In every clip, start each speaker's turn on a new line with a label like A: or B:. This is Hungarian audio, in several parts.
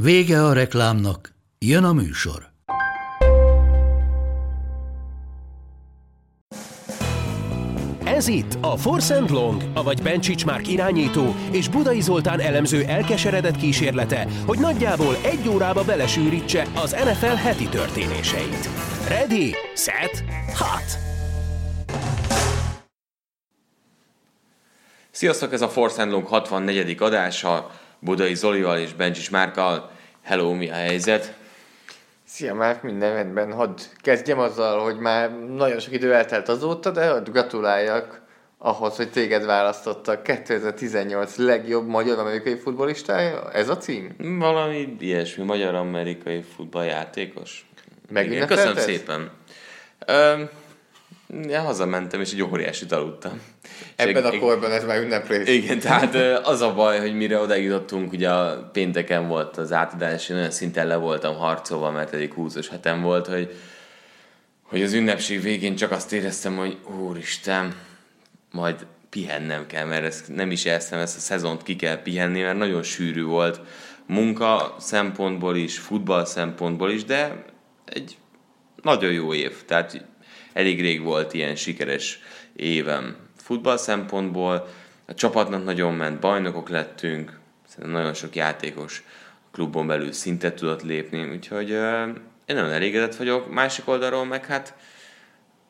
A: Vége a reklámnak, jön a műsor.
B: Ez itt a Force and Long, avagy Bencsics Márk irányító és Budai Zoltán elemző elkeseredett kísérlete, hogy nagyjából egy órába belesűrítse az NFL heti történéseit. Ready, set, hot!
C: Sziasztok, ez a Force and Long 64. adása Budai Zolival és Bencsis Márkkal. Hello, mi a helyzet?
D: Szia Márk, minden rendben. Hadd kezdjem azzal, hogy már nagyon sok idő eltelt azóta, de hadd gratuláljak ahhoz, hogy téged választottak 2018 legjobb magyar-amerikai futbolistája. Ez a cím?
C: Valami ilyesmi magyar-amerikai futballjátékos. Igen,
D: Megünnepelted?
C: Köszönöm szépen. Öm, ja, hazamentem, és egy óriásit aludtam.
D: Ebben
C: És-
D: a korban ez már ünneplés.
C: Igen, tehát ö, az a baj, hogy mire odáig jutottunk, ugye a pénteken volt az átadás, én olyan szinten le voltam harcolva, mert egyik húzós hetem volt, hogy, hogy az ünnepség végén csak azt éreztem, hogy úristen, majd pihennem kell, mert ezt nem is elszem, ezt a szezont ki kell pihenni, mert nagyon sűrű volt munka szempontból is, futball szempontból is, de egy nagyon jó év. Tehát elég rég volt ilyen sikeres évem futball szempontból. A csapatnak nagyon ment, bajnokok lettünk, szerintem nagyon sok játékos a klubon belül szintet tudott lépni, úgyhogy ö, én nagyon elégedett vagyok. Másik oldalról meg hát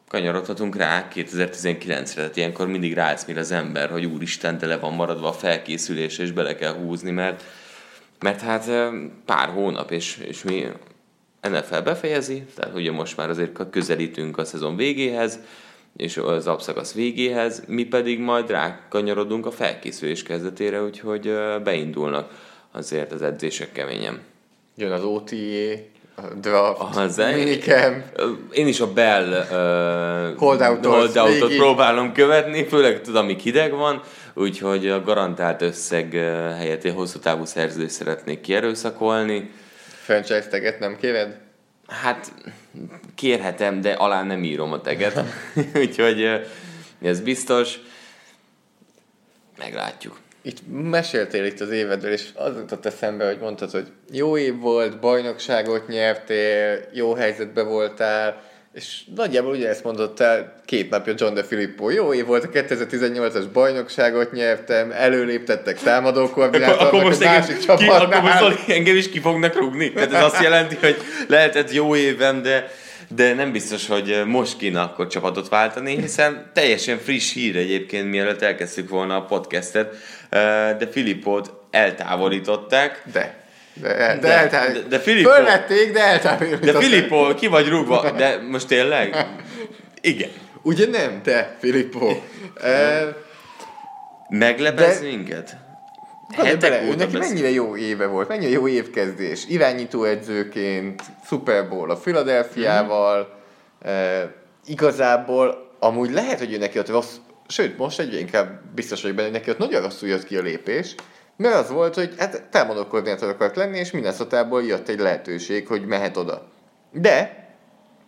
C: kanyarodhatunk rá 2019-re, tehát ilyenkor mindig ráállsz mire az ember, hogy úristen, tele van maradva a felkészülés, és bele kell húzni, mert, mert hát ö, pár hónap, és, és mi NFL befejezi, tehát ugye most már azért közelítünk a szezon végéhez, és az abszakasz végéhez, mi pedig majd rákanyarodunk a felkészülés kezdetére, úgyhogy ö, beindulnak azért az edzések keményen.
D: Jön az OTA, a draft,
C: Az
D: minicamp.
C: Ö, Én is a Bell uh,
D: Holdoutot
C: holdoutot
D: végig.
C: próbálom követni, főleg tudom, amíg hideg van, úgyhogy a garantált összeg ö, helyett egy hosszú távú szerződést szeretnék kierőszakolni.
D: Franchise taget nem kéred?
C: Hát kérhetem, de alá nem írom a teget, úgyhogy ö, ez biztos. Meglátjuk.
D: Itt meséltél itt az évedről, és az jutott eszembe, hogy mondtad, hogy jó év volt, bajnokságot nyertél, jó helyzetben voltál, és nagyjából ugyanezt mondott el két napja John de Filippo. Jó év volt, a 2018-as bajnokságot nyertem, előléptettek támadó koordinátornak egy másik
C: ki, akkor most
D: csapatnál.
C: Zoli, engem is ki fognak rúgni. Tehát ez azt jelenti, hogy lehetett jó évem, de, de nem biztos, hogy most kéne akkor csapatot váltani, hiszen teljesen friss hír egyébként, mielőtt elkezdtük volna a podcastet, de Filippót eltávolították.
D: De. De, de,
C: De-
D: de, eltál...
C: de- de Filippo-
D: Fölvették, de eltávolították.
C: De Filippó, ki vagy rúgva? De most tényleg? Igen.
D: Ugye nem, te, Filippo? E,
C: Meglepesz
D: De-
C: minket?
D: Gondolj bele, ő neki
C: beszélünk.
D: mennyire jó éve volt, mennyire jó évkezdés. Irányító edzőként, Super Bowl a Philadelphiával, e, igazából amúgy lehet, hogy ő neki ott rossz, sőt, most egyre inkább biztos vagyok benne, hogy neki ott nagyon rosszul jött ki a lépés, mert az volt, hogy hát támadó koordinátor akart lenni, és minnesota jött egy lehetőség, hogy mehet oda. De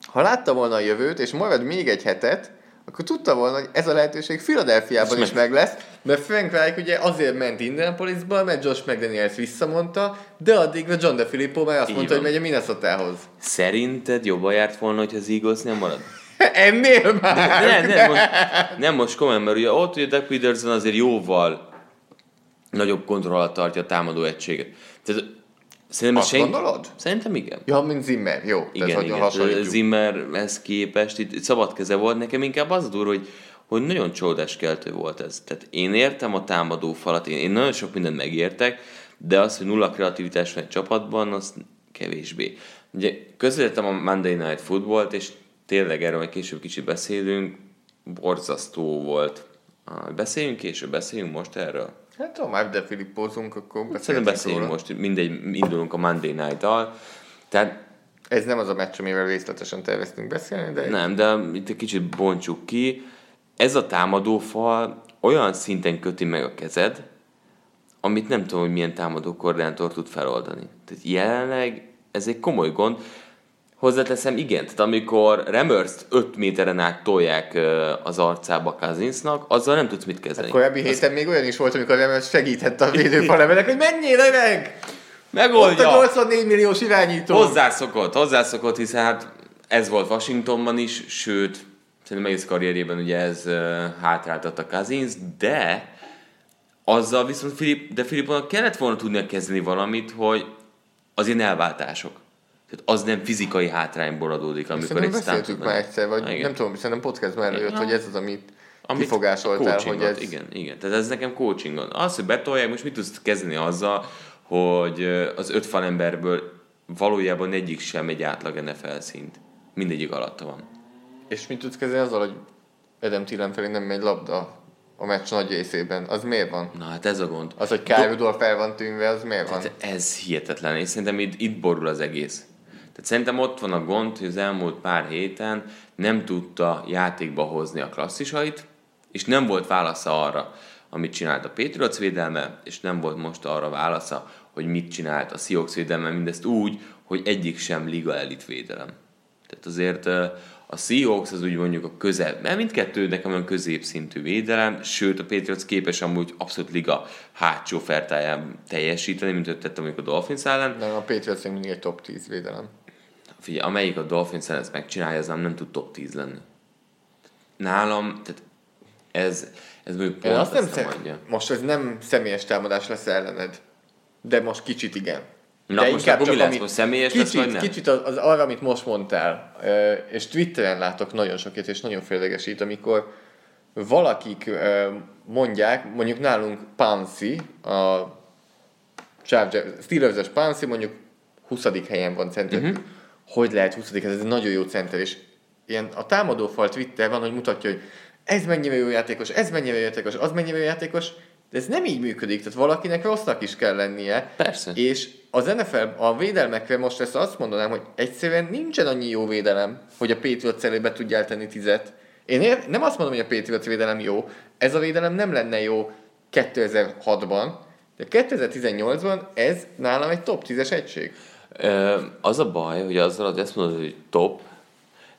D: ha látta volna a jövőt, és marad még egy hetet, akkor tudta volna, hogy ez a lehetőség Philadelphiában is meg lesz, mert Frank Reich ugye azért ment Indianapolisba, mert Josh McDaniels visszamondta, de addigra John DeFilippo már azt
C: Így
D: mondta,
C: van.
D: hogy megy a minnesota
C: Szerinted jobban járt volna, hogy az Eagles nem marad?
D: Ennél már!
C: nem, nem, most, nem most komolyan, mert ugye ott ugye Doug Peterson azért jóval nagyobb kontroll alatt tartja a támadó egységet. Tehát szerintem
D: Azt gondolod?
C: Szerintem igen.
D: Ja, mint Zimmer, jó.
C: Igen, igen.
D: hasonlítjuk.
C: Zimmerhez képest itt szabad keze volt. Nekem inkább az a durva, hogy, hogy nagyon csodáskeltő volt ez. Tehát én értem a támadó falat, én, én nagyon sok mindent megértek, de az, hogy nulla kreativitás van egy csapatban, az kevésbé. Ugye közöltem a Monday Night Footballt, és tényleg erről majd később kicsit beszélünk, borzasztó volt. Ah, Beszéljünk később, beszéljünk most erről.
D: Hát ha már de Filippozunk, akkor beszélünk
C: Szerintem beszéljünk
D: Hát róla.
C: most, mindegy, indulunk a Monday Night-tal. Tehát
D: Ez nem az a meccs, amivel részletesen terveztünk beszélni, de
C: Nem, de itt egy kicsit bontsuk ki. Ez a támadófal olyan szinten köti meg a kezed, amit nem tudom, hogy milyen támadó koordinátor tud feloldani. Tehát jelenleg ez egy komoly gond. Hozzáteszem, igen, tehát amikor remers 5 méteren át tolják ö, az arcába Kazinsnak, azzal nem tudsz mit kezdeni.
D: korábbi héten még olyan is volt, amikor nem segített a védőfalemelek, hogy menjél meg! Ott a
C: Megoldja!
D: 84 milliós irányító!
C: Hozzászokott, hozzászokott, hiszen hát ez volt Washingtonban is, sőt, szerintem egész karrierjében ugye ez ö, hátráltatta Cousins, de azzal viszont Filip, de Filipponak kellett volna tudnia kezdeni valamit, hogy az ilyen elváltások. Tehát az nem fizikai hátrányból adódik, amikor
D: Szerintem
C: egy stuntod
D: beszéltük
C: meg.
D: már egyszer, vagy
C: Igen.
D: nem tudom, szerintem podcastban előjött, hogy ez az, amit, amit
C: Amit
D: kifogásoltál, hogy
C: coachingot,
D: ez...
C: Igen, igen. Tehát ez nekem coachingon. Az, hogy betolják, most mit tudsz kezdeni azzal, hogy ö, az öt falemberből valójában egyik sem egy átlag NFL szint. Mindegyik alatta van.
D: És mit tudsz kezdeni azzal, hogy Edem Tillen felé nem megy labda a meccs nagy részében? Az miért van?
C: Na hát ez a gond.
D: Az, hogy Kyle Rudolph fel van tűnve, az miért van?
C: Hát ez hihetetlen, és szerintem itt, itt borul az egész. Tehát szerintem ott van a gond, hogy az elmúlt pár héten nem tudta játékba hozni a klasszisait, és nem volt válasza arra, amit csinált a Patriots védelme, és nem volt most arra válasza, hogy mit csinált a Seahawks védelme, mindezt úgy, hogy egyik sem liga elit védelem. Tehát azért ö, a Seahawks az úgy mondjuk a közel, mert mindkettőnek olyan középszintű védelem, sőt a Patriots képes amúgy abszolút liga hátsó fertáján teljesíteni, mint őt tettem mondjuk a Dolphins ellen,
D: Nem, a Patriots még mindig egy top 10 védelem.
C: figyelj, amelyik a Dolphins ezt megcsinálja, az nem, nem tud top 10 lenni. Nálam, tehát ez, ez mondjuk
D: Én
C: pont
D: azt nem
C: szem...
D: szem...
C: mondja.
D: Most ez nem személyes támadás lesz ellened, de most kicsit igen.
C: Na
D: de
C: most akkor mi lesz, most személyes lesz,
D: kicsit,
C: vagy nem?
D: Kicsit az, az arra, amit most mondtál, ö, és Twitteren látok nagyon sokat, és nagyon félregesít, amikor valakik ö, mondják, mondjuk nálunk Pansy, a Charger- Steelers-es Pansy mondjuk 20. helyen van center. Uh-huh. Hogy lehet 20. ez egy nagyon jó center, és ilyen a támadófal Twitter van, hogy mutatja, hogy ez mennyire jó játékos, ez mennyire jó játékos, az mennyire jó játékos, de ez nem így működik, tehát valakinek rossznak is kell lennie.
C: Persze.
D: És az NFL a védelmekre most ezt azt mondanám, hogy egyszerűen nincsen annyi jó védelem, hogy a Patriots elébe tudjál tenni tizet. Én ér- nem azt mondom, hogy a Patriots védelem jó, ez a védelem nem lenne jó 2006-ban, de 2018-ban ez nálam egy top 10-es egység.
C: Ö, az a baj, hogy azzal, hogy ezt mondod, hogy top,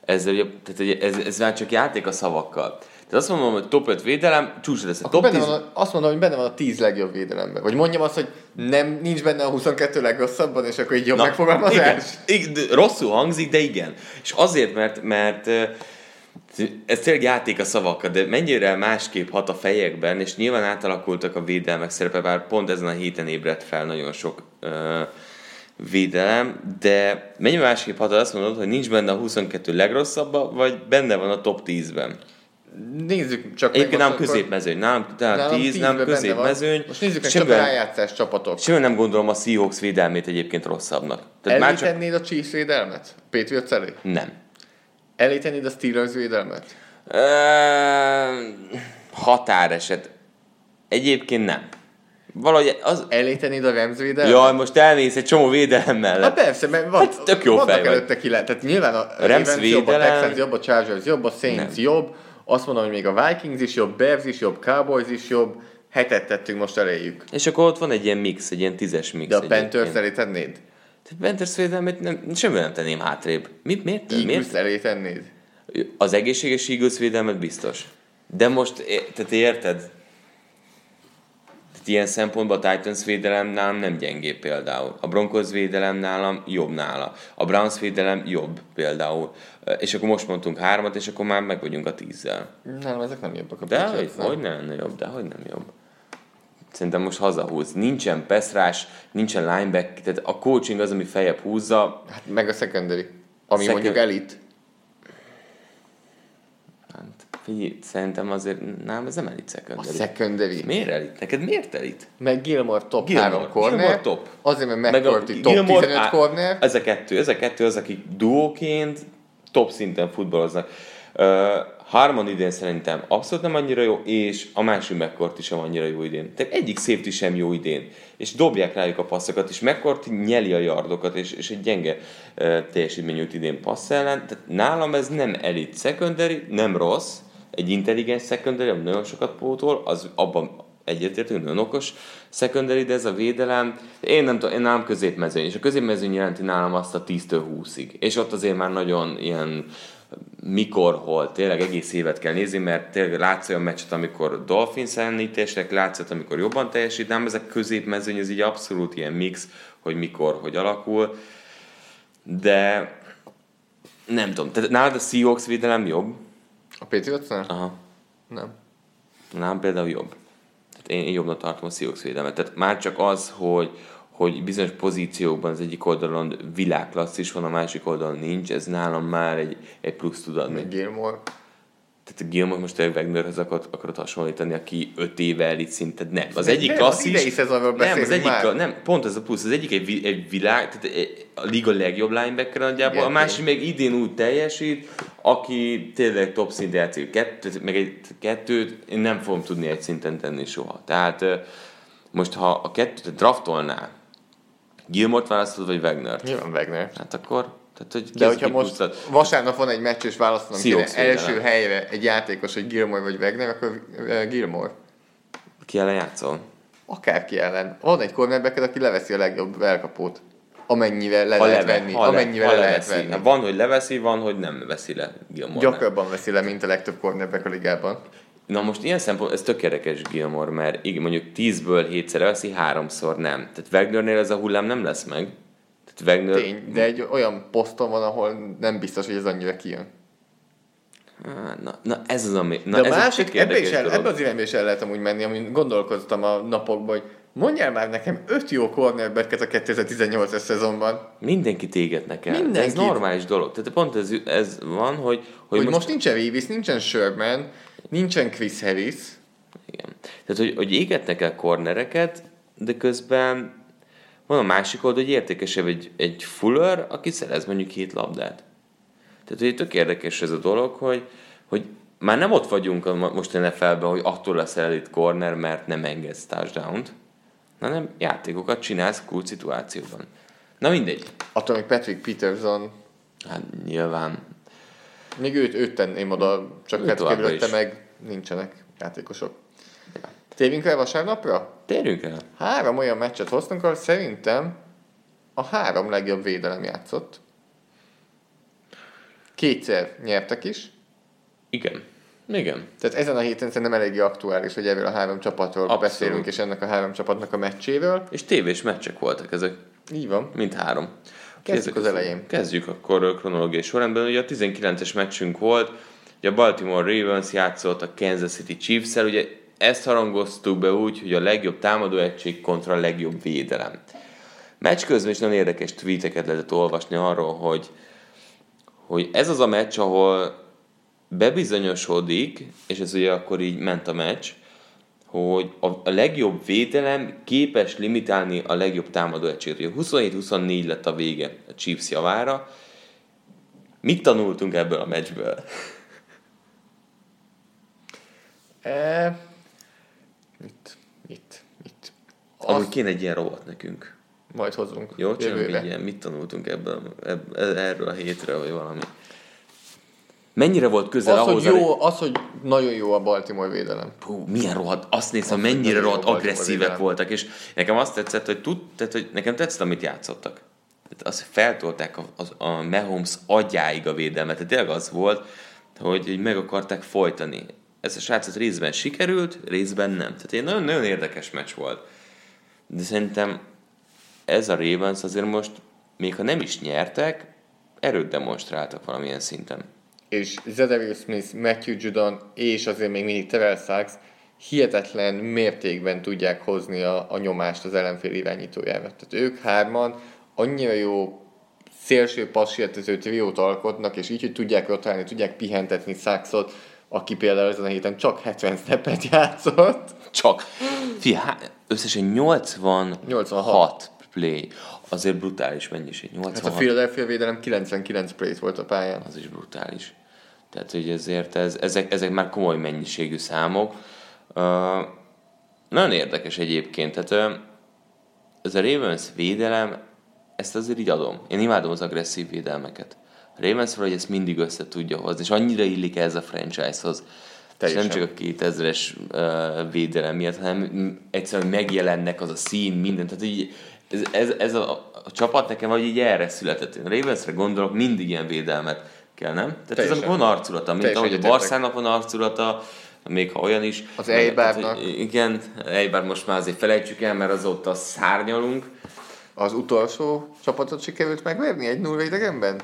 C: ezzel, ugye- tehát ugye ez, ez már csak játék a szavakkal. Tehát azt mondom, hogy top 5 védelem, csúcs lesz a
D: Akkor
C: top
D: benne
C: 10.
D: van a, azt mondom, hogy benne van a 10 legjobb védelemben. Vagy mondjam azt, hogy nem, nincs benne a 22 legrosszabban, és akkor így jobb megfogalmazás.
C: Igen, igen, de rosszul hangzik, de igen. És azért, mert, mert ö, ez tényleg játék a szavakkal, de mennyire másképp hat a fejekben, és nyilván átalakultak a védelmek szerepe, bár pont ezen a héten ébredt fel nagyon sok ö, védelem, de mennyire másképp hat, ha azt mondod, hogy nincs benne a 22 legrosszabba, vagy benne van a top 10-ben.
D: Nézzük csak
C: Egyébként
D: most
C: nálam
D: akkor-
C: középmezőny, nálam, tehát
D: nálam
C: 10,
D: 10-ben
C: nálam
D: benne van.
C: középmezőny.
D: Most nézzük meg csak a
C: Simán-
D: rájátszás csapatok.
C: Simán nem gondolom a Seahawks védelmét egyébként rosszabbnak. Tehát már csak...
D: Elétennéd a Chiefs védelmet? Patriots elé?
C: Nem.
D: Elétennéd a Steelers védelmet?
C: Ö, határeset. Egyébként nem. Valahogy az...
D: Elétennéd a Rams védelmet?
C: Jaj, most elmész egy csomó védelem
D: Hát
C: mellett.
D: persze, mert van,
C: Hát tök jó
D: vannak
C: fej vagy.
D: előtte ki lehet. Tehát nyilván a
C: Rams
D: Ravens jobb, a
C: védelem.
D: Texans jobb, a Chargers jobb, a Saints
C: Nem.
D: jobb. Azt mondom, hogy még a Vikings is jobb, Bears is jobb, Cowboys is jobb. Hetet tettünk most eléjük.
C: És akkor ott van egy ilyen mix, egy ilyen tízes mix.
D: De a
C: egyébként.
D: Panthers elé tennéd?
C: Tehát Panthers védelmét nem, semmi nem tenném hátrébb. Mit, miért? miért?
D: Eagles elé tennéd?
C: Az egészséges Eagles védelmet biztos. De most, é- tehát érted? Tehát ilyen szempontból a Titans védelem nálam nem gyengébb például. A Broncos védelem nálam jobb nála. A Browns védelem jobb például. Ö, És akkor most mondtunk hármat, és akkor már meg vagyunk a tízzel.
D: Nem, ezek nem jobbak a
C: De hogy,
D: Patriots, nem.
C: hogy nem lenne jobb, de hogy nem jobb. Szerintem most hazahúz. Nincsen peszrás, nincsen lineback, tehát a coaching az, ami feljebb húzza.
D: Hát meg a secondary, ami
C: Second-
D: mondjuk elit.
C: Hát, figyelj, szerintem azért nem, ez nem elit
D: A
C: secondary.
D: secondary.
C: Miért elit? Neked miért elit?
D: Meg Gilmore top
C: Gilmore.
D: 3 corner.
C: Gilmore top.
D: Azért, mert McCarthy top
C: Gilmore-
D: 15
C: á,
D: corner.
C: Ez a kettő, ez a kettő az, akik duóként top szinten futballoznak. Ö, Harmon idén szerintem abszolút nem annyira jó, és a másik megkort is sem annyira jó idén. Tehát egyik safety sem jó idén. És dobják rájuk a passzokat, és megkort nyeli a yardokat, és, és egy gyenge uh, teljesítmény jut idén passz ellen. Tehát nálam ez nem elit secondary, nem rossz, egy intelligens secondary, ami nagyon sokat pótol, az abban egyetértünk, nagyon okos secondary, de ez a védelem, én nem tudom, én nálam középmezőny, és a középmezőny jelenti nálam azt a 10-től 20-ig, és ott azért már nagyon ilyen mikor, hol, tényleg egész évet kell nézni, mert tényleg látsz olyan meccset, amikor Dolphins ellenítések, látszott, amikor jobban teljesít, de ám ezek középmezőny, ez így abszolút ilyen mix, hogy mikor, hogy alakul, de nem tudom, tehát nálad a Seahawks védelem jobb?
D: A Patriotsnál?
C: Aha.
D: Nem.
C: Nálam például jobb. Tehát én, én jobbnak tartom a Seahawks védelmet. Tehát már csak az, hogy, hogy bizonyos pozíciókban az egyik oldalon világklasszis van, a másik oldalon nincs, ez nálam már egy, egy plusz tud adni.
D: Gilmore.
C: Tehát a Gilmore most tényleg Wagnerhez akar, akarod hasonlítani, aki öt éve elit szintet nem. Az
D: Nem,
C: egyik
D: nem, az idei
C: klasszis...
D: szezonról
C: nem,
D: beszélünk
C: az egyik,
D: már.
C: nem, pont ez a plusz. Az egyik egy, vi- egy világ, tehát egy- a liga legjobb linebacker nagyjából,
D: Igen,
C: a másik még idén úgy teljesít, aki tényleg top szinten játszik. Kettőt, meg egy kettőt én nem fogom tudni egy szinten tenni soha. Tehát ö, most ha a kettőt draftolnál, Gilmort választod, vagy Wagner?
D: Nyilván Wagner.
C: Hát akkor... Tehát, hogy
D: De
C: kihoz
D: hogyha most
C: kipusztad.
D: vasárnap van egy meccs, és választanom kéne
C: Seahawks védelem.
D: első helyre egy játékos, hogy Gilmore vagy Wagner, akkor eh, Gilmore.
C: Ki ellen játszol?
D: Akárki ellen. Van egy cornerbacked, aki leveszi a legjobb elkapót. Amennyivel le
C: Ha
D: lehet
C: leve-
D: venni.
C: ha le-
D: Amennyivel
C: ha
D: le lehet
C: leveszi.
D: venni.
C: Van, hogy leveszi, van, hogy nem veszi le Gilmore.
D: Gyakrabban veszi le, mint a legtöbb cornerback a ligában.
C: Na most ilyen szempont, ez tök érdekes Gilmore, mert igen, mondjuk 10-ből 7-szer veszi, 3-szor nem. Tehát Wagnernél ez a hullám nem lesz meg. Tehát Wagner...
D: Tény, de egy olyan poszton van, ahol nem biztos, hogy ez annyira kijön.
C: Á, Na, na, ez az, ami... Na,
D: De
C: ez
D: a
C: egy
D: másik,
C: tök
D: ebbe,
C: érdekes
D: is el,
C: dolog.
D: ebbe az irányba is el lehet amúgy menni, amin gondolkoztam a napokban, hogy mondjál már nekem öt jó cornerbacket a 2018-es szezonban,
C: Mindenkit égetnek el. Mindenkit. Ez
D: Mindenkit.
C: normális dolog. Tehát pont ez, ez van, hogy, hogy,
D: hogy, most, most nincsen Reeves, nincsen Sherman, nincsen Chris Harris,
C: Igen. Tehát, hogy, hogy égetnek el kornereket, de közben van a másik oldal, hogy értékesebb egy, egy fuller, aki szerez mondjuk két labdát. Tehát, hogy tök érdekes ez a dolog, hogy, hogy már nem ott vagyunk a mo- most NFL-ben, hogy attól lesz elit corner, mert nem engedsz touchdown-t, hanem játékokat csinálsz cool szituációban. Na mindegy.
D: attól még Patrick Peterson,
C: Hát nyilván.
D: még őt, őt tenném oda, csak
C: Őt
D: hát
C: továbbra
D: kerülötte
C: is.
D: meg, nincsenek játékosok. Térjünk el vasárnapra?
C: Térjünk el.
D: Három olyan meccset hoztunk, ahol szerintem a három legjobb védelem játszott. Kétszer nyertek is,
C: Igen. Igen.
D: Tehát ezen a héten szerintem eléggé aktuális, hogy erről a három csapatról
C: Abszolút.
D: Abszolút. beszélünk, és ennek a három csapatnak a meccséről.
C: És tévés meccsek voltak ezek.
D: Így van.
C: Mind három.
D: Kezdjük az elején.
C: Kezdjük akkor ö, kronológiai sorrendben. Ugye a 19-es meccsünk volt, ugye a Baltimore Ravens játszott a Kansas City chiefs -el. ugye ezt harangoztuk be úgy, hogy a legjobb támadó egység kontra a legjobb védelem. Meccs közben is nagyon érdekes tweeteket lehetett olvasni arról, hogy, hogy ez az a meccs, ahol bebizonyosodik, és ez ugye akkor így ment a meccs, hogy a, a legjobb védelem képes limitálni a legjobb támadó egységet. Ugye 27-24 lett a vége a Chiefs javára. Mit tanultunk ebből a meccsből?
D: E... Mit? Mit? Mit?
C: Amúgy
D: Azt
C: kéne egy ilyen rovat nekünk.
D: majd hozunk
C: Jó, csinálunk
D: jövőre.
C: egy ilyen, mit tanultunk ebből, ebb, erről a hétről, vagy valami. Mennyire volt közel
D: Az, hogy
C: ahhoz,
D: jó, az, hogy nagyon jó a Baltimore védelem.
C: Hú, milyen rohadt, azt néztem,
D: Azt, hogy
C: mennyire
D: nagyon
C: rohadt
D: jó volt,
C: agresszívek
D: igen.
C: voltak, és nekem azt tetszett, hogy tud, tehát, hogy nekem tetszett, amit játszottak. Tehát azt feltolták a, az, a Mahomes agyáig a védelmet. Tehát tényleg az volt, hogy, hogy meg akarták folytani. Ez a srácot részben sikerült, részben nem. Tehát egy nagyon, nagyon érdekes meccs volt. De szerintem ez a Ravens azért most, még ha nem is nyertek, erőt demonstráltak valamilyen szinten.
D: És Zedarius Smith, Matthew Judon és azért még mindig Terrell Sachs hihetetlen mértékben tudják hozni a, a nyomást az ellenfél irányítójára. Tehát ők hárman annyira jó szélső passértező triót alkotnak, és így, hogy tudják rotálni, tudják pihentetni Saxot, aki például ezen a héten csak 70 snappet játszott.
C: Csak. Fia, há- összesen 86,
D: 86.
C: play. Azért brutális mennyiség.
D: Hát a
C: 86.
D: Philadelphia védelem 99 plays volt a pályán.
C: az is brutális. Tehát, hogy ezért ez, ezek, ezek már komoly mennyiségű számok. Uh, nagyon érdekes egyébként. Tehát uh, ez a Ravens védelem, ezt azért így adom. Én imádom az agresszív védelmeket. A Ravens valahogy ezt mindig össze tudja hozni, és annyira illik ez a franchise-hoz. És
D: Teljesen.
C: nem csak a 2000-es uh, védelem miatt, hanem m- egyszerűen megjelennek az a szín, minden. Tehát így, ez, ez, ez a, a, csapat nekem vagy így erre született. Én a Ravensre gondolok, mindig ilyen védelmet kell, nem? Tehát
D: Teljesen.
C: ez annak van arculata, mint
D: Teljesen
C: ahogy a
D: egyetértek.
C: Barszának van arculata, még ha olyan is.
D: Az
C: Meg-
D: Eibarnak.
C: tehát, hogy Igen, Eibar most már azért felejtsük el, mert azóta szárnyalunk.
D: Az utolsó csapatot sikerült megverni egy nulla idegenben?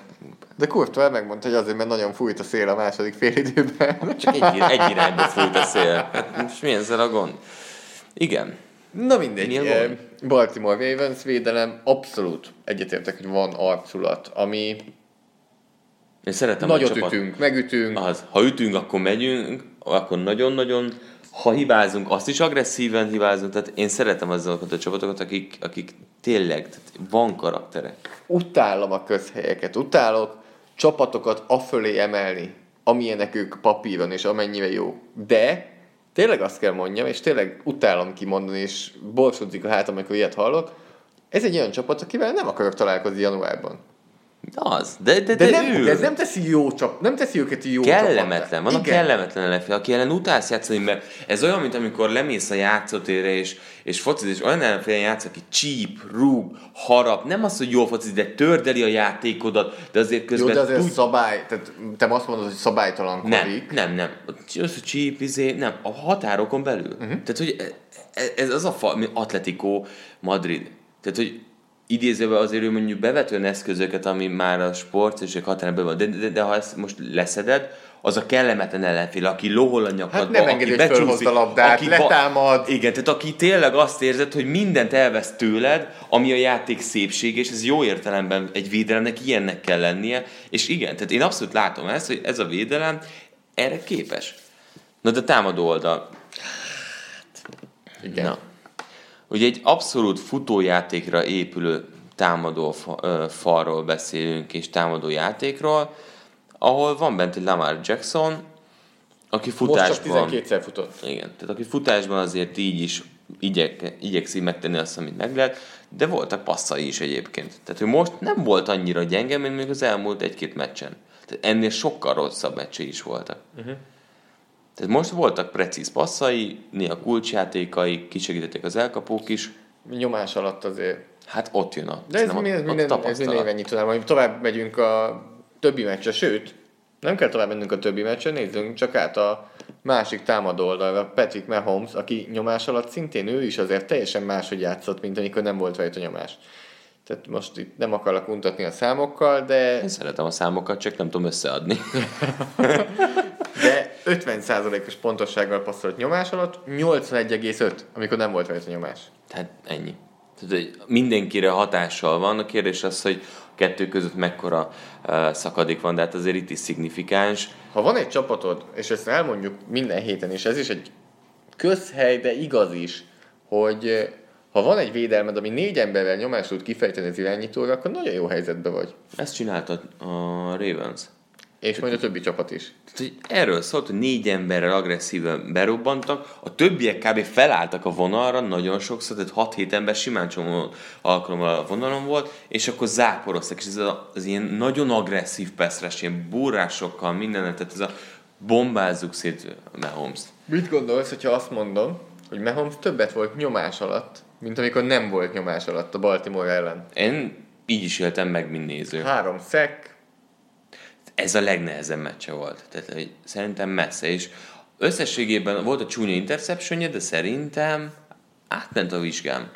D: De Courtois megmondta, hogy azért, mert nagyon fújt a szél a második félidőben.
C: Csak egy, ir- egy irányba fújt a szél. Hát most mi ezzel a gond? Igen.
D: Na mindegy,
C: Mi a
D: eh,
C: gond?
D: Baltimore Ravens védelem abszolút egyetértek, hogy van arculat, ami
C: Én szeretem
D: nagyot
C: a csapat.
D: ütünk, megütünk,
C: Az, ha ütünk, akkor megyünk, akkor nagyon-nagyon, ha hibázunk, azt is agresszíven hibázunk, tehát én szeretem azokat a csapatokat, akik, akik tényleg, tehát van karaktere.
D: utálom a közhelyeket, utálok csapatokat afölé emelni, amilyenek ők papíron, és amennyivel jó. De tényleg azt kell mondjam, és tényleg utálom kimondani, és borsodzik a hátam, amikor ilyet hallok, ez egy olyan csapat, akivel nem akarok találkozni januárban.
C: De Az, de, de, de,
D: De, nem,
C: ő.
D: de ez nem teszi jó csap, nem teszi őket jó
C: Kellemetlen, van a
D: Igen.
C: kellemetlen ellenfél, aki ellen utálsz játszani, mert ez olyan, mint amikor lemész a játszótérre, és, és focid, és olyan ellenfélen játsz, aki csíp, rúg, harap, nem az, hogy jól focid, de tördeli a játékodat, de azért
D: Jó,
C: közben
D: de azért
C: tud-
D: szabály, tehát te azt mondod, hogy
C: nem,
D: szabálytalankodik.
C: nem, nem. Az a csíp, izé, nem. A határokon belül. Uh-huh. Tehát, hogy e- ez az a fa, mi Atletico Madrid. Tehát, hogy idézőben azért ő mondjuk bevetően eszközöket, ami már a sport és a határán belül van. De, de, de, ha ezt most leszeded, az a kellemetlen ellenfél, aki lohol a nyakadba,
D: Hát nem engedi,
C: aki
D: hogy fölhozd
C: becsúszik,
D: a labdát,
C: va-
D: letámad.
C: igen, tehát aki tényleg azt érzed, hogy mindent elvesz tőled, ami a játék szépség, és ez jó értelemben egy védelemnek ilyennek kell lennie, és igen, tehát én abszolút látom ezt, hogy ez a védelem erre képes. Na de támadó oldal.
D: Igen.
C: Na. Ugye egy abszolút futójátékra épülő támadó fa, ö, falról beszélünk, és támadó játékról, ahol van bent egy Lamar Jackson, aki
D: Most
C: futásban...
D: csak 12-szer futott.
C: Igen, tehát aki futásban azért így is igyek, igyekszik megtenni azt, amit meg lehet, de voltak passzai is egyébként. Tehát ő most nem volt annyira gyenge, mint még az elmúlt egy-két meccsen. Tehát ennél sokkal rosszabb meccsei is voltak.
D: Mhm.
C: Uh-huh. Tehát most voltak precíz passzai, néha kulcsjátékai, kisegítették az elkapók is,
D: Nyomás alatt azért.
C: hát ott jön a
D: De ez,
C: szerintem
D: mi, ez,
C: ott- ott
D: minden, ez
C: tapasztalat.
D: minden évben nyitva, hogy tovább megyünk a többi meccsre, sőt, nem kell tovább mennünk a többi meccsre, nézzünk csak át a másik támadó oldalra, Patrick Mahomes, aki nyomás alatt szintén ő is azért teljesen máshogy játszott, mint amikor nem volt rajta nyomás. Tehát most itt nem akarlak untatni a számokkal, de,
C: Én szeretem a számokat, csak nem tudom összeadni.
D: de 50%-os pontossággal passzolt nyomás alatt, 81,5, amikor nem volt rajta nyomás.
C: Tehát ennyi. Tehát hogy mindenkire hatással van. A kérdés az, hogy a kettő között mekkora uh, szakadék van, de hát azért itt is szignifikáns.
D: Ha van egy csapatod, és ezt elmondjuk minden héten, és ez is egy közhely, de igaz is, hogy eh, ha van egy védelmed, ami négy emberrel nyomást tud kifejteni az irányítóra, akkor nagyon jó helyzetben vagy.
C: Ezt csinálta a Ravens.
D: És majd a többi csapat is.
C: Tehát, hogy erről szólt, hogy négy emberrel agresszíven berobbantak, a többiek kb. felálltak a vonalra nagyon sokszor, tehát 6-7 ember simán csomó alkalommal a vonalon volt, és akkor záporoztak, és ez az, az ilyen nagyon agresszív peszres, ilyen burrásokkal, mindennel, tehát ez a bombázzuk szét Mahomes-t.
D: Mit gondolsz, hogyha azt mondom, hogy Mahomes többet volt nyomás alatt, mint amikor nem volt nyomás alatt a Baltimore ellen?
C: Én így is éltem meg, mint néző.
D: Három szek,
C: Ez a legnehezebb meccse volt. Tehát hogy szerintem messze. És összességében volt a csúnya interceptionje, de szerintem átment a vizsgám.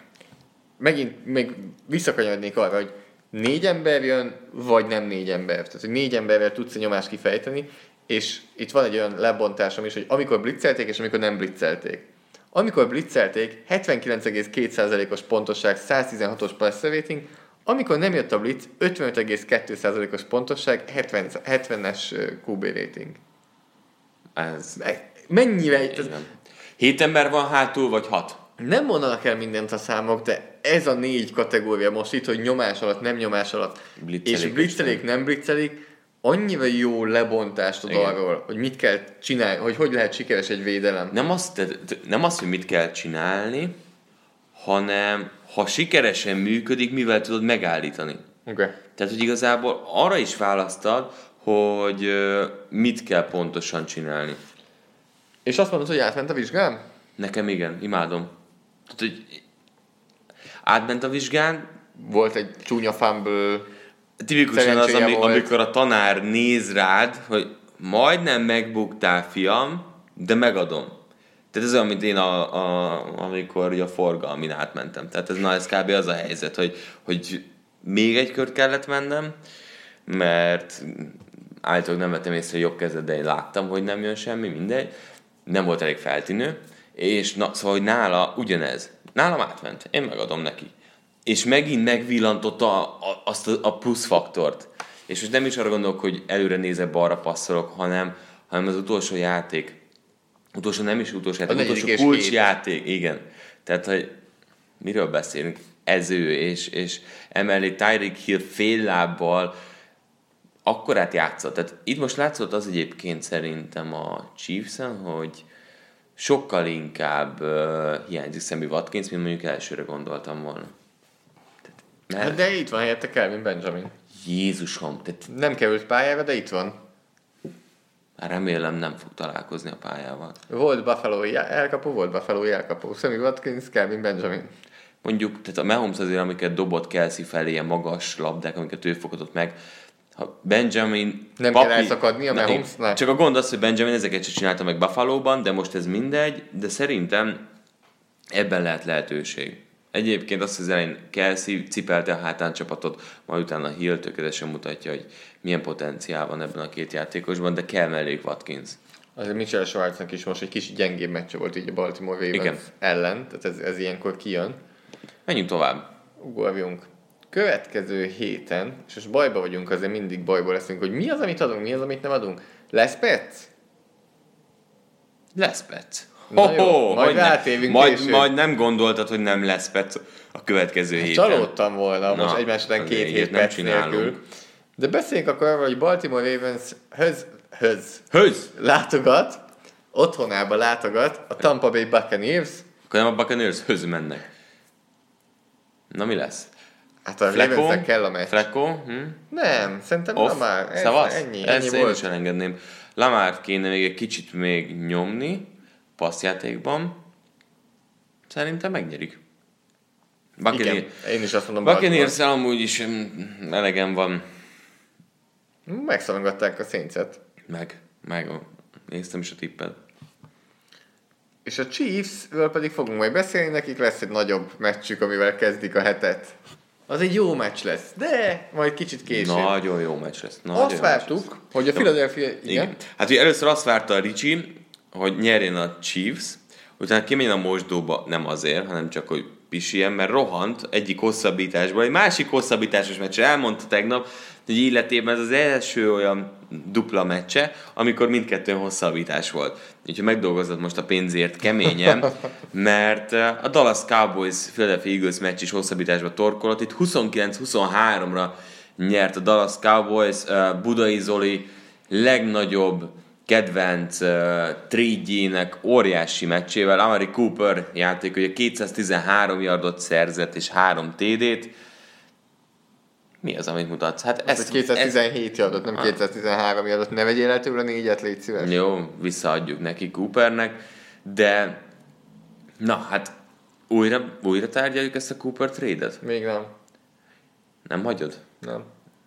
D: megint még visszakanyarodnék arra, hogy négy ember jön, vagy nem négy ember. Tehát, hogy négy emberrel tudsz egy nyomást kifejteni, és itt van egy olyan lebontásom is, hogy amikor blitzelték, és amikor nem blitzelték. Amikor blitzelték, 79,2%-os pontosság, 116-os pass rating, amikor nem jött a blitz, 55,2%-os pontosság, 70, 70-es ö, QB rating. E,
C: Ez
D: Me- Mennyivel, tehát
C: igen. Hét ember van hátul, vagy hat?
D: nem mondanak el mindent a számok, de ez a négy kategória most itt, hogy nyomás alatt, nem nyomás alatt,
C: Blitzelik,
D: és blitzelik, nem blitzelik, annyira jó lebontást ad
C: Igen.
D: arról, hogy mit kell csinálni, hogy hogy lehet sikeres egy védelem.
C: Nem azt, te- te- nem azt, hogy mit kell csinálni, hanem ha sikeresen működik, mivel tudod megállítani.
D: Oké. Okay.
C: Tehát, hogy igazából arra is választad, hogy ö, mit kell pontosan csinálni.
D: És azt mondod, hogy átment a vizsgám?
C: Nekem igen, imádom. Tehát, hogy átment a vizsgán,
D: Volt egy csúnya fumble.
C: tipikusan az,
D: Szerencséje
C: ami,
D: volt.
C: amikor a tanár néz rád, hogy majdnem megbuktál, fiam, de megadom. Tehát ez olyan, mint én, a, a, amikor ugye a forgalmin átmentem. Tehát ez, na, ez kb. az a helyzet, hogy, hogy még egy kört kellett mennem, mert állítólag nem vettem észre jobb kezed, de én láttam, hogy nem jön semmi, mindegy. Nem volt elég feltűnő, és na, szóval, hogy nála ugyanez. Nálam átment, én megadom neki. És megint megvillantotta a, a, azt a, a plusz faktort. És most nem is arra gondolok, hogy előre nézek, balra passzolok, hanem, hanem az utolsó játék. Utolsó nem is utolsó játék,
D: negyedik
C: utolsó
D: és
C: kulcsjáték, igen. Tehát, hogy miről beszélünk? Ező, és, és emellé Tyreek Hill fél lábbal akkorát játszott. Tehát itt most látszott az egyébként szerintem a chiefs hogy sokkal inkább uh, hiányzik Sammy Watkins, mint mondjuk elsőre gondoltam volna. Tehát,
D: Hát
C: mert
D: de itt van helyette Calvin Benjamin.
C: Jézusom, tehát
D: Nem került pályára, de itt van.
C: remélem nem fog találkozni a pályával.
D: Volt Buffalo já- elkapó, volt Buffalo elkapó. Sammy Watkins, Calvin Benjamin.
C: Mondjuk, tehát a Mahomes azért, amiket dobott Kelsey felé, ilyen magas labdák, amiket ő fogadott meg, ha Benjamin...
D: Nem kell elszakadni a
C: Na,
D: Mahomesnál?
C: én- Csak a gond az, hogy Benjamin ezeket sem csinálta meg Buffalo-ban, de most ez mindegy, de szerintem ebben lehet lehetőség. Egyébként azt, hogy az elején Kelsey cipelte a hátán csapatot, majd utána Hill tökéletesen mutatja, hogy milyen potenciál van ebben a két játékosban, de kell melléjük Watkins.
D: Azért Mitchell Schwarznak is most egy kis gyengébb meccse volt így a Baltimore Ravens
C: Igen.
D: ellen, tehát ez, ez ilyenkor kijön.
C: Menjünk tovább.
D: Ugorjunk. Következő héten, és most bajba vagyunk, azért mindig bajba leszünk, hogy mi az, amit adunk, mi az, amit nem adunk. Lesz Petsz?
C: Lesz Pec.
D: Na jó, majd rátérünk
C: majd,
D: később. Hát
C: majd nem gondoltad, hogy nem lesz Pec a következő héten.
D: Csalódtam volna
C: Na,
D: most egymás után
C: azért
D: két
C: ilyet
D: hét
C: nem
D: perc
C: csinálunk.
D: nélkül. De beszéljünk akkor arról, hogy Baltimore Ravens höz, höz
C: Höz!
D: látogat, otthonába látogat a Tampa Bay Buccaneers.
C: Akkor nem a Buccaneers höz mennek. Na mi lesz?
D: Hát a Ravensnek kell a meccs.
C: Flecko? Hm?
D: Nem, szerintem
C: Off?
D: nem már. Ez,
C: Szavasz?
D: ennyi, ennyi
C: Ezt én is
D: volt.
C: elengedném. Lamárt kéne még egy kicsit még nyomni passzjátékban. Szerintem megnyerik.
D: Igen,
C: Buccaneers-
D: én is azt mondom.
C: Buccaneers amúgy is mm, elegem van.
D: Baltimore. Megszorongatták a széncet.
C: Meg, meg. ó, Néztem is a tippet.
D: És a Chiefsről pedig fogunk majd beszélni, nekik lesz egy nagyobb meccsük, amivel kezdik a hetet. Az egy jó meccs lesz, de majd kicsit később.
C: Nagyon jó meccs lesz. Nagyon
D: Azt
C: jó meccs lesz.
D: vártuk, hogy a Philadelphia... Igen.
C: Igen. Hát ugye először azt várta a Ricsi, hogy nyerjen a Chiefs, utána kimenjen a mosdóba, nem azért, hanem csak, hogy pisien, mert rohant egyik hosszabbításba, egy másik hosszabbításos meccsre. Elmondta tegnap, hogy életében ez az első olyan dupla meccse, amikor mindkettőn hosszabbítás volt. Úgyhogy megdolgozott most a pénzért keményen, mert eh, a Dallas Cowboys Philadelphia Eagles meccs is hosszabbításba torkolott. Itt 29-23-ra nyert a Dallas Cowboys, eh, Budai Zoli legnagyobb kedvenc uh, 3G-nek óriási meccsével. Amari Cooper játék, ugye 213 yardot szerzett és 3 TD-t. Mi az, amit mutatsz? Hát
D: Ez 217 adott, nem 213 adott. Ne vegyél el tőle négyet, légy szíves.
C: Jó, visszaadjuk neki Coopernek, de na hát újra, újra tárgyaljuk ezt a Cooper trade-et?
D: Még nem.
C: Nem hagyod?
D: Nem.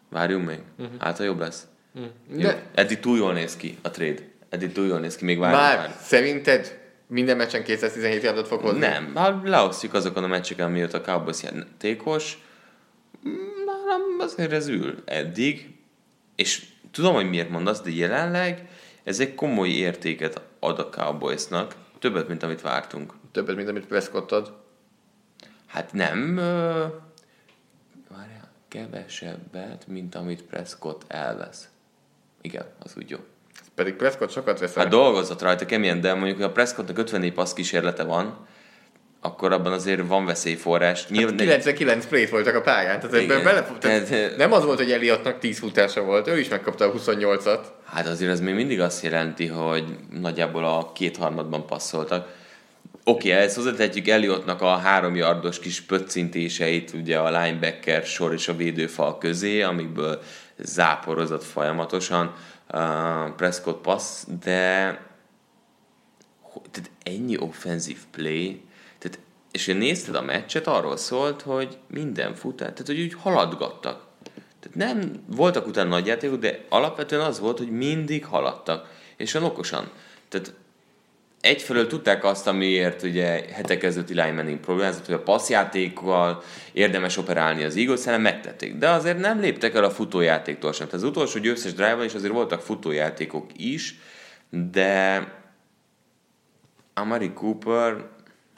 C: Várjunk még. Uh-huh. Hát, ha jobb lesz. Uh-huh.
D: Mhm. De-
C: Eddig túl jól néz ki a trade. Eddig túl jól néz ki, még várjunk
D: Már szerinted minden meccsen 217 adott fog hozni?
C: Nem, már leosztjuk azokon a meccseken, mióta a Cowboys játékos. Nálam azért ez ül eddig, és tudom, hogy miért mondasz, de jelenleg ez egy komoly értéket ad a Cowboysnak, többet, mint amit vártunk.
D: Többet, mint amit Prescott ad.
C: Hát nem, ö, várjál, kevesebbet, mint amit Prescott elvesz. Igen, az úgy jó.
D: Pedig Prescott sokat vesz el.
C: Hát dolgozott rajta keményen, de mondjuk, hogy a Prescottnak 54 passz kísérlete van, akkor abban azért van veszélyforrás. Nyilván,
D: 99 plét voltak a pályán, tehát ebben
C: Igen.
D: bele, tehát
C: Tehát-
D: nem az volt, hogy Eliottnak 10 futása volt, ő is megkapta a 28-at.
C: Hát azért az még mindig azt jelenti, hogy nagyjából a kétharmadban passzoltak. Oké, okay, ezt hozzátehetjük Eliottnak a három yardos kis pöccintéseit, ugye a linebacker sor és a védőfal közé, amikből záporozott folyamatosan uh, Prescott passz, de ho- tehát ennyi offenzív play, tehát, és én nézted a meccset, arról szólt, hogy minden futás, tehát hogy úgy haladgattak. Tehát nem voltak utána nagy játékok, de alapvetően az volt, hogy mindig haladtak, és olyan okosan. Tehát egyfelől tudták azt, amiért ugye hetek ezelőtti line manning problémázott, hogy a passzjátékkal érdemes operálni az Eagles ellen, megtették. De azért nem léptek el a futójátéktól sem. Tehát az utolsó győztes drive is azért voltak futójátékok is, de Amari Cooper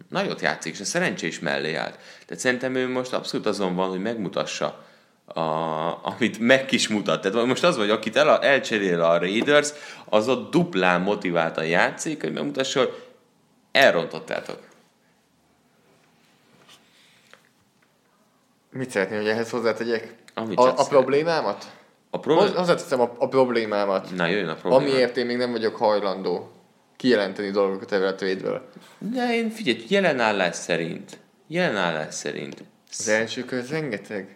C: nagyot játszik, és a szerencsés mellé állt. Tehát szerintem ő most abszolút azon van, hogy megmutassa, a, amit meg is mutat. Tehát most az vagy, akit el, elcserél a Raiders, az a duplán motiváltan játszik, hogy megmutassa, hogy elrontottátok.
D: Mit szeretnél, hogy ehhez hozzátegyek?
C: Amit csak
D: a, a
C: szeretnél.
D: problémámat?
C: A
D: Hoz-
C: probléma...
D: Hozzáteszem a, a problémámat.
C: Na, jöjjön a probléma.
D: Amiért én még nem vagyok hajlandó kijelenteni dolgokat ebből a trade-ből.
C: De én figyelj, jelenállás szerint, jelenállás szerint
D: Az első kör rengeteg.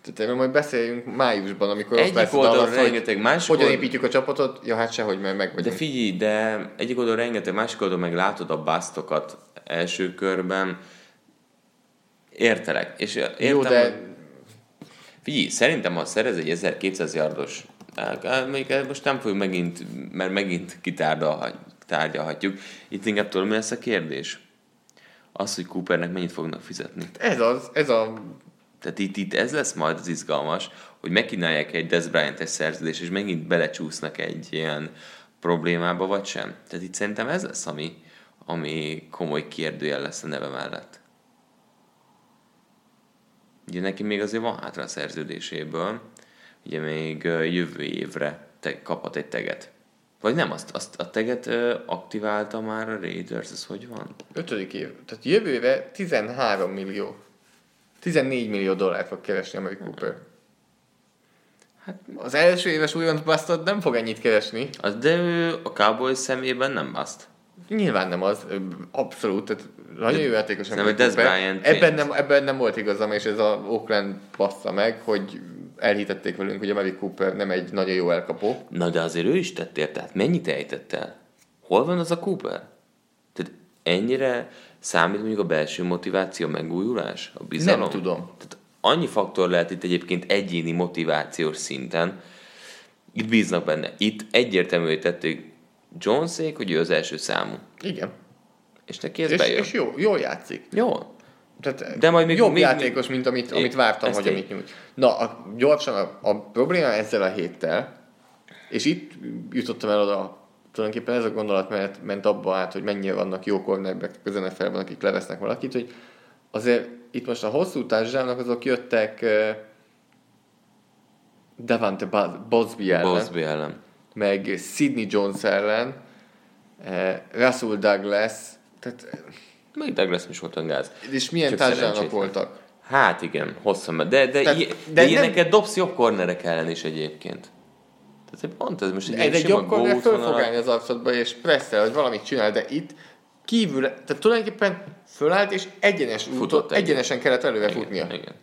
D: Tehát erről majd beszéljünk májusban, amikor
C: Egyik
D: ott lesz a
C: oldalon
D: Dallas, hogy
C: rengeteg, másik
D: Hogyan
C: oldalon-
D: építjük a csapatot? Ja, hát sehogy, mert meg
C: De
D: vagyunk.
C: figyelj, de egyik oldalon rengeteg, másik oldalon meg látod a basztokat első körben. Értelek. És értem,
D: Jó, de
C: hogy- Figyelj, szerintem ha szerez egy 1200 yardos, á, á, még eh, most nem fogjuk megint, mert megint kitárgyalhatjuk. Itt inkább tudom, mi lesz a kérdés? Az, hogy Coopernek mennyit fognak fizetni.
D: ez az, ez a...
C: Tehát itt, itt ez lesz majd az izgalmas, hogy megkínálják egy Des bryant szerződés, és megint belecsúsznak egy ilyen problémába, vagy sem. Tehát itt szerintem ez lesz, ami, ami komoly kérdőjel lesz a neve mellett. Ugye neki még azért van hátra a szerződéséből, ugye még ö, jövő évre te, kaphat egy teget. Vagy nem, azt, azt a teget ö, aktiválta már a Raiders, ez hogy van?
D: Ötödik év. Tehát jövőre 13 millió. 14 millió dollárt fog keresni Amari Cooper. Hát, az első éves újonc basztod nem fog ennyit keresni.
C: Az, de ő a Cowboys szemében nem azt.
D: Nyilván nem az, ö, abszolút, tehát nagyon jó játékos.
C: nem,
D: Amari
C: hogy Dez
D: Cooper.
C: Bryant
D: ebben
C: pénz.
D: nem, ebben nem volt igazam, és ez a Oakland bassza meg, hogy elhitették velünk, hogy Amari Cooper nem egy nagyon jó elkapó.
C: Na de azért ő is tett érte, hát mennyit ejtett el? Hol van az a Cooper? Tehát ennyire számít mondjuk a belső motiváció megújulás? A bizalom?
D: Nem tudom.
C: Tehát annyi faktor lehet itt egyébként egyéni motivációs szinten, itt bíznak benne. Itt egyértelművé tették Jonesék, hogy ő az első számú.
D: Igen.
C: És neki ez
D: és,
C: bejön.
D: és jó, jól játszik.
C: Jó.
D: Tehát
C: De majd még-
D: jobb
C: még-
D: játékos, mint amit,
C: É,
D: amit vártam,
C: ez
D: hogy
C: tény.
D: amit nyújt. Na, a, gyorsan a, a probléma ezzel a héttel, és itt jutottam el oda, tulajdonképpen ez a gondolat mert ment abba át, hogy mennyire vannak jó cornerback az NFL-ben, akik levesznek valakit, hogy azért itt most a hosszú társadalmak azok jöttek uh, Davante Bos- Bosby ellen,
C: Bosby ellen.
D: meg Sidney Jones ellen, uh, Russell Douglas, tehát,
C: Még Douglas is volt olyan gáz.
D: és milyen
C: Csak
D: társadalmak
C: szerencsétlen.
D: voltak.
C: Hát igen, hosszan megy. De, de,
D: Tehát-
C: Tehát, de,
D: de
C: de
D: nem-
C: ilyeneket nem... dobsz jobb kornerek ellen is egyébként. Tehát pont ez most egy,
D: Ez egy
C: sima
D: jobb korner föl fog
C: góútvonalat.
D: állni az arcodba, és presszel, hogy valamit csinál, de itt kívül, tehát tulajdonképpen fölállt, és egyenes
C: Futott
D: úton,
C: egyet.
D: egyenesen kellett előre futnia. Hát
C: Igen,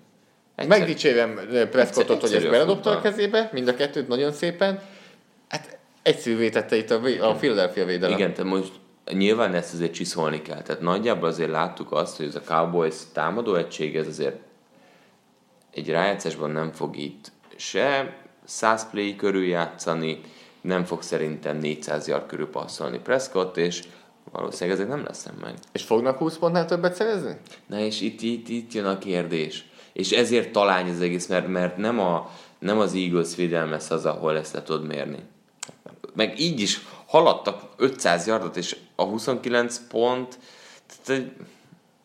C: igen.
D: Megdicsérem eh, Prescottot, hogy
C: egyszerű
D: ezt
C: a
D: beledobta a
C: futball.
D: kezébe, mind a kettőt nagyon szépen. Hát egyszerűvé tette itt a, vé- a Philadelphia védelem.
C: Igen, te most nyilván ezt azért csiszolni kell. Tehát nagyjából azért láttuk azt, hogy ez a Cowboys támadó egység, ez azért egy rájátszásban nem fog itt se 100 play körül játszani, nem fog szerintem 400 yard körül passzolni Prescott, és valószínűleg ezek nem leszem meg.
D: És fognak 20 pontnál többet szerezni?
C: Na és itt, itt, itt jön a kérdés. És ezért talány az egész, mert, mert nem, a, nem az Eagles védelme lesz az, ahol ezt le tudod mérni. Meg így is haladtak 500 yardot, és a 29 pont tehát egy-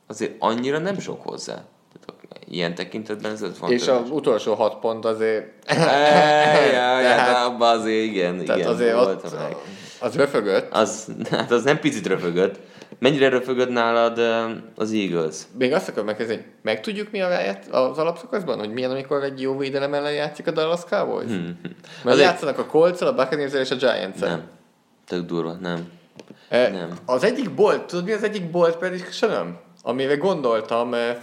C: azért annyira nem sok hozzá. Tehát ilyen tekintetben ez lett
D: És az
C: fontos.
D: utolsó 6 pont azért,
C: Tehát abban azért igen,
D: tehát
C: igen,
D: azért
C: volt
D: ott,
C: meg.
D: az röfögött.
C: Az, hát az nem picit röfögött, Mennyire röfögött nálad ö, az Eagles?
D: Még azt akarom megkezdeni, hogy megtudjuk mi a váját az alapszakaszban, hogy milyen, amikor egy jó védelem ellen játszik a Dallas Cowboys? Hmm. Mert
C: Azért-
D: játszanak a colts a buccaneers és a giants
C: Nem. Tök durva, nem. nem.
D: Az egyik bolt, tudod mi az egyik bolt pedig köszönöm? Amire gondoltam, eh,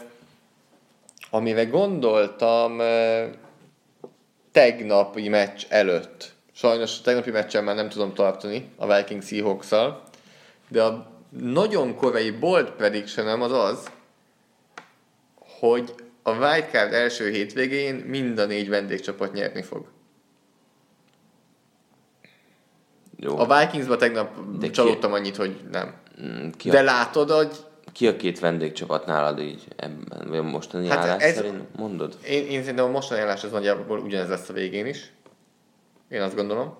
D: amire gondoltam eh, tegnapi meccs előtt. Sajnos a tegnapi meccsen már nem tudom tartani a Vikings seahawks de a nagyon korai bold prediction az az, hogy a Wildcard első hétvégén mind a négy vendégcsapat nyerni fog.
C: Jó.
D: A Vikingsba tegnap
C: De ki-
D: csalódtam annyit, hogy nem.
C: Mm, ki, a,
D: De látod, hogy
C: ki a két vendégcsapat nálad így ebben, vagy a mostani
D: Hát
C: hát állás
D: ez-
C: ez... szerint? Mondod?
D: Én, én szerintem a mostani állás az nagyjából ugyanez lesz a végén is. Én azt gondolom.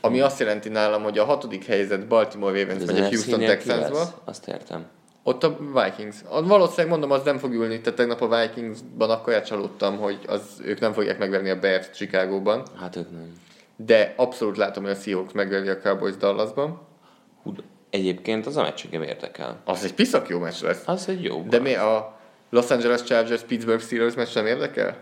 D: Ami azt jelenti nálam, hogy a hatodik helyzet Baltimore Ravens
C: Ez
D: vagy a
C: NFC-nél
D: Houston
C: ki
D: Texansba,
C: lesz? Azt értem.
D: ott a Vikings. A- Valószínűleg mondom, az nem fog ülni, tehát tegnap a Vikingsban akkor csalódtam, hogy az, ők nem fogják megverni a Bears Chicagóban,
C: Hát ők nem.
D: de abszolút látom, hogy a Seahawks megverni a Cowboys Dallasban.
C: Hú, de egyébként az a meccs engem érdekel.
D: Az egy piszak jó meccs lesz.
C: Az egy jó.
D: De mi a Los Angeles Chargers Pittsburgh Steelers meccs nem érdekel?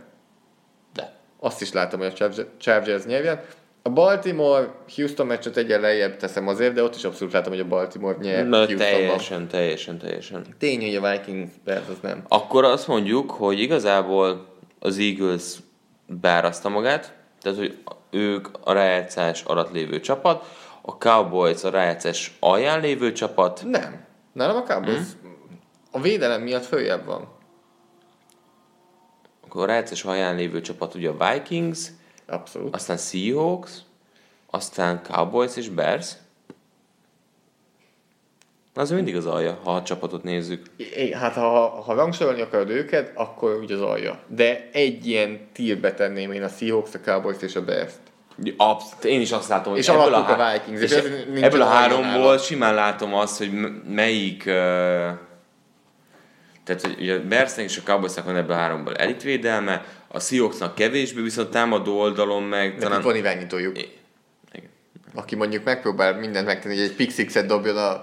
C: De.
D: azt is látom, hogy a Charger- Chargers nyerjen. A Baltimore-Houston meccset egyen lejjebb teszem azért, de ott is abszolút látom, hogy a Baltimore nyer
C: Na,
D: Houstonban.
C: teljesen, teljesen, teljesen.
D: Tény, hogy a Vikings Bears az nem.
C: Akkor azt mondjuk, hogy igazából az Eagles beáraszta magát, tehát hogy ők a rájátszás alatt lévő csapat, a Cowboys a rájátszás alján lévő csapat,
D: Nem. Nálam a Cowboys
C: Mhm.
D: a védelem miatt följebb van.
C: akkor a rájátszás alján lévő csapat ugye a Vikings,
D: Abszolút. Azt
C: aztán Seahawks, aztán Cowboys és Bears. Na, Az mindig az alja, ha a csapatot nézzük.
D: É, hát ha, ha rangsorolni akarod őket, akkor úgy az alja. De egy ilyen tírbe tenném én a Seahawks, a Cowboys és a Bears-t.
C: Absz- én is azt látom, hogy
D: És
C: ebből a,
D: alakuk a
C: há-
D: Vikings,
C: és
D: és ez nincs
C: ebből a
D: az alja
C: háromból
D: nálam.
C: simán látom azt, hogy m- melyik... ö, tehát, hogy ugye a Bersnek és a Cowboysnak van ebből a háromból elitvédelme, a Seahawksnak kevésbé, viszont támadó oldalon meg
D: Nekik
C: talán...
D: van irányítójuk.
C: Igen.
D: Aki mondjuk megpróbál mindent megtenni, hogy egy pixixet dobjon a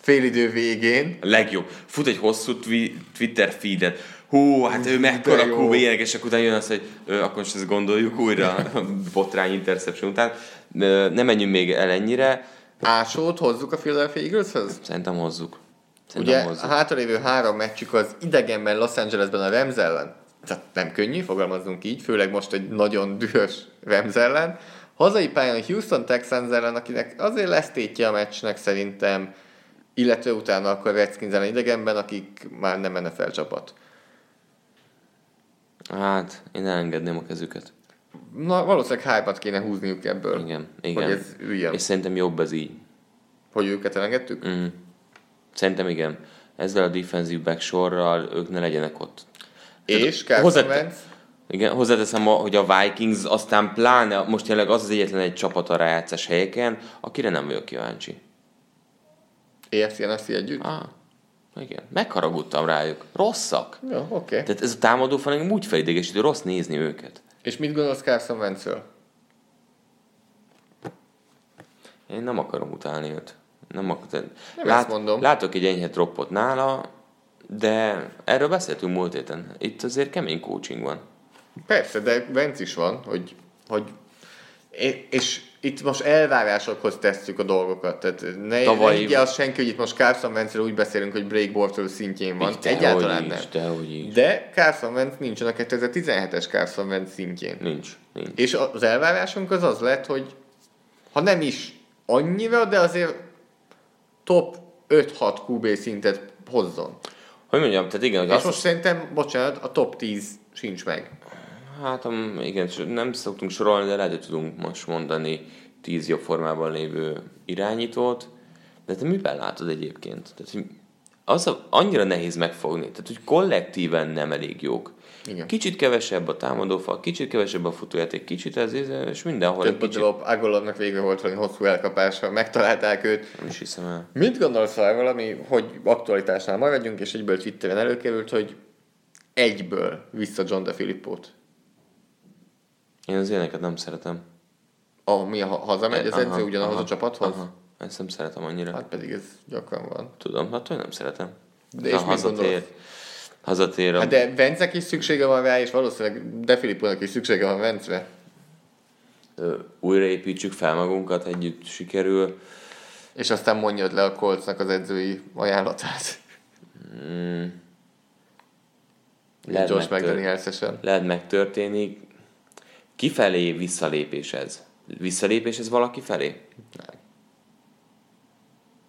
D: félidő végén.
C: A legjobb. Fut egy hosszú twi- Twitter feedet. Hú, hát ő mekkora
D: De jó.
C: QB ének, és akkor utána jön az, hogy ö, akkor most ezt gondoljuk újra botrány interception után. Ö, Ne menjünk még el ennyire.
D: Ásót hozzuk a Philadelphia Eagleshöz?
C: Szerintem hozzuk. Szerintem
D: Ugye hát-
C: Ugye, hozzuk.
D: a hátralévő három meccsük az idegenben Los Angelesben a Rams ellen. Tehát nem könnyű, fogalmazunk így, főleg most egy nagyon dühös Rams ellen. Hazai pályán a Houston Texans ellen, akinek azért lesz tétje a meccsnek szerintem, illetve utána akkor Redskins ellen idegenben, akik már nem NFL csapat.
C: Hát, én elengedném a kezüket.
D: Na, valószínűleg hype-at kéne húzniuk ebből.
C: Igen, igen.
D: Hogy ez üljön.
C: És szerintem jobb ez így.
D: Hogy őket elengedtük? Mm.
C: Szerintem igen. Ezzel a defensive back sorral ők ne legyenek ott.
D: És
C: Tehát
D: Carson
C: hozzátett-
D: Wentz?
C: Igen, hozzáteszem, a- hogy a Vikings aztán pláne, most tényleg az az egyetlen egy csapat a rájátszás helyeken, akire nem vagyok kíváncsi.
D: AFC, NFC együtt?
C: Á, igen. Megharagudtam rájuk. Rosszak.
D: Jó, oké. Okay.
C: Tehát ez a támadó fal engem úgy felidegesítő, rossz nézni őket.
D: És mit gondolsz Carson Wentzről?
C: Én nem akarom utálni őt. Nem, ak- nem
D: ezt mondom.
C: Látok egy enyhe droppot nála, de erről beszéltünk múlt héten. Itt azért kemény coaching van.
D: Persze, de Venc is van, hogy, hogy é- és itt most elvárásokhoz tesszük a dolgokat. Tehát ne, Tavaly...
C: Tavalyi-
D: ne higgye azt senki, hogy itt most Carson Wentzről úgy beszélünk, hogy Blake Bortles szintjén van.
C: Dehogy
D: Egyáltalán
C: is,
D: nem.
C: Dehogy is.
D: De Carson Wentz nincsen a 2017-es Carson Wentz szintjén.
C: Nincs, nincs.
D: És az elvárásunk az az lett, hogy ha nem is annyira, de azért top 5-6 QB szintet hozzon.
C: Hogy mondjam, tehát igen, hogy
D: És
C: azt
D: most szerintem, bocsánat, a top 10 sincs meg.
C: Hát am- igen, s- nem szoktunk sorolni, de lehet, hogy tudunk most mondani tíz jobb formában lévő irányítót. De te miben látod egyébként? Tehát, hogy az a, annyira nehéz megfogni, tehát hogy kollektíven nem elég jók.
D: Igen.
C: Kicsit kevesebb a támadófal, kicsit kevesebb a futójáték, kicsit ez, ez és mindenhol egy
D: Több a
C: kicsit.
D: drop, Agolodnak végre volt valami hosszú elkapása, megtalálták őt.
C: Nem is hiszem el.
D: Mit gondolsz arról, ami, hogy aktualitásnál maradjunk, és egyből Twitteren előkerült, hogy egyből vissza John de Filippót.
C: Én az ilyeneket nem szeretem.
D: Ami ha hazamegy az
C: Aha,
D: edző ugyanahoz
C: aha,
D: a csapathoz.
C: aha. Ezt nem szeretem annyira. Hát,
D: Hát pedig ez gyakran van.
C: Tudom, hát hogy nem szeretem.
D: De és mit
C: hazatér,
D: gondolsz?
C: hazatér a...
D: Hát de Vencnek is szüksége van rá, és valószínűleg De Filippónak is szüksége van Vencre.
C: Ö, újraépítsük fel magunkat, együtt sikerül.
D: És aztán mondjad le a Colcnak az edzői ajánlatát.
C: Lehet
D: George
C: megtör-
D: McDaniels-esen.
C: Lehet megtörténik. Kifelé visszalépés ez. Visszalépés ez valaki felé?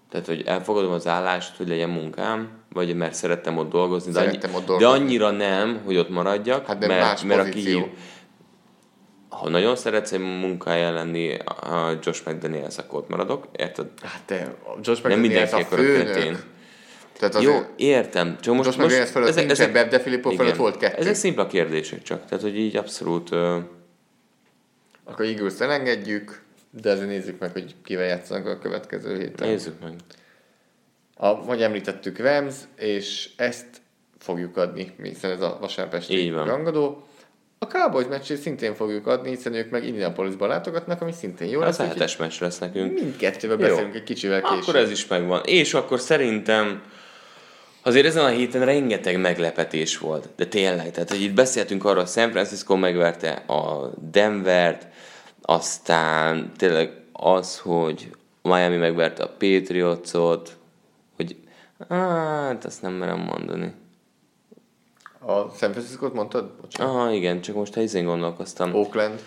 C: Tehát, hogy elfogadom az állást, hogy legyen munkám, vagy mert szerettem ott dolgozni, de,
D: Szerettem ott
C: de
D: dolgozni.
C: annyira nem, hogy ott maradjak,
D: Hát de
C: mert,
D: más
C: mert a
D: pozíció.
C: kihív- Ha nagyon szeretsz egy munkáján lenni, a Josh McDaniels, akkor ott maradok, érted?
D: Hát de a George
C: nem
D: McDaniels
C: mindenki
D: a
C: akkor a kretén.
D: főnök. Tehát az
C: Jó, értem. Csak most,
D: Most meg ez fölött nincsen, Beb de Filippo
C: igen.
D: fölött volt kettő.
C: Ezek szimpla kérdések csak. Tehát, hogy így abszolút... Ö,
D: Akkor eagles elengedjük, de azért nézzük meg, hogy kivel játszanak a következő héten.
C: nézzük meg.
D: A, hogy említettük, Rams, és ezt fogjuk adni, hiszen ez a vasárpesti
C: Így van.
D: rangadó. A Cowboys meccsét szintén fogjuk adni, hiszen ők meg Indianapolisba látogatnak, ami szintén jó
C: Az a
D: lesz. úgyhogy
C: hetes meccs lesz nekünk.
D: Mindkettőben
C: Jó.
D: beszélünk egy kicsivel később.
C: Akkor ez is megvan. És akkor szerintem azért ezen a héten rengeteg meglepetés volt. De tényleg, tehát hogy itt beszéltünk arról, hogy San Francisco megverte a Denvert, aztán tényleg az, hogy Miami megverte a Patriotsot, hogy hát azt nem merem mondani.
D: A San Francisco-t mondtad? Bocsánat.
C: Ah, igen, csak most helyzén gondolkoztam.
D: Oakland.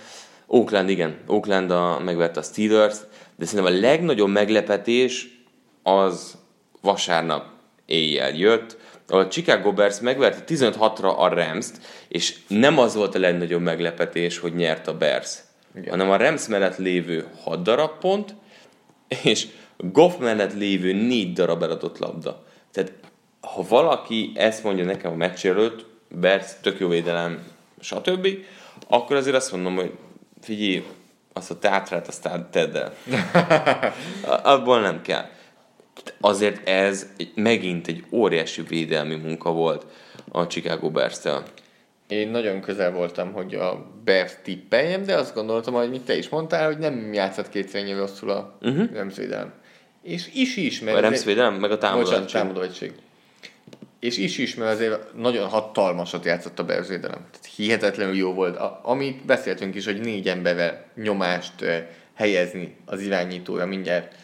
C: Oakland, igen. Oakland a, megverte a steelers de szerintem a legnagyobb meglepetés az vasárnap éjjel jött, ahol a Chicago Bears megverte 15-6-ra a rams és nem az volt a legnagyobb meglepetés, hogy nyert a Bears, igen. hanem a Rams mellett lévő 6 darab pont, és Goff mellett lévő 4 darab eladott labda. Tehát ha valaki ezt mondja nekem a meccs előtt, Bears tök jó védelem, stb., akkor azért azt mondom, hogy figyelj, azt a tátrát, azt át- tedd el. A- Abból nem kell. Azért ez egy- megint egy óriási védelmi munka volt a Chicago Bears-tel.
D: Én nagyon közel voltam, hogy a Bears tippeljem, de azt gondoltam, hogy mint te is mondtál, hogy nem játszott kétszer ennyi rosszul a uh-huh. Remszvédelem. És is is, mert...
C: A
D: ez
C: Rams
D: egy-
C: védelem, meg a támadó
D: Bocsánat,
C: egység.
D: támadó egység. És is is, mert azért nagyon hatalmasat játszott a Bears védelem. Tehát hihetetlenül jó volt. A, amit beszéltünk is, hogy négy embervel nyomást ö, helyezni az irányítóra. Mindjárt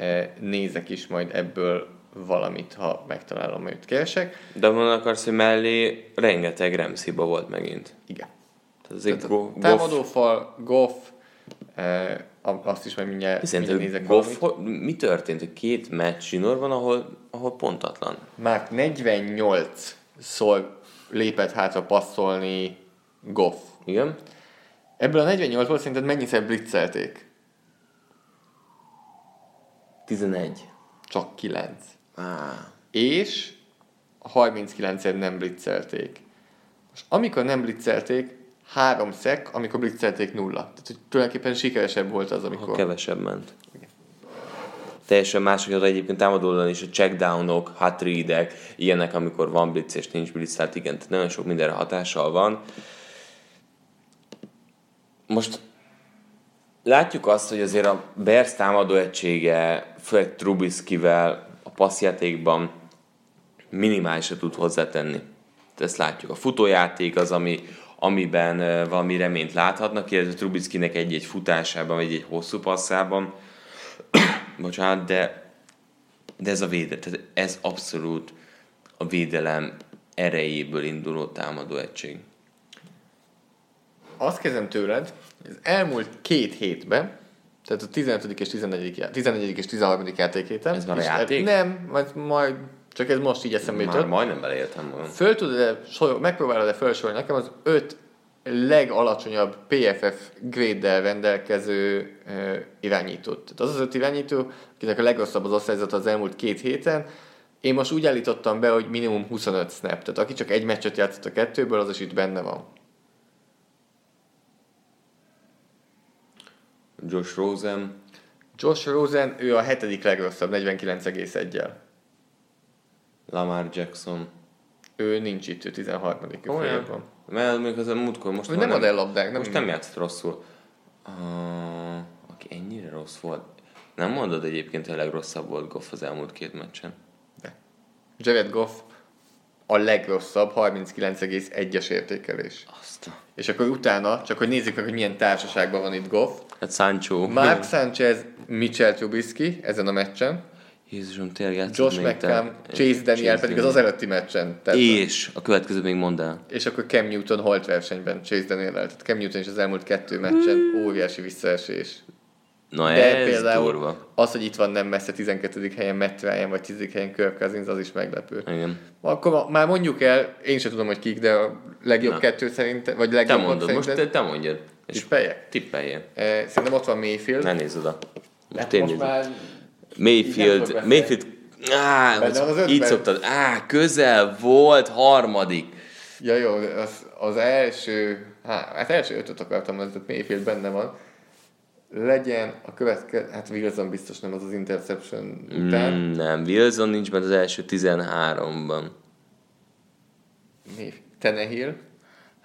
D: ö, nézek is majd ebből valamit, ha megtalálom, amit keresek.
C: De mondani akarsz, hogy mellé rengeteg Rams hiba volt megint.
D: Igen.
C: Tehát azért
D: Tehát
C: Go-
D: a támadófal, Goff, eh, a- azt is majd mindjárt, mindjárt
C: Szerintem
D: nézek
C: Goff,
D: Goff.
C: hogy, mi történt, hogy két meccs zsinór van, ahol, ahol pontatlan?
D: Már 48 szor lépett hátra passzolni Goff.
C: Igen?
D: Ebből a 48-ból szerinted mennyiszer blitzelték?
C: 11.
D: Csak 9.
C: Ah.
D: És 39-szer nem blitzelték. És amikor nem blitzelték, három szek, amikor blitzelték nulla. Tehát, hogy tulajdonképpen sikeresebb volt az,
C: Ha
D: amikor...
C: kevesebb ment. Teljesen más, hogy oda egyébként támadó oldalon is a checkdownok, hatreedek, ilyenek, amikor van blitz és nincs blitz, hát igen, tehát nagyon sok mindenre hatással van. Most látjuk azt, hogy azért a Bears támadó egysége, főleg Trubiskyvel a passzjátékban minimálisra tud hozzátenni. Ezt látjuk. A futójáték az, ami, amiben ö, valami reményt láthatnak, illetve Trubickinek egy-egy futásában, vagy egy hosszú passzában. Bocsánat, de, de ez a véde, tehát ez abszolút a védelem erejéből induló támadó egység.
D: Azt kezdem tőled, hogy az elmúlt két hétben, tehát a 15. és 14. já- 14. és 13. játék héten.
C: Ez már a
D: és hát
C: játék?
D: Nem, majd, majd, csak ez most így eszembe
C: Már
D: jutott.
C: majdnem beleéltem magam.
D: Föl tudod-e, sorol, megpróbálod-e felsorolni nekem az öt legalacsonyabb PFF grade-del rendelkező ö, irányítót. Tehát az az öt irányító, akinek a legrosszabb az osztályzat az elmúlt két héten. Én most úgy állítottam be, hogy minimum 25 snap. Tehát aki csak egy meccset játszott a kettőből, az is itt benne van.
C: Josh Rosen,
D: Josh Rosen, ő a hetedik legrosszabb, 49,1-jel.
C: Lamar Jackson.
D: Ő nincs itt, ő 13. följebb van.
C: Mert még az a múltkor most
D: Ő
C: már
D: nem ad el labdák, nem-
C: Most nem játszott rosszul. Uh, aki ennyire rossz volt. Nem mondod egyébként, hogy a legrosszabb volt Goff az elmúlt két meccsen?
D: Jared Goff a legrosszabb 39,1-es értékelés.
C: Azt a...
D: És akkor utána, csak hogy nézzük meg, hogy milyen társaságban van itt Goff.
C: Hát Sancho.
D: Mark Sanchez, Mitchell Trubisky ezen a meccsen,
C: Jézusom, tényleg játszott
D: Josh
C: még te-
D: McCam, Chase Daniel pedig az az
C: Daniel.
D: előtti meccsen. Tehát
C: És a következő még mondd el.
D: és akkor Cam Newton holt versenyben Chase daniel Tehát Cam Newton is az elmúlt kettő meccsen
C: Hmm.
D: óriási visszaesés.
C: Na
D: De
C: ez
D: például
C: durva.
D: az, hogy itt van nem messze 12. helyen Matt Ryan, vagy 10. helyen Kirk Cousins, az is meglepő.
C: Igen.
D: Akkor ma- már mondjuk el, én sem tudom, hogy kik, de a legjobb
C: Na.
D: kettő szerintem, vagy
C: Te
D: legjobb
C: mondod, most
D: szerintem.
C: te, te mondjad. És
D: Tippeljek?
C: tippeljél.
D: Eh, Szerintem ott van Mayfield.
C: Ne nézz oda. Most
D: Hát
C: én
D: most
C: nézem.
D: már így nem fog
C: Mayfield,
D: beszélni.
C: Mayfield, á,
D: Benne van az ötben.
C: így szoktad, á, közel volt, harmadik.
D: Ja, jó, az, az első, há, hát első ötöt akartam, ez ott Mayfield benne van. Legyen a következő, hát Wilson biztos nem az az interception után.
C: Mm, nem, Wilson nincs benne az első 13-ban.
D: Mayfield. Tenehill,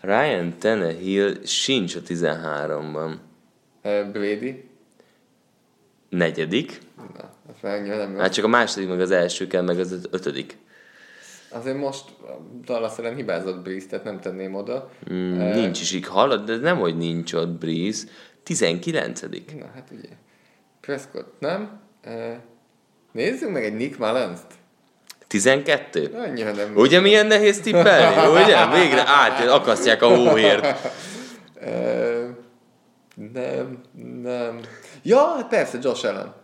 C: Ryan Tannehill sincs a 13-ban.
D: eh, Brady.
C: Negyedik.
D: Na, az már annyira nem
C: Hát
D: hát,
C: csak a második, meg az első kell, meg az öt- ötödik.
D: Azért most a Dallas ellen hibázott Breeze, tehát nem tenném oda.
C: Mm,
D: Eh.
C: nincs is így hallod, de nem, hogy nincs ott Breeze. 19.
D: Na, hát ugye. Prescott nem. Eh, Nézzük meg egy Nick Mullens-t.
C: 12?
D: Annyira nem.
C: Ugye milyen nehéz tippelni? Ugye? Végre át akasztják a hóhért.
D: Eh, nem, nem. Ja, hát persze, Josh Allen.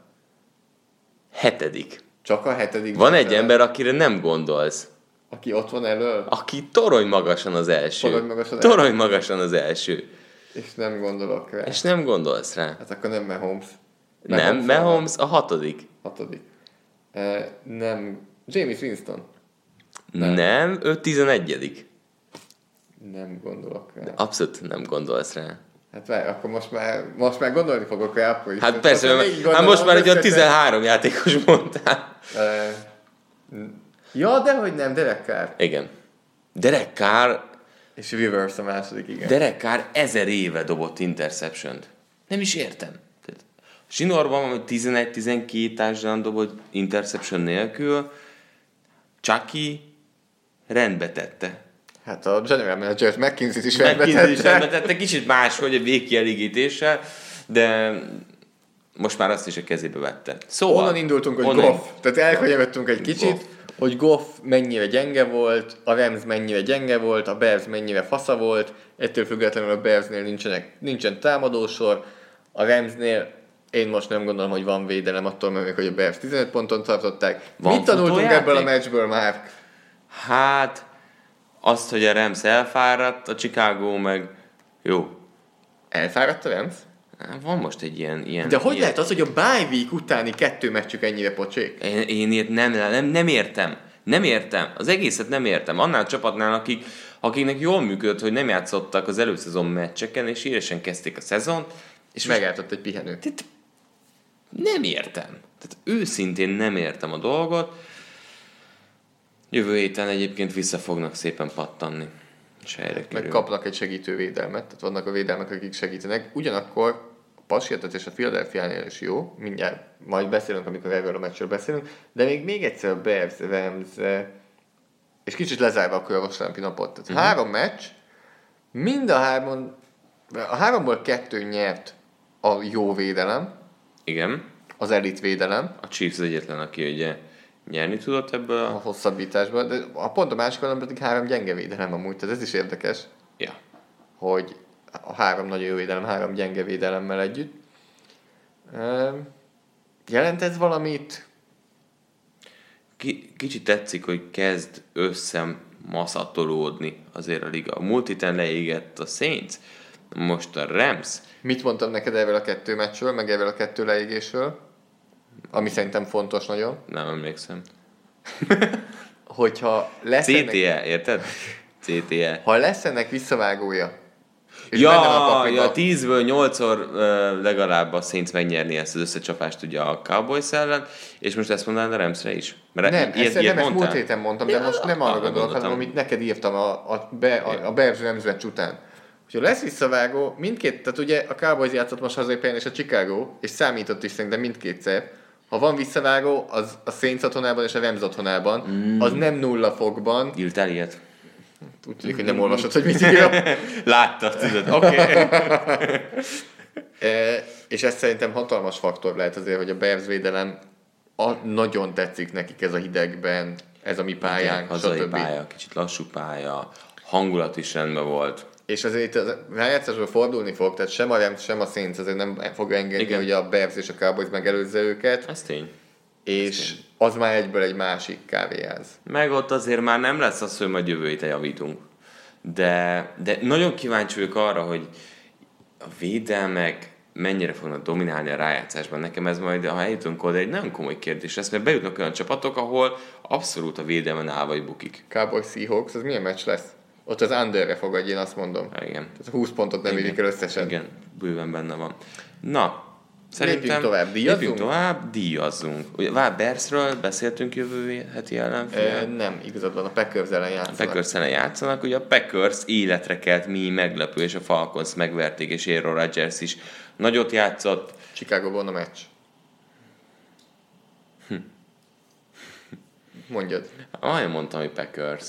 C: Hetedik.
D: Csak a hetedik.
C: Van
D: Josh
C: egy
D: Allen.
C: ember, akire nem gondolsz.
D: Aki ott van elől,
C: Aki torony magasan az első.
D: Torony magasan az
C: torony magasan az első.
D: és nem gondolok rá.
C: És nem gondolsz rá.
D: Hát akkor nem Mahomes.
C: Nem,
D: van a
C: Mahomes a hatodik.
D: Hatodik. E, nem. James Winston.
C: Nem, ő tizenegyedik.
D: Nem gondolok rá.
C: Abszolút nem gondolsz rá.
D: Hát várj, akkor most már, most már gondolni fogok rá, akkor is.
C: Hát persze,
D: Akkor
C: mert-
D: végig gondolom,
C: hát most már egy olyan
D: összesen.
C: 13 játékos mondtál.
D: E, n- ja, de hogy nem, Derek Carr.
C: Igen. Derek Carr,
D: És Rivers a második, igen. De...
C: Derek Carr ezer éve dobott interception Nem is értem. Tehát, Sinorban van, 11-12 társadalom dobott interception nélkül. Chucky rendbe tette.
D: Hát a general manager McKinsey-t is
C: Megkint is rendbe
D: felvetette.
C: tette, kicsit máshogy a végkielégítéssel, de most már azt is a kezébe vette. Szóval,
D: Onnan indultunk, hogy
C: onnan-
D: Goff. Tehát elkanyarodtunk egy kicsit,
C: Goff.
D: hogy Goff mennyire gyenge volt, a Rams mennyire gyenge volt, a Bears mennyire fasza volt, ettől függetlenül a Bearsnél nincsenek, nincsen támadósor, a Ramsnél én most nem gondolom, hogy van védelem attól, mert még, hogy a Bears 15 ponton tartották.
C: Van
D: Mit tanultunk
C: futójáték?
D: ebből a meccsből már?
C: Hát, azt, hogy a Rams elfáradt, a Chicago meg jó.
D: Elfáradt a Rams?
C: Hát, Van most egy ilyen... ilyen
D: De hogy
C: ilyen.
D: lehet az, hogy a bye week utáni kettő meccsük ennyire pocsék?
C: Én, én ilyet nem, nem, nem értem. Nem értem. Az egészet nem értem. Annál a csapatnál, akik, akiknek jól működött, hogy nem játszottak az előszezon meccseken, és híresen kezdték a szezont, és
D: És megálltott egy pihenő.
C: Tehát nem értem. Tehát őszintén nem értem a dolgot. Jövő héten egyébként vissza fognak szépen pattanni. És helyre
D: meg
C: kerül.
D: kapnak egy segítő védelmet, tehát vannak a védelmek, akik segítenek. Ugyanakkor a pasértetés a Philadelphia-nél is jó, mindjárt majd beszélünk, amikor erről a meccsről beszélünk, de még, még egyszer a Bears, Rams, eh, és kicsit lezárva akkor a vasárnapi napot. Tehát uh-huh. három meccs, mind a hármon, a háromból kettő nyert a jó védelem,
C: Igen.
D: az elit védelem
C: A Chiefs az egyetlen, aki ugye nyerni tudott ebből.
D: a
C: a-
D: hosszabbításban, de a pont a másik oldalon pedig három gyenge védelem amúgy, tehát ez is érdekes.
C: Ja.
D: hogy a három nagyon jó védelem, három gyenge védelemmel együtt. Öm, Jelent ez valamit?
C: Ki, kicsit tetszik, hogy kezd összemaszatolódni azért a liga. A múlt héten leégett a Saints, most a Rams.
D: Mit mondtam neked erről a kettő meccsről, meg erről a kettő leégésről? Ami szerintem fontos nagyon.
C: Nem emlékszem.
D: Hogyha lesz,
C: E.
D: ennek,
C: CTE, érted? E. CTE.
D: ha lesz ennek visszavágója, és benne van a
C: Ja,
D: pakliba,
C: ja, 10-ből 8-szor ö, legalább a Saints megnyerni ezt az összecsapást ugye a Cowboys ellen, és most ezt mondanád a Ramsre is? Mert
D: nem,
C: ilyet-
D: ezt,
C: ilyet
D: nem ezt múlt
C: mondtál?
D: héten mondtam, de most nem arra
C: arra
D: gondolok, hanem
C: gondoltam.
D: amit neked írtam a, a, be, a, a Bears Rams meccs után. Hogyha lesz visszavágó, mindkét, tehát ugye a Cowboys játszott most hazai pályán és a Chicago, és számított is szerintem mindkétszer, ha van visszavágó, az a Saints otthonában és a Rams otthonában, mm. az nem nulla fokban,
C: Írtál ilyet?
D: úgy tűnik, hogy nem olvasod, hogy mit írja.
C: Láttad, tudod. Oké. Okay.
D: E, és ez szerintem hatalmas faktor lehet azért, hogy a Bears védelem a, nagyon tetszik nekik ez a hidegben, ez a mi pályánk,
C: Hazai
D: stb.
C: pálya, kicsit lassú pálya, hangulat is rendben volt.
D: És azért itt az rájátszásból fordulni fog, tehát sem a Rams, sem a Saints azért nem fog engedni,
C: Igen. Hát,
D: Igen. hogy a Bears és a Cowboys megelőzze őket,
C: Ez tény.
D: és az már egyből egy másik kávéház.
C: Meg ott azért már nem lesz az, hogy majd jövő héten javítunk. De, de nagyon kíváncsi vagyok arra, hogy a védelmek mennyire fognak dominálni a rájátszásban. Nekem ez majd, ha eljutunk oda, egy nagyon komoly kérdés lesz, mert bejutnak olyan csapatok, ahol abszolút a védelmen áll vagy bukik.
D: Cowboys Seahawks, az milyen meccs lesz? Ott az underre fogadj, én azt mondom.
C: Hát Igen.
D: Tehát 20 pontot nem
C: Igen.
D: érik el összesen.
C: Igen, bőven benne van. Na, szerintem...
D: Lépjünk tovább, díjazzunk?
C: Lépjünk tovább, díjazzunk. Ugye, vár, Bersről beszéltünk jövő heti ellenfél.
D: Ö, nem, igazad van, a Packers ellen játszanak.
C: Packers ellen játszanak, ugye a Packers életre kelt mi meglepő, és a Falcons megverték, és Aaron Rodgers is nagyot játszott.
D: Chicagóban a meccs.
C: Hm.
D: Mondjad.
C: Majdnem Ah, mondtam, hogy Packers.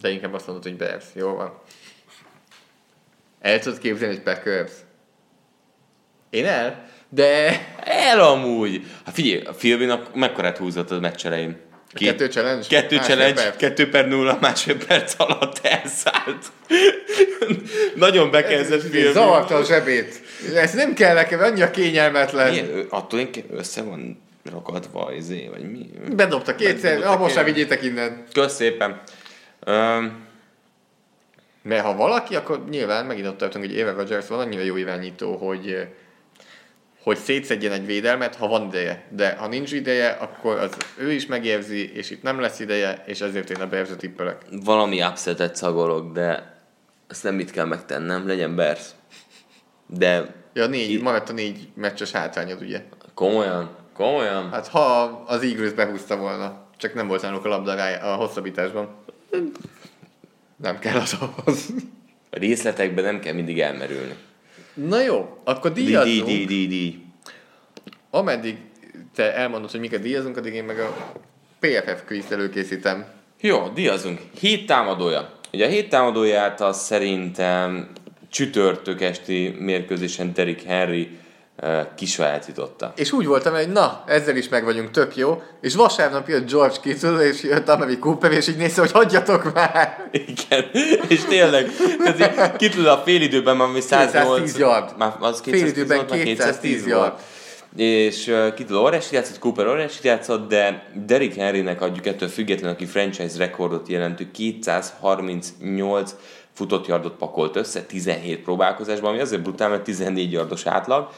D: De inkább azt mondod, hogy Bears. Jó van. El tudod képzelni, hogy Packers? Én el, de
C: El amúgy! Hát figyelj, a Philbin mekkorát húzott a meccs elején? Két-
D: Kettő challenge?
C: Kettő
D: Másfél
C: challenge,
D: perc?
C: kettő per nulla, másfél perc alatt elszállt. Nagyon bekezdett Philbin.
D: zavarta a zsebét. Ez nem kell nekem, annyira kényelmetlen.
C: Milyen? Ő- Attól én össze van rakadva, izé, vagy mi?
D: Bedobta kétszer,
C: Bedobta
D: ah, most
C: két-
D: már vigyétek innen.
C: Kösz szépen. Öm,
D: Mert ha valaki, akkor nyilván megint ott tartunk, hogy Aaron Rodgers van annyira jó irányító, hogy, hogy szétszedjen egy védelmet, ha van ideje. De ha nincs ideje, akkor az ő is megérzi, és itt nem lesz ideje, és ezért én a Bears-re tippelek.
C: valami upsetet szagolok, de ezt nem mit kell megtennem, legyen Bears. De
D: Ja, négy, maradt a négy meccses hátrányod, ugye?
C: komolyan, komolyan.
D: Hát ha az Eagles behúzta volna, csak nem volt náluk a labda rá- a hosszabbításban. Nem kell az ahhoz.
C: A részletekben nem kell mindig elmerülni.
D: Na jó, akkor
C: Di, di, di,
D: díjazunk.
C: di, di.
D: Ameddig te elmondod, hogy miket díjazunk, addig én meg a PFF quiz előkészítem.
C: Jó, díjazunk. Hét támadója. Ugye a hét támadóját az szerintem csütörtök esti mérkőzésen Derrick Henry uh, kisajátította.
D: És úgy voltam, hogy na, ezzel is meg vagyunk, tök jó. És vasárnap jött George Kittle, és jött Ameri Cooper, és így nézte, hogy hagyjatok már.
C: Igen, és tényleg, tehát így kitud a fél időben már ami 108,
D: 210 yard.
C: Már az
D: Fél
C: 210
D: időben
C: volt, már
D: 210 yard.
C: És uh, kitud órásit játszott, Cooper órásit játszott, de Derrick Henrynek adjuk ettől függetlenül, aki franchise rekordot jelentő 238 futott yardot pakolt össze 17 próbálkozásban, ami azért brutál, mert 14 yardos átlag.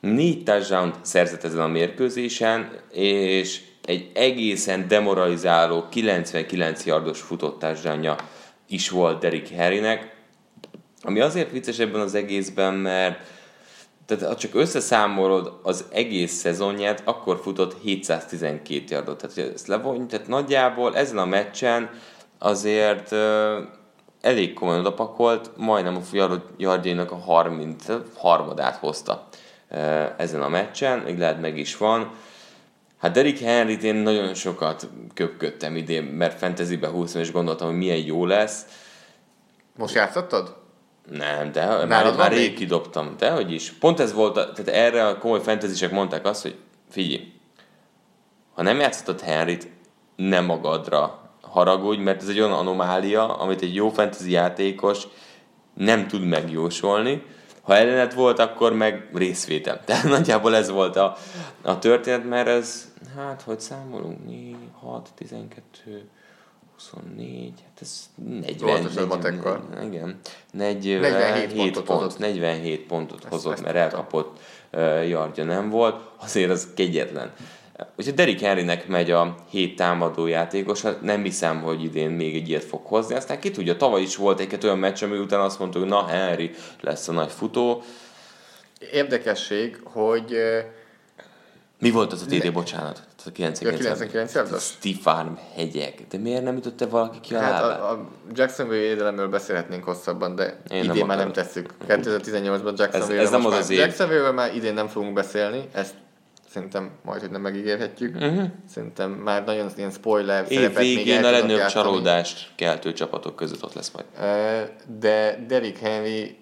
C: Négy touchdown szerzett ezen a mérkőzésen, és egy egészen demoralizáló 99 yardos futott touchdownja is volt Derrick Henrynek, ami azért vicces ebben az egészben, mert tehát ha csak összeszámolod az egész szezonját, akkor futott 712 yardot. Tehát hogy ezt levonj, tehát nagyjából ezen a meccsen azért ö, elég komolyan odapakolt, majdnem a yard- yardjainak a 30 harmadát hozta ö, ezen a meccsen, még lehet meg is van. Hát Derrick Henryt én nagyon sokat köpködtem idén, mert fantasybe húztam, és gondoltam, hogy milyen jó lesz.
D: Most játszottad?
C: Nem, de már,
D: Nálad
C: már
D: van
C: rég
D: még?
C: kidobtam, de hogy is. Pont ez volt, a, tehát erre a komoly fentezisek mondták azt, hogy figyelj, ha nem játszottad Henryt, nem magadra haragudj, mert ez egy olyan anomália, amit egy jó fantasy játékos nem tud megjósolni. Ha ellenet volt, akkor meg részvétel. Tehát nagyjából ez volt a, a történet, mert ez, hát, hogy számolunk, 4, 6, 12, 24, hát ez 40.
D: Óvatosan matekkal.
C: Igen. Negy,
D: 47
C: 47
D: pontot
C: pont,
D: hozott.
C: 47 pontot hozott,
D: ezt
C: mert elkapott uh, yardja nem volt, azért az kegyetlen. Úgyhogy Derrick Henrynek megy a hét támadó játékos, hát nem hiszem, hogy idén még egy ilyet fog hozni. Aztán ki tudja, tavaly is volt egy olyan meccs, ami után azt mondtuk, na Henry lesz a nagy futó.
D: Érdekesség, hogy ö,
C: Mi volt az a TD, bocsánat? Tehát a 99
D: Ja, 99 labdas.
C: Stifarm hegyek. De miért nem ütötte valaki ki a
D: Hát
C: lábát?
D: a, a Jacksonville védelemről beszélhetnénk hosszabban, de
C: Én
D: Én idén
C: nem
D: már nem
C: akarok.
D: tesszük. 2018-ban Jacksonville
C: ez nem az az év.
D: Jacksonville már idén nem fogunk beszélni, ezt szerintem majd, hogy nem megígérhetjük. Uh-huh. Szerintem már nagyon ilyen spoiler
C: Mhm. Év
D: szerepet még el
C: végén a
D: tudnak
C: legnagyobb
D: játszani.
C: csalódást keltő csapatok között ott lesz majd.
D: Ö, De Derrick Henry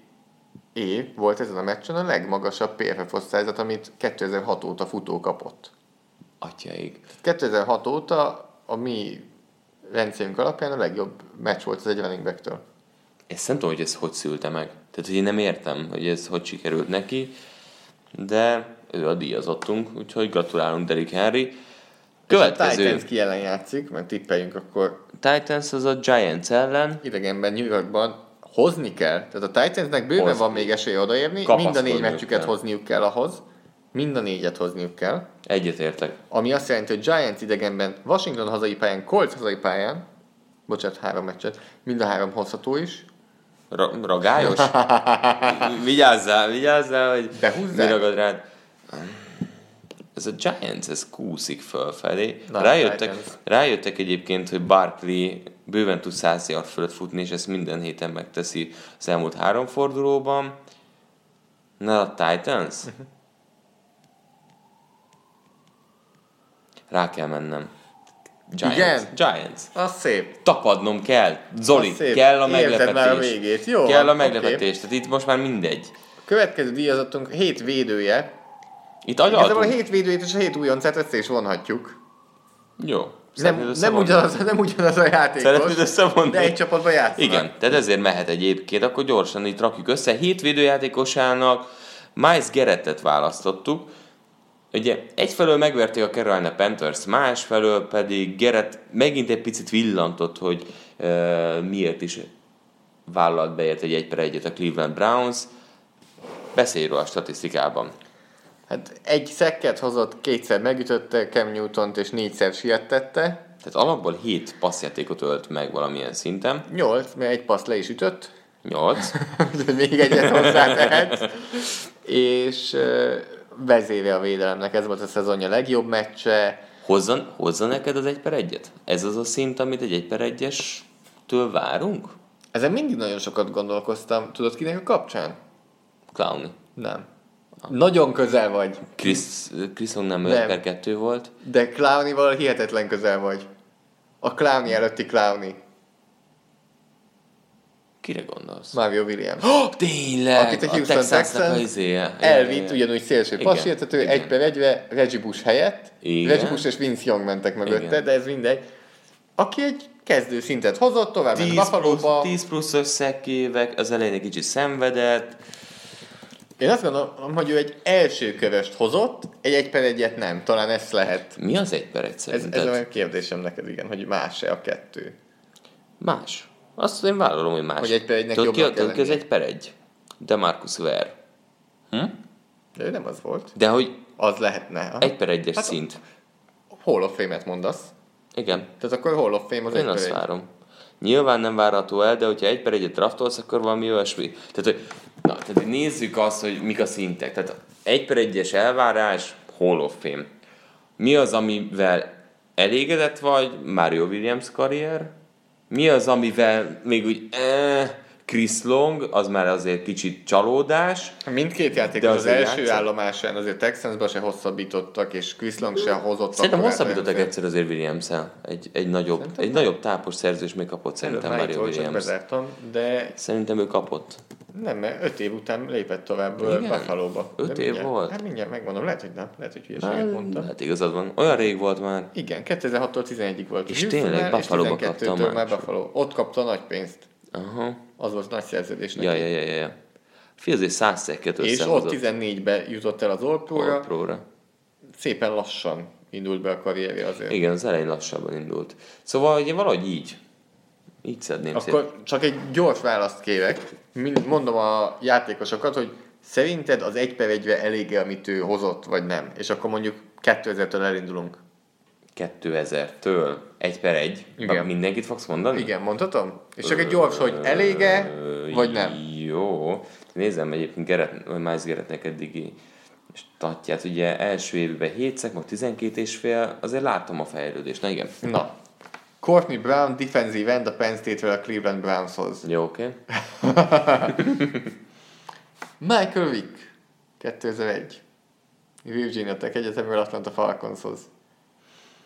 D: év volt ezen a meccsen a legmagasabb PFF osztályzat, amit 2006 óta futó kapott.
C: Atyaig.
D: 2006 óta a mi rendszerünk alapján a legjobb meccs volt az egy running back-től.
C: Ezt nem tudom, hogy ez hogy szülte meg. Tehát, hogy én nem értem, hogy ez hogy sikerült neki, de ő a díjazottunk, úgyhogy gratulálunk Derrick Henry.
D: És a
C: Következő
D: Titans ki ellen játszik, mert tippeljünk, akkor
C: Titans az a Giants ellen.
D: idegenben New Yorkban hozni kell. Tehát a Titansnek bőven
C: Hozni.
D: van még esélye odaérni, mind a
C: Kapaszkodniuk
D: négy meccsüket
C: kell.
D: hozniuk kell ahhoz, mind a négyet hozniuk kell,
C: Egyetértek.
D: ami azt jelenti, hogy Giants idegenben, Washington hazai pályán, Colts hazai pályán, bocsánat, három meccset, mind a három hozható is,
C: Ra- ragályos? vigyázzál, vigyázzál, hogy
D: Behúzzák?
C: mi ragad rád. Ez a Giants, ez kúszik fölfelé.
D: Na,
C: rájöttek,
D: Titans.
C: rájöttek egyébként, hogy Barkley bőven tud 100 yard fölött futni, és ezt minden héten megteszi az elmúlt három fordulóban. Na, a Titans?
D: Mhm.
C: Rá kell mennem. Giants.
D: Igen?
C: Giants.
D: az szép.
C: Tapadnom kell. Zoli,
D: Na, szép.
C: kell a
D: Érzed
C: meglepetés.
D: már a végét. Jó
C: kell a
D: van,
C: meglepetés. Tehát itt most már mindegy.
D: A következő díjazatunk hét védője.
C: Itt
D: Igazából a
C: agyaltunk.
D: hét védőjét és a hét újoncát össze is vonhatjuk.
C: Jó.
D: Nem,
C: Szeretnéd
D: nem,
C: összevonni?
D: ugyanaz, nem ugyanaz a
C: Szeretnéd
D: játékos,
C: összevonni?
D: de egy csapatban játszanak.
C: Igen, tehát ezért mehet egyébként, akkor gyorsan itt rakjuk össze. Hét védőjátékosának Miles Gerettet választottuk. Ugye egyfelől megverték a Carolina Panthers, másfelől pedig Gerett megint egy picit villantott, hogy ö, miért is vállalt beért egy 1 per 1 a Cleveland Browns. Beszélj róla a statisztikában.
D: Hát egy szekket hozott, kétszer megütötte Cam newton és négyszer siettette.
C: Tehát alapból 7 passzjátékot ölt meg valamilyen szinten.
D: Nyolc, mert egy passz le is ütött,
C: 8.
D: úgyhogy még egyet hozzátehet. és ö, vezére a védelemnek, ez volt a szezonja legjobb meccse.
C: Hozza, hozza neked az 1 per 1 Ez az a szint, amit egy 1 per 1 től várunk?
D: Ezen mindig nagyon sokat gondolkoztam. Tudod kinek a kapcsán?
C: Clowny.
D: Nem. Nagyon közel vagy,
C: Chris, Chris Long nem
D: Nem.
C: 5 per 2 volt.
D: de Clownival hihetetlen közel vagy. A Clowni előtti Clowni,
C: Kire gondolsz?
D: Mario Williams.
C: Oh, tényleg!
D: akit a
C: a
D: Houston
C: Texansnak
D: Texans
C: az izéje.
D: elvitt ugyanúgy szélső
C: Igen,
D: passértető,
C: igen.
D: egy per egyre Reggie Bush helyett,
C: Igen.
D: Reggie Bush és Vince Young mentek mögötte,
C: Igen.
D: de ez mindegy. Aki egy kezdő szintet hozott, tovább ment
C: 10
D: Buffalo-ba.
C: plusz, 10 plusz összekévek, az elején egy kicsit szenvedett.
D: Én azt gondolom, hogy ő egy első kövest hozott, egy egy per egyet nem, talán ez lehet.
C: Mi az 1 per 1
D: Ez,
C: szerinted?
D: ez a kérdésem neked, igen, hogy más-e a kettő.
C: Más. Azt én vállalom, hogy más.
D: Hogy egy per egynek
C: Tudod, ki,
D: jobbnak
C: tudod,
D: kell
C: ki az
D: lennie.
C: egy per egy? De Marcus Ver.
D: De ő nem az volt.
C: De hogy
D: Az lehetne. Aha.
C: egy per egyes
D: Hát-
C: hát, szint.
D: Hall of Fame-et mondasz.
C: Igen.
D: Tehát akkor Hall of Fame az
C: Én
D: egy
C: azt
D: per egy.
C: várom. Nyilván nem várható el, de hogyha egy per egyet draftolsz, akkor valami olyasmi. Tehát, hogy, na, tehát így nézzük azt, hogy mik a szintek. Tehát egy per egyes elvárás, Hall of Fame. Mi az, amivel elégedett vagy? Mario Williams karrier. Mi az, amivel még úgy eh, Chris Long, az már azért kicsit csalódás.
D: Mindkét játékos
C: De
D: az, az
C: azért
D: első
C: játszott.
D: állomásán azért Texansba se hosszabbítottak, és Chris Long se hozott.
C: Szerintem
D: akkor
C: hosszabbítottak
D: át-
C: egyszer azért williams egy, egy nagyobb, egy nagyobb tápos szerződés még kapott szerintem
D: Már itt
C: Mario
D: volt, csak
C: Williams.
D: bezártam, de
C: Szerintem ő kapott.
D: nem, mert öt év után lépett tovább
C: Igen?
D: Igen? Buffalo-ba.
C: Öt
D: De
C: év
D: mindjárt-
C: volt?
D: Hát mindjárt megmondom, lehet, hogy nem, lehet, hogy hülyeséget
C: Hát,
D: mondtam.
C: hát igazad van. Olyan rég volt már.
D: Igen, 2006-tól 11-ig volt.
C: És
D: Houstonnál,
C: tényleg Buffalo-ba
D: és 12-től
C: kaptam
D: már
C: már.
D: Buffalo. Ott kapta a nagy pénzt.
C: Aha.
D: Az volt nagy szerződés neki.
C: Ja, ja, ja, ja, ja. Fi azért száz szekket
D: és ott
C: összehozott.
D: 14-be jutott el az All-Pro-ra.
C: Pro-ra.
D: Szépen lassan indult be a karrierje azért.
C: Igen, az elején lassabban indult. Szóval ugye valahogy így. Így szedném szét.
D: Akkor csak egy gyors választ kérek. Mind- Mondom a játékosokat, hogy szerinted az egy per egyre elége, amit ő hozott, vagy nem? És akkor mondjuk 2000-től elindulunk.
C: 2000-től egy per egy.
D: Igen.
C: Igen. Mindenkit fogsz mondani?
D: Igen, mondhatom? És csak egy gyors, hogy elége,
C: Ö,
D: vagy nem?
C: Jó. Nézem egyébként Gerett, Miles Gerettnek eddigi és tatját ugye első évben 7 szek, meg 12 és fél, azért látom a fejlődést. Na igen.
D: Na. Courtney Brown, defensive end a Penn State-ről a Cleveland Brownshoz.
C: Jó, oké. Okay.
D: Michael Vick, 2001. Virginia Tech Egyetemről Atlanta Falconshoz.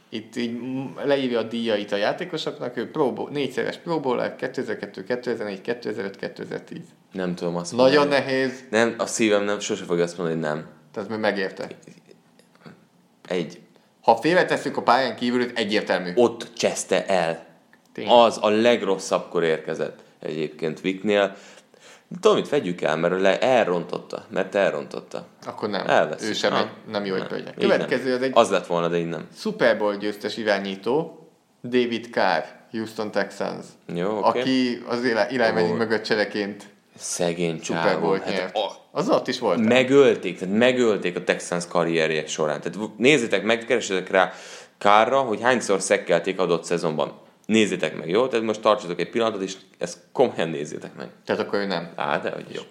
D: Itt így m- leírja a díjait a játékosoknak, ő Pro Bowl, négyszeres Pro Bowler, 2002, 2004, 2005, 2010.
C: Nem tudom azt
D: Nagyon
C: mondani.
D: nehéz,
C: Nem, a szívem nem, sose fogja azt mondani, hogy nem.
D: tehát mi megérte.
C: Egy.
D: Ha félretesszük a pályán kívülőt, egyértelmű.
C: Ott cseszte el.
D: Tényleg.
C: Az a legrosszabbkor érkezett egyébként Viknél. Tudom, mit vegyük el, mert le elrontotta. Mert elrontotta.
D: Akkor nem.
C: Elveszik.
D: Ő sem
C: Ah.
D: egy nem jó
C: Nem.
D: egy
C: Így nem.
D: Következő az egy
C: Az lett volna, de így nem.
D: Super Bowl győztes irányító, David Carr, Houston Texans,
C: Jó, oké.
D: okay. aki az iránymenyi
C: Ó.
D: mögött csereként
C: Szegény
D: Super
C: csávó.
D: Bowl-t
C: Hát
D: nyert.
C: a,
D: Az alatt is volt.
C: megölték, tehát megölték a Texans karrierje során. Tehát v- nézzétek meg, keresetek rá kárra, hogy hányszor szekkelték adott szezonban. Nézzétek meg, jó? Tehát most tartsatok egy pillanatot, és ezt komolyan nézzétek meg.
D: Tehát akkor ő nem.
C: Á, de hogy jó.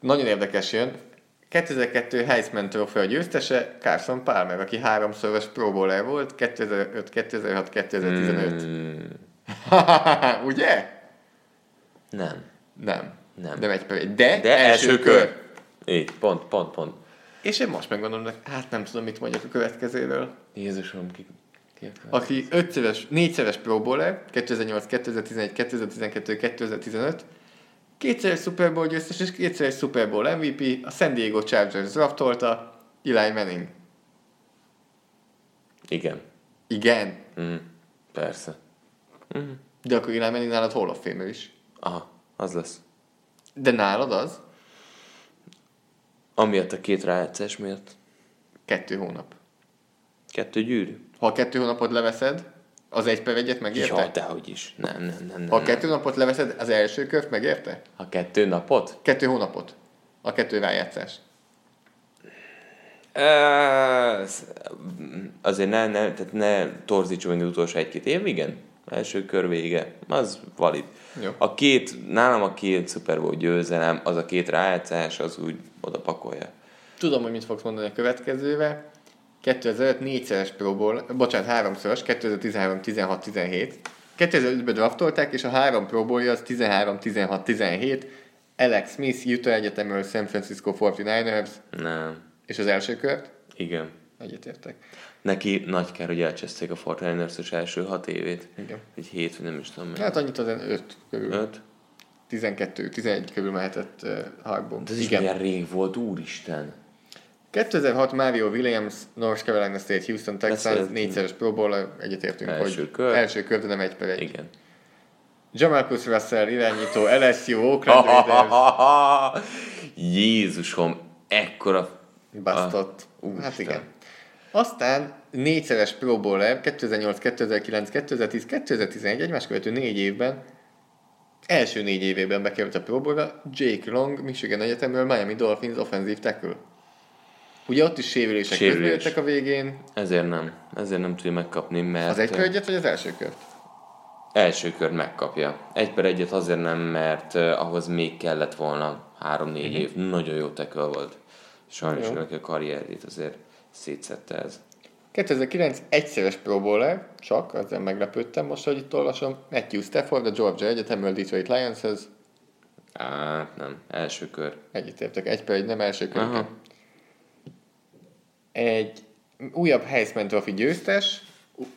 D: Nagyon érdekes jön. 2002 Heisman trófea győztese Carson Palmer, aki háromszoros Pro Bowler volt, 2005, 2006, 2015.
C: Hmm.
D: Ugye?
C: Nem.
D: Nem.
C: Nem.
D: Nem egy per egy. De,
C: De első, első kör. Így, pont, pont, pont.
D: És én most megmondom, hogy hát nem tudom, mit mondjak a következőről.
C: Jézusom, ki... ki
D: aki ötszöves, négyszeres Pro Bowler, 2008, 2011, 2012, 2015, kétszeres Super Bowl győztes és kétszeres Super Bowl MVP, a San Diego Chargers draftolta, Eli Manning.
C: Igen.
D: Igen,
C: Mm, persze.
D: de akkor Eli Manning nálad Hall of Famer is.
C: Aha, az lesz.
D: De nálad az
C: Amiatt a két rájátszás miatt.
D: kettő hónap.
C: Kettő gyűrű.
D: Ha a kettő hónapot leveszed, az egy per egyet megérte?
C: Ja, dehogy is. Nem, nem, nem. nem
D: ha a
C: nem.
D: kettő napot leveszed, az első köv megérte?
C: a kettő napot?
D: Kettő hónapot. A kettő rájátszás.
C: Ez- azért ne, ne, tehát ne torzítsunk még az utolsó egy-két év, igen. Első kör vége, az valid.
D: Jó.
C: A két, nálam a két Super Bowl győzelem, az a két rájátszás, az úgy oda pakolja.
D: Tudom, hogy mit fogsz mondani a következővel. 2005 négyszeres Pro Bowl, bocsánat, háromszoros, 2013, 16, 17. 2005-ben draftolták, és a három Pro Bowlja az 13, 16, 17. Alex Smith, Utah Egyetemről, San Francisco 49ers,
C: Nem.
D: és az első kört.
C: Igen.
D: Egyetértek.
C: Neki nagy kár, hogy elcseszték a Fortnite első hat évét.
D: Igen.
C: Egy hét, vagy nem is tudom.
D: Hát annyit az 5 körül,
C: Öt.
D: 12, 11 körül mehetett uh, harkból.
C: De Hát ez is milyen rég volt, úristen.
D: 2006 Mario Williams, North Carolina State, Houston Texans,
C: Beszéltünk.
D: négyszeres Pro Bowl, egyetértünk,
C: Első
D: hogy
C: kör.
D: első kör, de nem egy per egy.
C: Igen.
D: Jamarcus Russell irányító LSU, Oakland Raiders,
C: Jézusom, ekkora...
D: basztott.
C: Ah, úristen.
D: Hát igen. Aztán négyszeres Pro Bowler 2008, 2009, 2010, 2011, egymás követő négy évben, első négy évében bekerült a Pro Bowlra Jake Long, Michigan Egyetemről Miami Dolphins offensive tackle. Ugye ott is sérülések
C: Sérülés.
D: közbe jöttek a végén.
C: Ezért nem. Ezért nem tudja megkapni, mert...
D: Az egy körgyet, vagy az első kört?
C: Első kör megkapja. Egy per egyet azért nem, mert uh, ahhoz még kellett volna három-négy év. Nagyon jó tekel volt. Sajnos
D: Mhm. Jó.
C: neki a karrierjét azért szétszette ez.
D: 2009 egyszeres Pro Bowler, csak, ezzel meglepődtem most, hogy itt olvasom, Matthew Stafford, a Georgia Egyetemről Detroit Lionshez,
C: Á, Hát nem. Első kör.
D: Egyetértek, egy per egy, nem első körben.
C: Aha.
D: Egy újabb Heisman Trophy győztes,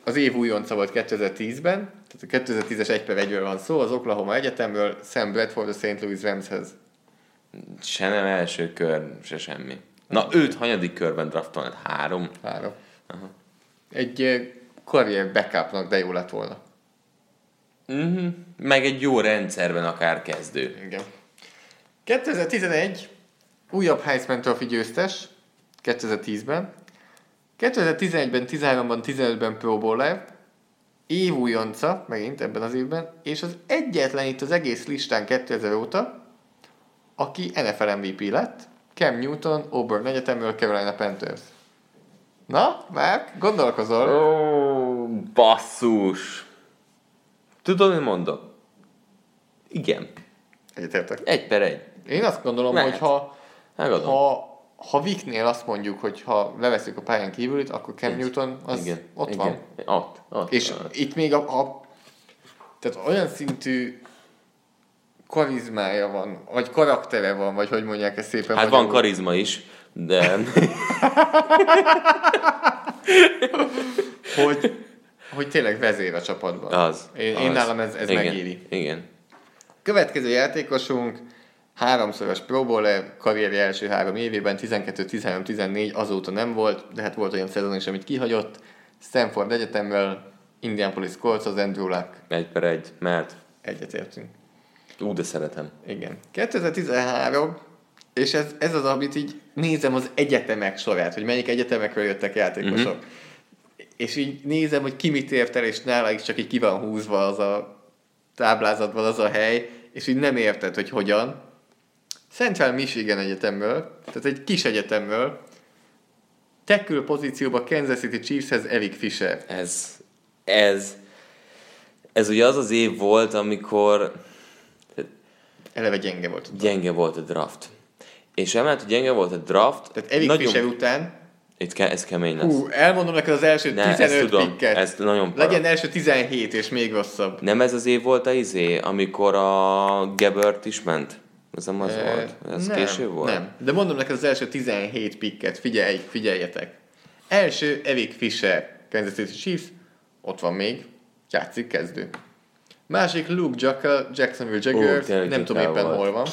D: az év újonca volt 2010-ben, tehát a 2010-es egy per egyről van szó, az Oklahoma Egyetemről Sam Bradford a St. Louis Ramshez.
C: Se nem első kör, se semmi. Na, őt hanyadik körben draftolnád? Három?
D: Három. Egy eh, karrier backupnak de jó lett volna.
C: Mhm. Meg egy jó rendszerben akár kezdő.
D: Igen. 2011, újabb Heisman Trophy győztes, 2010-ben. 2011-ben, 13-ban, 15-ben Pro Bowler, év újonca, megint ebben az évben, és az egyetlen itt az egész listán 2000 óta, aki NFL MVP lett, Cam Newton, Auburn Egyetemről, Carolina Panthers. Na, Márk, gondolkozol?
C: Ó, basszus! Tudod, mi mondom? Igen.
D: Egyetértek.
C: Egy per egy.
D: Én azt gondolom,
C: Lehet.
D: hogy ha
C: Megadom.
D: ha ha Viknél azt mondjuk, hogy ha leveszik a pályán kívülit, akkor Cam Newton az igen, ott igen. van.
C: Ott, ott
D: És
C: van.
D: itt még a, a tehát olyan szintű karizmája van, vagy karaktere van, vagy hogy mondják ezt szépen.
C: Hát van
D: magyarul.
C: karizma is, de
D: hogy, hogy tényleg vezér a csapatban.
C: az.
D: Én,
C: az.
D: én nálam ez, ez
C: igen,
D: megéri.
C: Igen.
D: Következő játékosunk háromszoros Pro Bowler, karrierje első három évében 12, 13, 14 azóta nem volt, de hát volt olyan szezon is, amit kihagyott. Stanford Egyetemről, Indianapolis Colts, az Andrew Luck.
C: Egy per egy, mert
D: Egyetértünk.
C: ú, de szeretem.
D: Igen. 2013, és ez, ez az, amit így nézem az egyetemek sorát, hogy melyik egyetemekről jöttek játékosok. Uh-huh. És így nézem, hogy ki mit ért el, és nála is csak így ki van húzva az a táblázatban az a hely, és így nem érted, hogy hogyan. Central Michigan Egyetemről, tehát egy kis egyetemről, tekül pozícióba Kansas City Chiefshez Eric Fisher.
C: Ez, ez, ez ugye az az év volt, amikor
D: Eleve gyenge volt.
C: gyenge volt a draft. És emellett, hogy gyenge volt a draft,
D: Tehát Eric Nagyon... Fisher után
C: Itt ke- ez kemény lesz.
D: Hú, elmondom neked az első
C: Ne, ezt
D: 15
C: tudom,
D: pikket.
C: ezt nagyon para.
D: Legyen első 17 és még rosszabb.
C: Nem ez az év volt a izé, amikor a Gebert is ment? Ez nem az
D: Eh,
C: volt? Szóval, Ez később volt?
D: Nem, de mondom neked az első 17 pikket, figyelj, figyeljetek. Első Erik Fisher, Kansas City Chiefs, ott van még, játszik kezdő. Másik Luke Jackal, Jacksonville Jaguars,
C: tényleg
D: nem tudom
C: Jackal
D: éppen
C: volt.
D: hol van.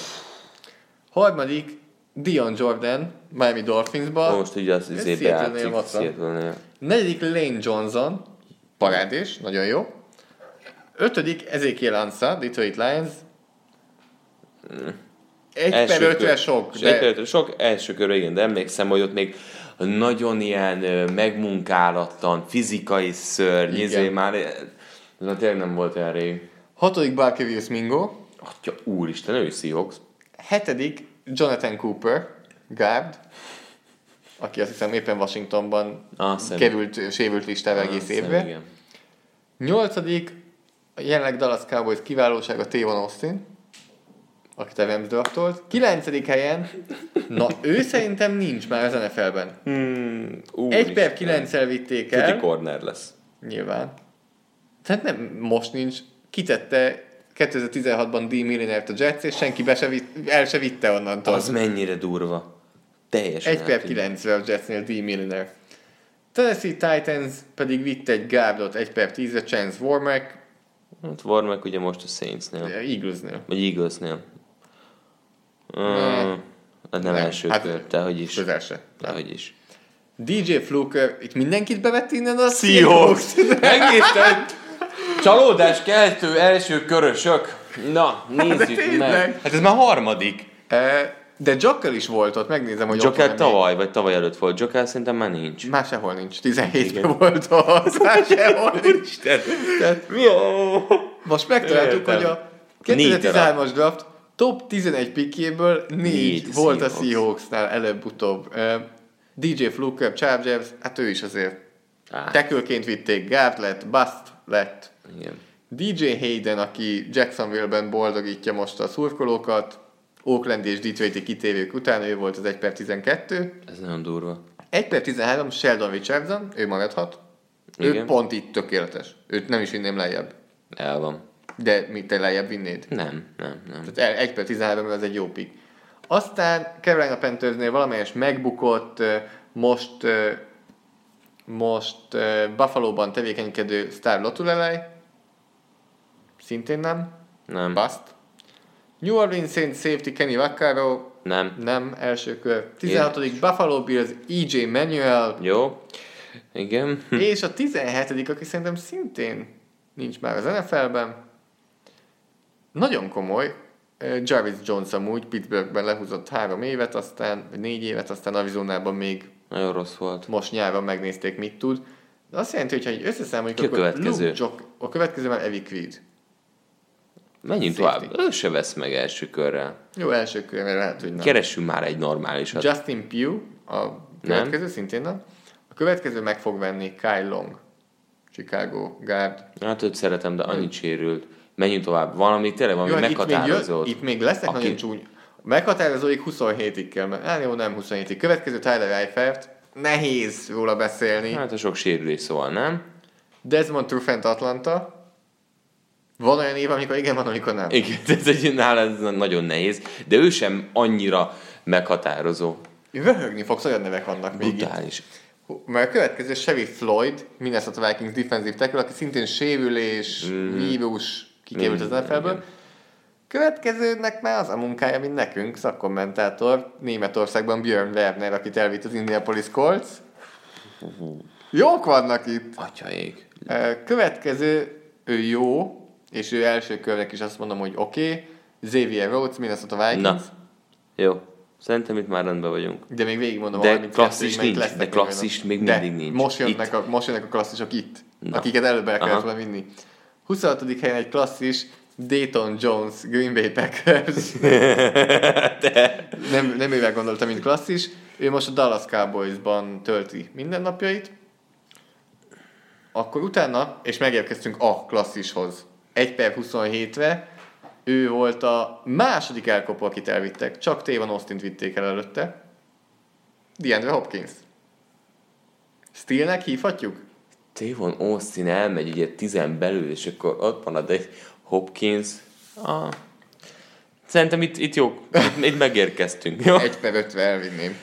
D: Harmadik Dion Jordan, Miami Dolphinsba.
C: Most ugye az
D: Ez
C: izébe
D: Seattle-nél
C: játszik.
D: ott van.
C: Seattle-nél.
D: Negyedik Lane Johnson, parádés, nagyon jó. Ötödik Ezekiel Ansa, Detroit Lions. Egy per
C: kör-
D: ötre sok,
C: és Egy per
D: de
C: ötre sok, első körre igen, de emlékszem, hogy ott még nagyon ilyen ö, megmunkálatlan, fizikai szörny,
D: Igen.
C: izé már, eh, na tényleg nem volt olyan rég.
D: hatodik Barkevius Mingo.
C: Atya, úristen, ő is Seahawks.
D: Hetedik Jonathan Cooper, Gárd, aki azt hiszem éppen Washingtonban
C: Ah, szerintem. Ah,
D: került, sérült listára egész
C: Szerintem
D: évben.
C: igen.
D: Nyolcadik, a jelenleg Dallas Cowboys kiválósága Tévon Austin, akit a Rams draftolt. Kilencedik helyen, na ő szerintem nincs már az NFL-ben. Egy
C: Úristen.
D: per kilenccel vitték
C: Tuti
D: el,
C: corner lesz.
D: nyilván. Tehát nem, most nincs. Kitette 2016-ban D. Millinert a Jets, és senki be se vitt, el se vitte onnantól.
C: Az mennyire durva. Teljesen.
D: Egy per
C: eltűnt.
D: 9 a Jetsnél D. Milliner. Tennessee Titans pedig vitt egy gárdot, egy per 10-re Chance Warmack,
C: Hát Warmack ugye most a Saintsnél.
D: Eaglesnél.
C: Vagy Eaglesnél. Mm,
D: Ne.
C: Hát nem
D: Nem.
C: első
D: Hát-
C: kör, te hogy is.
D: Közel se.
C: Te hogy is.
D: DJ Fluker, itt mindenkit bevett innen a
C: Seahawks.
D: Seahawks.
C: Egészen csalódás keltő első körösök. Na, nézzük meg.
D: tényleg.
C: Hát ez már harmadik.
D: Eh, De Joker is volt ott, megnézem, hogy
C: Joker
D: ott van-e még.
C: tavaly, vagy tavaly előtt volt. Joker szerintem már nincs.
D: Már sehol nincs. 17-ben volt az, már sehol nincs. Tehát
C: Mi a...
D: Most megtaláltuk,
C: Értem.
D: hogy a
C: Négy
D: 2013-as draft top 11 pikkéből 4
C: Négy
D: volt a
C: Seahawks.
D: Seahawksnál előbb-utóbb. Eh, DJ Fluker, Chargers, hát ő is azért.
C: Á.
D: Tekülként vitték, Gárd lett, Bust lett.
C: Igen.
D: DJ Hayden, aki Jacksonville-ben boldogítja most a szurkolókat, Oakland és Detroiti kitérők után ő volt az 1 per 12.
C: Ez nagyon durva.
D: 1 per 13 Sheldon Richardson, ő maradhat. Ő
C: Igen.
D: pont itt tökéletes. Őt nem is vinném lejjebb.
C: El van.
D: De mi te lejjebb vinnéd?
C: Nem, nem, nem.
D: Tehát 1 per 13 az egy jó pick. Aztán Carolina Panthersnél valamelyes megbukott, ö, most ö, most ö, Buffalo-ban tevékenykedő Star Lotulelei, szintén nem,
C: Nem.
D: Bust. New Orleans Saints safety Kenny Vaccaro,
C: Nem.
D: nem, első kör. 16. Buffalo Bills EJ Manuel,
C: Jó. Igen.
D: és a 17. aki szerintem szintén nincs már az NFL-ben. Nagyon komoly. eh, Jarvis Jones amúgy Pittsburghben lehúzott három évet, aztán vagy négy évet, aztán Arizonában még
C: Nagyon rossz volt.
D: most nyáron megnézték, mit tud. De azt jelenti, hogy ha így összeszámoljuk,
C: Ki a következő?
D: Luke Jok, a következő már Evic Reed.
C: Menjünk
D: Safety.
C: tovább. Ő se vesz meg első körrel.
D: Jó, első kör, mert lehet, hogy nem.
C: Keressünk már egy normálisat.
D: Justin Pugh, a következő nem. szintén nem. A következő meg fog venni Kyle Long, Chicago guard.
C: Hát őt szeretem, de annyit sérült. Menjünk tovább. Valami tényleg valami
D: Hm. Jó, hát itt, még jön,
C: meghatározó.
D: itt még lesznek
C: Aki-
D: nagyon csúny. meghatározóig 27-ig kell, men- hát jó, nem 27-ig. Következő Tyler Eifert, nehéz róla beszélni.
C: Hát a sok sérülés szóval, nem?
D: Desmond Trufant Atlanta. Van olyan év, amikor igen, van, amikor nem.
C: Igen, ez egy nála ez nagyon nehéz, de ő sem annyira meghatározó.
D: Röhögni fogsz, olyan nevek vannak még itt.
C: Brutális.
D: Mert a következő Chevy Floyd, Minnesota Vikings defensive tackle, aki szintén sérülés,
C: Mhm.
D: mm. vírus, kikerült az
C: Mm,
D: NFL-ből. Következőnek már az a munkája, mint nekünk, szakkommentátor, Németországban Björn Werner, akit elvitt az Indianapolis Colts. Jók vannak itt!
C: Atyaék.
D: Ö, Következő, ő jó, és ő első körnek is azt mondom, hogy oké, okay. Xavier Rhodes, Minnesota
C: Na,
D: Vikings,
C: jó. Szerintem itt már rendben vagyunk.
D: de még végigmondom,
C: De
D: 32
C: klasszis
D: meg
C: nincs,
D: lesznek
C: de klasszis
D: még
C: még
D: olyanok.
C: mindig nincs.
D: Most jönnek, a, most jönnek a klasszisok itt,
C: Na.
D: akiket előbb el kellett
C: Aha.
D: volna vinni. 26. helyen egy klasszis, Dayton Jones, Green Bay Packers. nem, nem ővel gondoltam, mint klasszis. Ő most a Dallas Cowboys-ban tölti mindennapjait. Akkor utána, és megérkeztünk a klasszishoz. 1 per 27-re ő volt a második elkopó, akit elvittek. Csak Tévan Austin vitték el előtte. DeAndre Hopkins. Steelnek hívhatjuk?
C: Tévon Austin elmegy ugye tizen belül, és akkor ott van a de Hopkins. Ah. Szerintem itt, itt jó, itt, itt megérkeztünk. Jó?
D: Egy per 50 elvinném.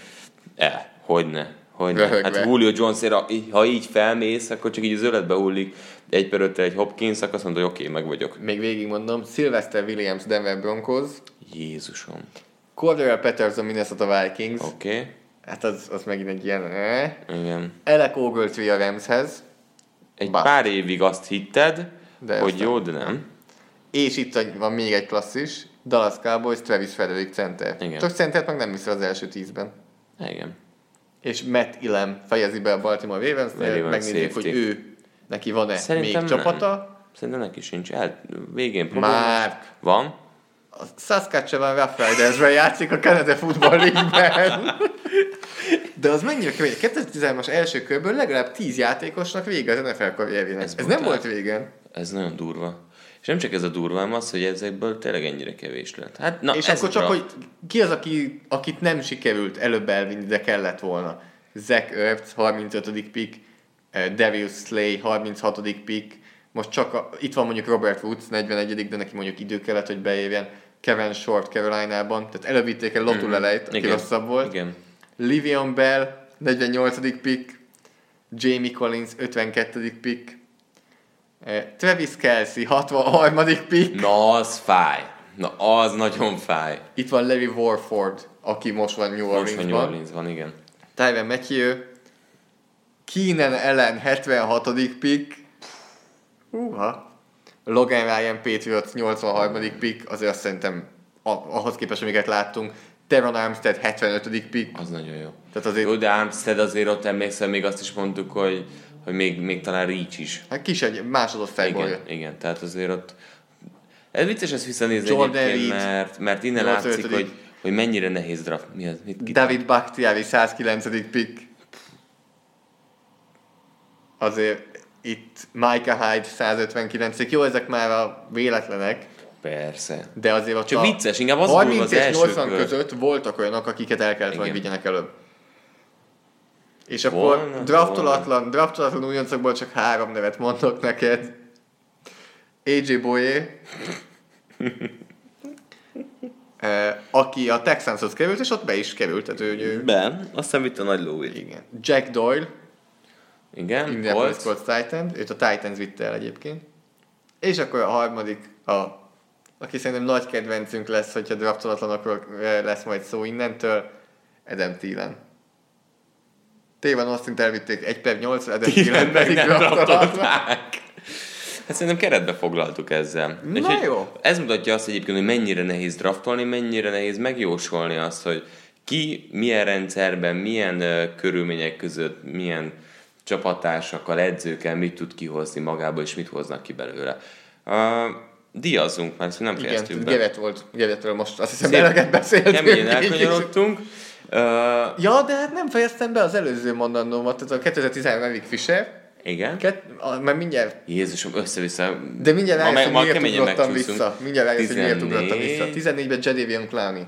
C: E, hogyne. hogyne.
D: Röhögve.
C: Hát Julio Jonesra, így- ha így felmész, akkor csak így az öletbe hullik. Egy per öttel egy Hopkins, akkor azt mondod, hogy oké, okay, meg vagyok.
D: Még végigmondom, Sylvester Williams Denver Broncos,
C: Jézusom.
D: Cordell Patterson Minnesota Vikings, oh.
C: Oké. Okay.
D: hát az, az megint egy ilyen... Eh.
C: Igen.
D: Elek Ogletree a Ramshez,
C: Egy
D: Bust.
C: pár évig azt hitted,
D: De
C: de hogy
D: aztán-
C: jó, de nem.
D: és itt van még egy klasszis, Dallas Cowboys, Travis Frederick Center.
C: Igen.
D: Csak Centert meg nem viszi az első tízben.
C: Igen.
D: És Matt Illem fejezi be a Baltimore ravens
C: Ravens
D: megnézzük,
C: safety.
D: hogy ő, neki van-e
C: Szerintem
D: még
C: nem.
D: csapata.
C: Szerintem neki sincs. El, végén probléma.
D: Már
C: Van.
D: a Saskatchewan Rough Ridersben játszik a Canada Football League-ben. De az mennyire kemény. 2013-as első körből legalább 10 játékosnak vége az NFL karrierjének. Ez,
C: Ez
D: ez nem
C: brutál.
D: volt végen.
C: Ez nagyon durva. És nem csak ez a durvám az, hogy ezekből tényleg ennyire kevés lett. Hát, na,
D: És
C: ez
D: akkor
C: a
D: csak,
C: draft.
D: hogy ki az, aki, akit nem sikerült előbb elvinni, de kellett volna. Zach Ertz, 35. pick, eh, Darius Slay, 36. pick, most csak a, itt van mondjuk Robert Woods, 41. de neki mondjuk idő kellett, hogy beérjen, Kevin Short Carolina-ban, tehát előbb vitték el Lotul elejt, aki
C: Mhm, Igen.
D: rosszabb volt.
C: Igen.
D: Livion Bell, 48. pick, Jamie Collins, 52. pick, eh, Travis Kelsey, 63. pick,
C: Na, az fáj. Na, az nagyon fáj.
D: itt van Levi Warford, aki most van New
C: Most, hogy New
D: Orleansban.
C: Orleansban, igen.
D: Tyron Matthew, Keenan Ellen 76. pick, húha, Logan Ryan Patriots 83. pick, azért azt szerintem a- ahhoz képest, amiket láttunk, Teron Armstead 75. pick,
C: Az nagyon jó.
D: tehát azért
C: Jó, de Armstead azért ott emlékszem, még azt is mondtuk, hogy, hogy még, még talán Reach is.
D: hát kis egy másodosztályból
C: Igen,
D: jött.
C: igen, tehát azért ott... Ez vicces ezt visszanézni
D: Jordan
C: egyébként,
D: Reed.
C: mert, mert innen
D: Nyolc
C: látszik,
D: ötödik.
C: hogy, hogy mennyire nehéz draft. Mi az? Mit ki?
D: David Bakhtiari 109. pick. Azért itt Micah Hyde 159. Jó, ezek már a véletlenek.
C: Persze.
D: De azért ott
C: Csak
D: a
C: vicces, inkább az volt az
D: és
C: első
D: 80
C: kör.
D: között voltak olyanok, akiket el kellett volna
C: Igen.
D: vigyenek előbb. És akkor
C: Volna,
D: draftolatlan, draftolatlan újoncokból csak három nevet mondok neked. AJ Boye, eh, aki a Texanshoz került, és ott be is került, tehát ő, ő
C: Ben, aztán vitt a nagy lóvét.
D: igen. Jack Doyle,
C: Igen,
D: Indianapolis
C: volt.
D: Colts Titan, őt a Titans vitte el egyébként. És akkor a harmadik, a, aki szerintem nagy kedvencünk lesz, hogyha draftolatlanokról eh, lesz majd szó innentől, Adam Thielen. Téven Austin elvitték 1 per 8, Adam Thielen pedig draftolatlan.
C: Tartották. Hát szerintem keretbe foglaltuk ezzel.
D: Na
C: Úgyhogy
D: jó.
C: Ez mutatja azt egyébként, hogy mennyire nehéz draftolni, mennyire nehéz megjósolni azt, hogy ki milyen rendszerben, milyen ö, körülmények között, milyen csapattársakkal, edzőkkel mit tud kihozni magából, és mit hoznak ki belőle. Uh, díjazzunk már, ezt nem
D: Igen,
C: fejeztük be.
D: Gerett volt, Gerettről most azt hiszem
C: Szép.
D: eleget
C: Keményen
D: beszéltünk.
C: elkanyarodtunk. Uh,
D: Ja, de hát nem fejeztem be az előző mondandómat, tehát a 2013 Eric Fisher,
C: igen.
D: Ket, a, mert mindjárt
C: Jézusom, össze-vissza.
D: De mindjárt
C: Ma
D: rájössz,
C: meg- ma
D: hogy miért
C: keményen
D: ugrottam
C: megcsúszunk.
D: vissza. Mindjárt rájössz, hogy miért ugrottam vissza.
C: 14.
D: 14-ben Jadavion Clowney.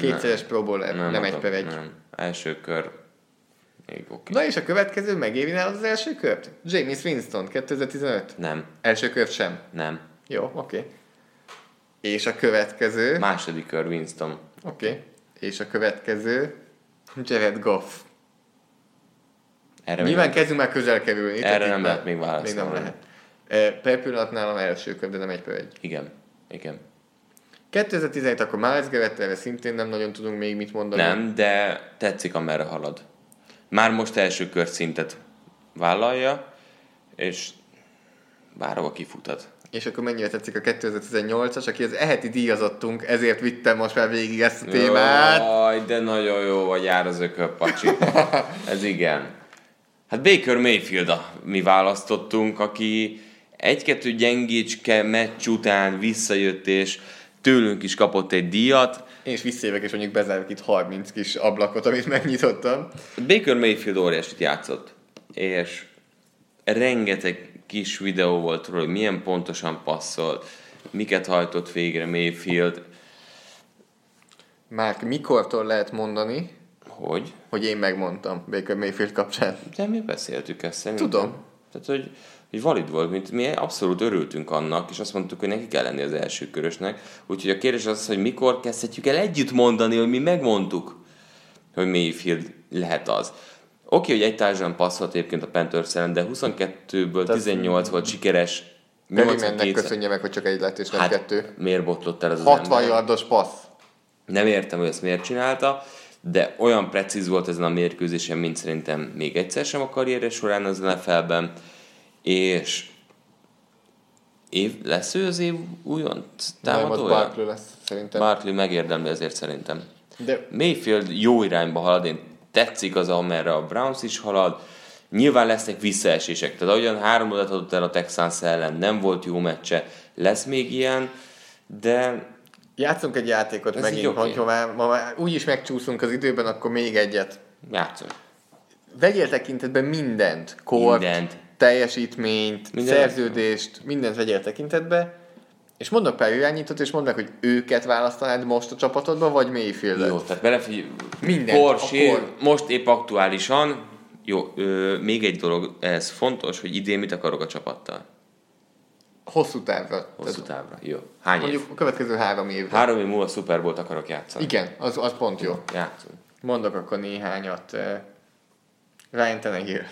D: Kétszeres Pro Bowler, nem, nem egy
C: adom,
D: per egy.
C: Nem. Első kör. Még oké.
D: Na és a következő megéri nálad az első kört? James Winston, 2015.
C: Nem,
D: Első kört sem.
C: nem.
D: Jó, oké. És a következő...
C: Második kör Winston.
D: Oké. És a következő... Jared Goff.
C: Erre még
D: Nyilván
C: nem-
D: kezdünk már közel kerülni.
C: Erre
D: tehát
C: nem
D: itt
C: lehet
D: már-
C: még válaszolni.
D: Még nem lehet. E, Per pillanat nálam első kör, de nem egy per egy.
C: Igen, igen.
D: 2017 akkor Miles Garrett, erre szintén nem nagyon tudunk még mit mondani.
C: Nem, de tetszik, amerre halad. Már most első kör szintet vállalja, és bárhova kifutat.
D: És akkor mennyire tetszik a 2018-as, aki az eheti díjazottunk, ezért vittem most már végig ezt a témát.
C: Jaj, de nagyon jó vagy jár az ökölpacsi. Ez igen. Hát Baker Mayfield a mi választottunk, aki egy-kettő gyengécske meccs után visszajött, és tőlünk is kapott egy díjat.
D: Én is visszajövök, és mondjuk bezárok itt 30 kis ablakot, amit megnyitottam.
C: Baker Mayfield óriásit játszott, és rengeteg kis videó volt róla, hogy milyen pontosan passzolt, miket hajtott végre Mayfield,
D: Márk, mikortól lehet mondani,
C: hogy...
D: hogy én megmondtam Baker Mayfield kapcsán?
C: De mi beszéltük ezt szerintem.
D: Tudom.
C: Tehát, hogy, hogy valid volt, mint mi abszolút örültünk annak, és azt mondtuk, hogy neki kell lenni az első körösnek. Úgyhogy a kérdés az, hogy mikor kezdhetjük el együtt mondani, hogy mi megmondtuk, hogy Mayfield lehet az. Oké, hogy egy társadalom passzolt egyébként a panthers de 22-ből 18 volt sikeres.
D: Perrymannek
C: 82
D: köszönje meg, hogy csak egy lett, és nem
C: Hát,
D: kettő.
C: miért botlott el ez az
D: 60
C: ember?
D: yardos passz.
C: Nem értem, hogy ezt miért csinálta, de olyan precíz volt ezen a mérkőzésen, mint szerintem még egyszer sem a karrierje során az NFL-ben, és év, lesz ő az év újonc
D: Nem, az
C: támadója?
D: Barkley lesz, szerintem.
C: Barkley megérdemli ezért szerintem.
D: De
C: Mayfield jó irányba halad, én tetszik az, amerre a Browns is halad, nyilván lesznek visszaesések, tehát ahogyan három odat adott el a Texans ellen, nem volt jó meccse, lesz még ilyen, de
D: játszunk egy játékot
C: Ez így
D: megint,
C: oké.
D: hogyha már, ma már úgyis megcsúszunk az időben, akkor még egyet.
C: játszunk.
D: vegyél tekintetbe mindent, kort,
C: Mindent.
D: mindent. teljesítményt,
C: Mindent.
D: mindent. szerződést, mindent vegyél tekintetbe, és mondok pár irányítót, és mondd meg, hogy őket választanád most a csapatodba, vagy Mayfieldet.
C: Jó, tehát belefigyelj.
D: Minden,
C: Porsche,
D: akkor-
C: most épp aktuálisan. Jó, ö, még egy dolog, ez fontos, hogy idén mit akarok a csapattal.
D: Hosszú távra.
C: Hosszú
D: Tehát
C: távra. Jó. Hány év?
D: Mondjuk a következő három évre.
C: Három év múlva Super Bowl-t akarok játszani.
D: Igen, az, az pont jó.
C: Játszunk.
D: Mondok akkor néhányat. eh, Ryan Tannehill.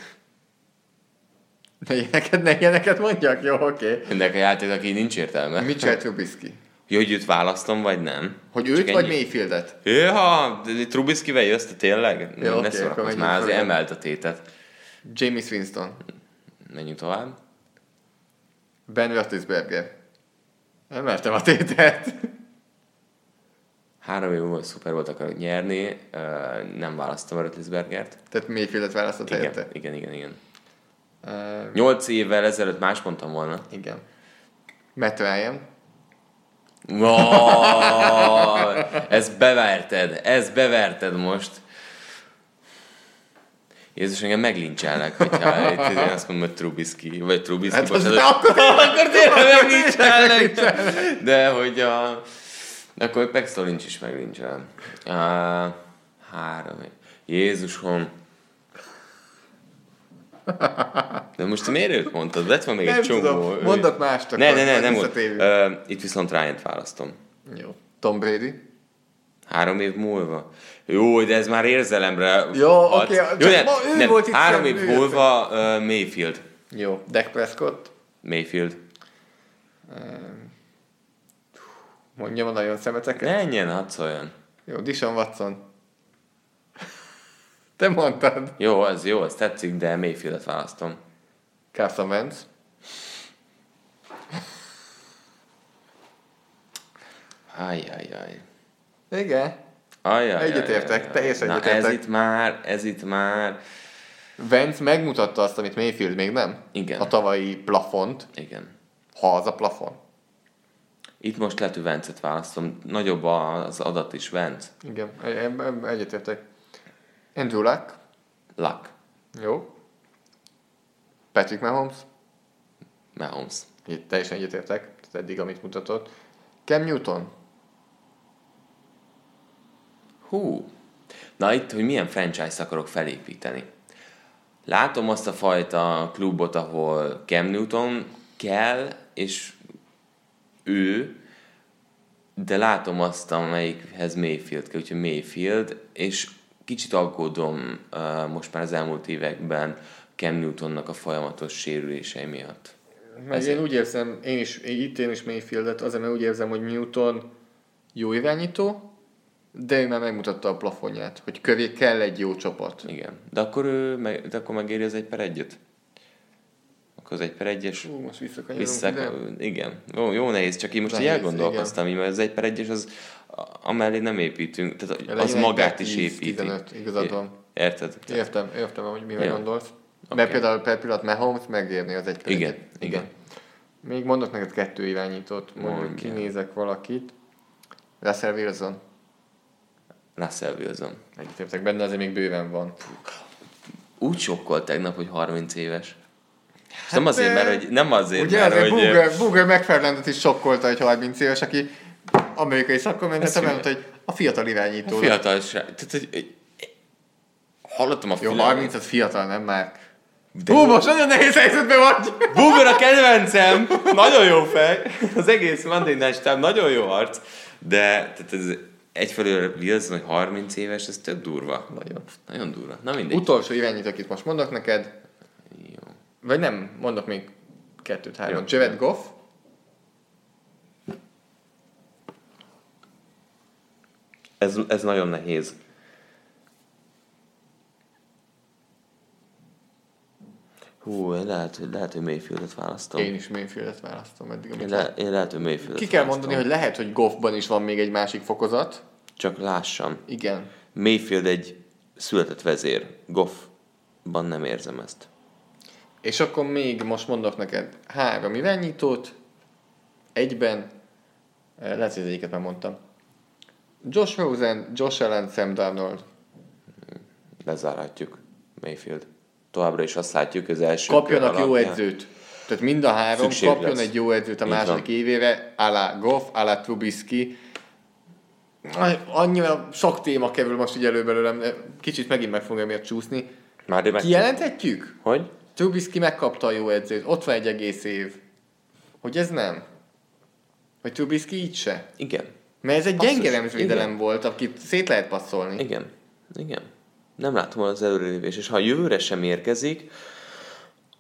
D: Ne ilyeneket, ne ilyeneket mondjak? Jó, oké. Okay.
C: Ennek a játéknak így nincs értelme. Mi?
D: Mitchell Trubisky.
C: Jó, hogy őt választom, vagy nem?
D: Hogy őt
C: Csak
D: vagy
C: ennyi.
D: Mayfieldet?
C: Jéha, de Trubisky-vel jössz te tényleg?
D: Jó,
C: Jó, ne
D: oké, akkor
C: szórakozz
D: menjünk
C: már, azért
D: tovább.
C: emelt a tétet.
D: James Winston.
C: Menjünk tovább.
D: Ben Roethlisberger. Nem mertem a tétet.
C: Három év múlva Super Bowl-t akarok nyerni, ö, nem választom a Rötlisbergert.
D: Tehát Mayfieldet választott
C: Igen,
D: helyette.
C: igen, igen, igen.
D: Uh,
C: Nyolc évvel ezelőtt más mondtam volna.
D: igen. Matt Ryan.
C: Oh, ez beverted, ez beverted most. Jézus, engem meglincselnek, hogyha itt én azt mondom, hogy Trubisky, vagy Trubisky, hát bocsánat,
D: akkor
C: akkor tényleg meglincselnek. De hogy a... de Akkor Pextol nincs is meglincsel. Uh, három. év. Jézusom. De most miért őt mondtad? Lett van még
D: Nem
C: egy csomó.
D: tudom. Mondok mást,
C: Ne,
D: akkor
C: ne, ne,
D: majd
C: nem úgy.
D: visszatérünk.
C: Ö, itt viszont Ryan-t választom.
D: Jó. Tom Brady.
C: Három év múlva. Jó, de ez már érzelemre
D: Jó,
C: hat.
D: oké, csak
C: nem,
D: ma ő
C: nem,
D: volt itt
C: Három év
D: szemben, ő
C: múlva uh, Mayfield.
D: Jó. Dak Prescott.
C: Mayfield.
D: Mondjam a nagyon szemeteket.
C: Menjen, hadszoljon.
D: Jó. Dishon Watson. Te mondtad.
C: Jó, ez jó, ez tetszik, de Mayfieldet választom.
D: Carson Wentz.
C: Ajajaj.
D: Igen.
C: Ajajaj.
D: Egyetértek,
C: ajajaj.
D: teljesen
C: Na,
D: egyetértek.
C: ez itt már, ez itt már.
D: Wentz megmutatta azt, amit Mayfield még nem.
C: Igen.
D: A tavalyi plafont.
C: Igen.
D: Ha az a plafon.
C: Itt most lehet, hogy Vencet választom. Nagyobb az adat is, Venc.
D: Igen. Egy- egy- Egyetértek. Andrew Luck.
C: Luck.
D: Jó. Patrick Mahomes,
C: Mahomes.
D: itt teljesen egyetértek, tehát eddig amit mutatott. Cam Newton,
C: Hú. Na itt, hogy milyen franchise akarok felépíteni. Látom azt a fajta klubot, ahol Cam Newton kell, és ő, de látom azt, amelyikhez Mayfield kell, úgyhogy Mayfield, és kicsit aggódom uh, most már az elmúlt években Cam Newtonnak a folyamatos sérülései miatt.
D: Meg én úgy érzem, én is, én- itt én is Mayfieldet, azért mert úgy érzem, hogy Newton jó irányító, de ő már megmutatta a plafonját, hogy kövé kell egy jó csapat.
C: Igen. De akkor, ő, meg, de akkor megéri az egy per egyet? Akkor az egy per egyes
D: Ú, most visszakanyarunk
C: vissza...
D: ide.
C: Igen. Jó, jó nehéz, csak én most így
D: Nehéz,
C: elgondolkoztam, így, mert az egy per egyes az a- amellé nem építünk, tehát
D: Ja,
C: az
D: legyen egy
C: magát
D: per
C: is
D: 10,
C: építi.
D: 15, igazad van.
C: Érted?
D: Értem, értem, hogy mire
C: Jó.
D: gondolsz.
C: Oké.
D: Mert például per pillanat Mahomes megérni az egy
C: Igen,
D: egyet.
C: igen.
D: Még mondok neked kettő irányítót, mondjuk
C: Mondjál.
D: kinézek valakit. Russell Wilson.
C: Russell Wilson.
D: Egyetértek benne, azért még bőven van.
C: Úgy sokkal tegnap, hogy 30 éves. Hát nem azért, mert hogy... Nem azért,
D: Ugye
C: mert,
D: azért
C: hogy...
D: Google, Google megfelelőt is sokkolta egy 30 éves, aki amerikai szakkommentet
C: Ezt
D: mondta, hogy a fiatal irányító.
C: A fiatalság. Tehát, hogy, hogy, hallottam a
D: Jó,
C: fülembe.
D: 30 az fiatal, nem már.
C: De-
D: Hú, most nagyon nehéz helyzetben vagy!
C: Boomer a kedvencem! Nagyon jó fej! Az egész Monday Night Time nagyon jó harc, de tehát ez egyfelől Wilson, hogy 30 éves, ez több durva. Nagyon. Nagyon durva. Na mindegy.
D: Utolsó irányító, akit most mondok neked,
C: Jó.
D: vagy nem, mondok még kettőt,
C: Jó.
D: hármat. Jared Goff,
C: Ez, ez nagyon nehéz. Hú, én lehet, hogy, lehet, hogy Mayfieldet választom.
D: én is Mayfieldet választom eddig.
C: Én,
D: Amit
C: le, én lehet, hogy Mayfieldet
D: Ki kell
C: választom.
D: mondani, hogy lehet, hogy Goffban is van még egy másik fokozat.
C: Csak lássam.
D: Igen.
C: Mayfield egy született vezér. Goffban nem érzem ezt.
D: És akkor még most mondok neked három irányítót, egyben, eh, lehet, hogy az egyiket már mondtam. Josh Rosen, Josh Allen, Sam Darnold.
C: Lezárhatjuk Mayfield. Továbbra is azt látjuk, az első
D: Kapjanak
C: kör
D: jó
C: alapján.
D: edzőt. Tehát mind a három
C: Szükség
D: kapjon
C: lesz.
D: egy jó edzőt a
C: Így van.
D: második évére, alá Goff, alá Trubisky. Aj, Annyira sok téma kerül most így elő belőlem, eh, kicsit megint meg fogom miatt csúszni.
C: Már de meg...
D: Kijelenthetjük?
C: Hogy?
D: Trubisky megkapta a jó edzőt, ott van egy egész év. Hogy ez nem? Hogy Trubisky így se?
C: Igen.
D: Mert ez egy
C: Basszus,
D: gyenge remzvédelem
C: igen.
D: volt, akit szét lehet passzolni.
C: Igen. Igen. Nem látom az előrelépés, és ha a jövőre sem érkezik,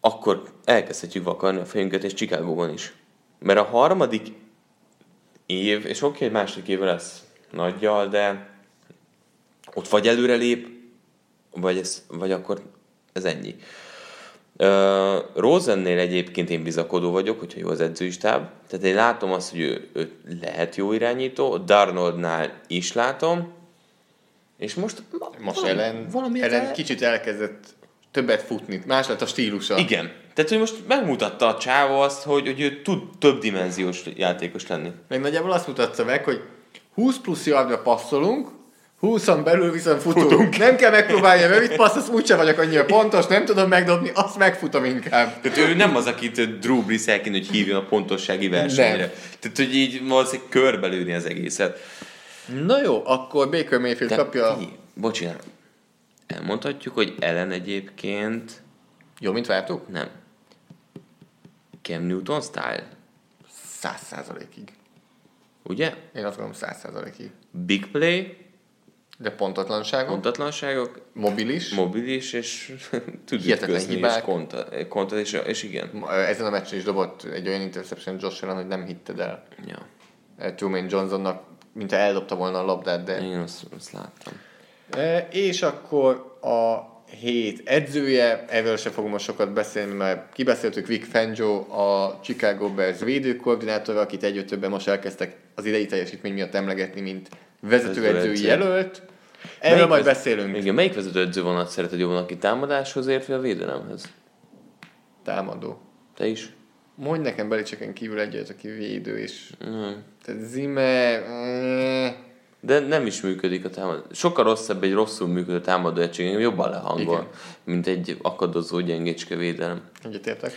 C: akkor elkezdhetjük vakarni a fejünket, és Chicagóban is. Mert a harmadik év, és oké, hogy második év lesz nagyjal, de ott vagy előrelép, vagy, ez, vagy akkor ez ennyi. Uh, Rosennél egyébként én bizakodó vagyok, hogyha jó az edzői stáb. Tehát én látom azt, hogy ő, ő lehet jó irányító, Darnoldnál is látom, és most,
D: Most ellen, ellen kicsit elkezdett többet futni. Más lett a stílusa.
C: Igen. Tehát, hogy most megmutatta a csávó azt, hogy, hogy ő tud több dimenziós játékos lenni.
D: Meg nagyjából azt mutatta meg, hogy 20 plusz yardra passzolunk, 20-an belül viszont futunk. futunk. Nem kell megpróbálni a rövid passz, azt úgyse vagyok annyira pontos, nem tudom megdobni, azt megfutom inkább.
C: Tehát ő nem az, akit Drew Brees elkéne, hogy hívjon a pontossági versenyre.
D: Nem.
C: Tehát, hogy így valószínűleg körbelőni az egészet.
D: Na jó, akkor Baker Mayfield
C: De
D: kapja...
C: Figyelj, Bocsánat. Elmondhatjuk, hogy Ellen egyébként
D: Jó, mint vártuk?
C: nem. Cam Newton style,
D: Száz százalékig.
C: ugye?
D: Én azt gondolom száz százalékig.
C: Big play,
D: De pontatlanságok,
C: pontatlanságok,
D: mobilis.
C: mobilis, és tud
D: Hihetetlen
C: ütközni, és
D: hibák.
C: konta, konta és, és igen.
D: Ö, Ezen a meccsen is dobott egy olyan interception Josh Allen, hogy nem hitted el
C: Ja.
D: Ö, Truman Johnsonnak, mint ha eldobta volna a labdát, de...
C: Én azt, azt láttam.
D: E, És akkor a hét edzője, erről se fogunk most sokat beszélni, mert kibeszéltük Vic Fangio, a Chicago Bears védőkoordinátora, akit egyre többen most elkezdtek az idei teljesítmény miatt emlegetni, mint vezetőedzői
C: Vezetőedző.
D: jelölt. Erről majd
C: vez-
D: beszélünk.
C: Igen, melyik vezető edzővonat szereted jobban, aki támadáshoz ért, vagy a védelemhez?
D: Támadó.
C: Te is?
D: Mondj nekem Belicseken kívül egyet, aki védő, és... Tehát Zimmer... eh,
C: De nem is működik a támadó. Sokkal rosszabb egy rosszul működő támadó egység, jobban lehangol,
D: Igen.
C: mint egy akadozó gyengécske védelem.
D: Egyetértek?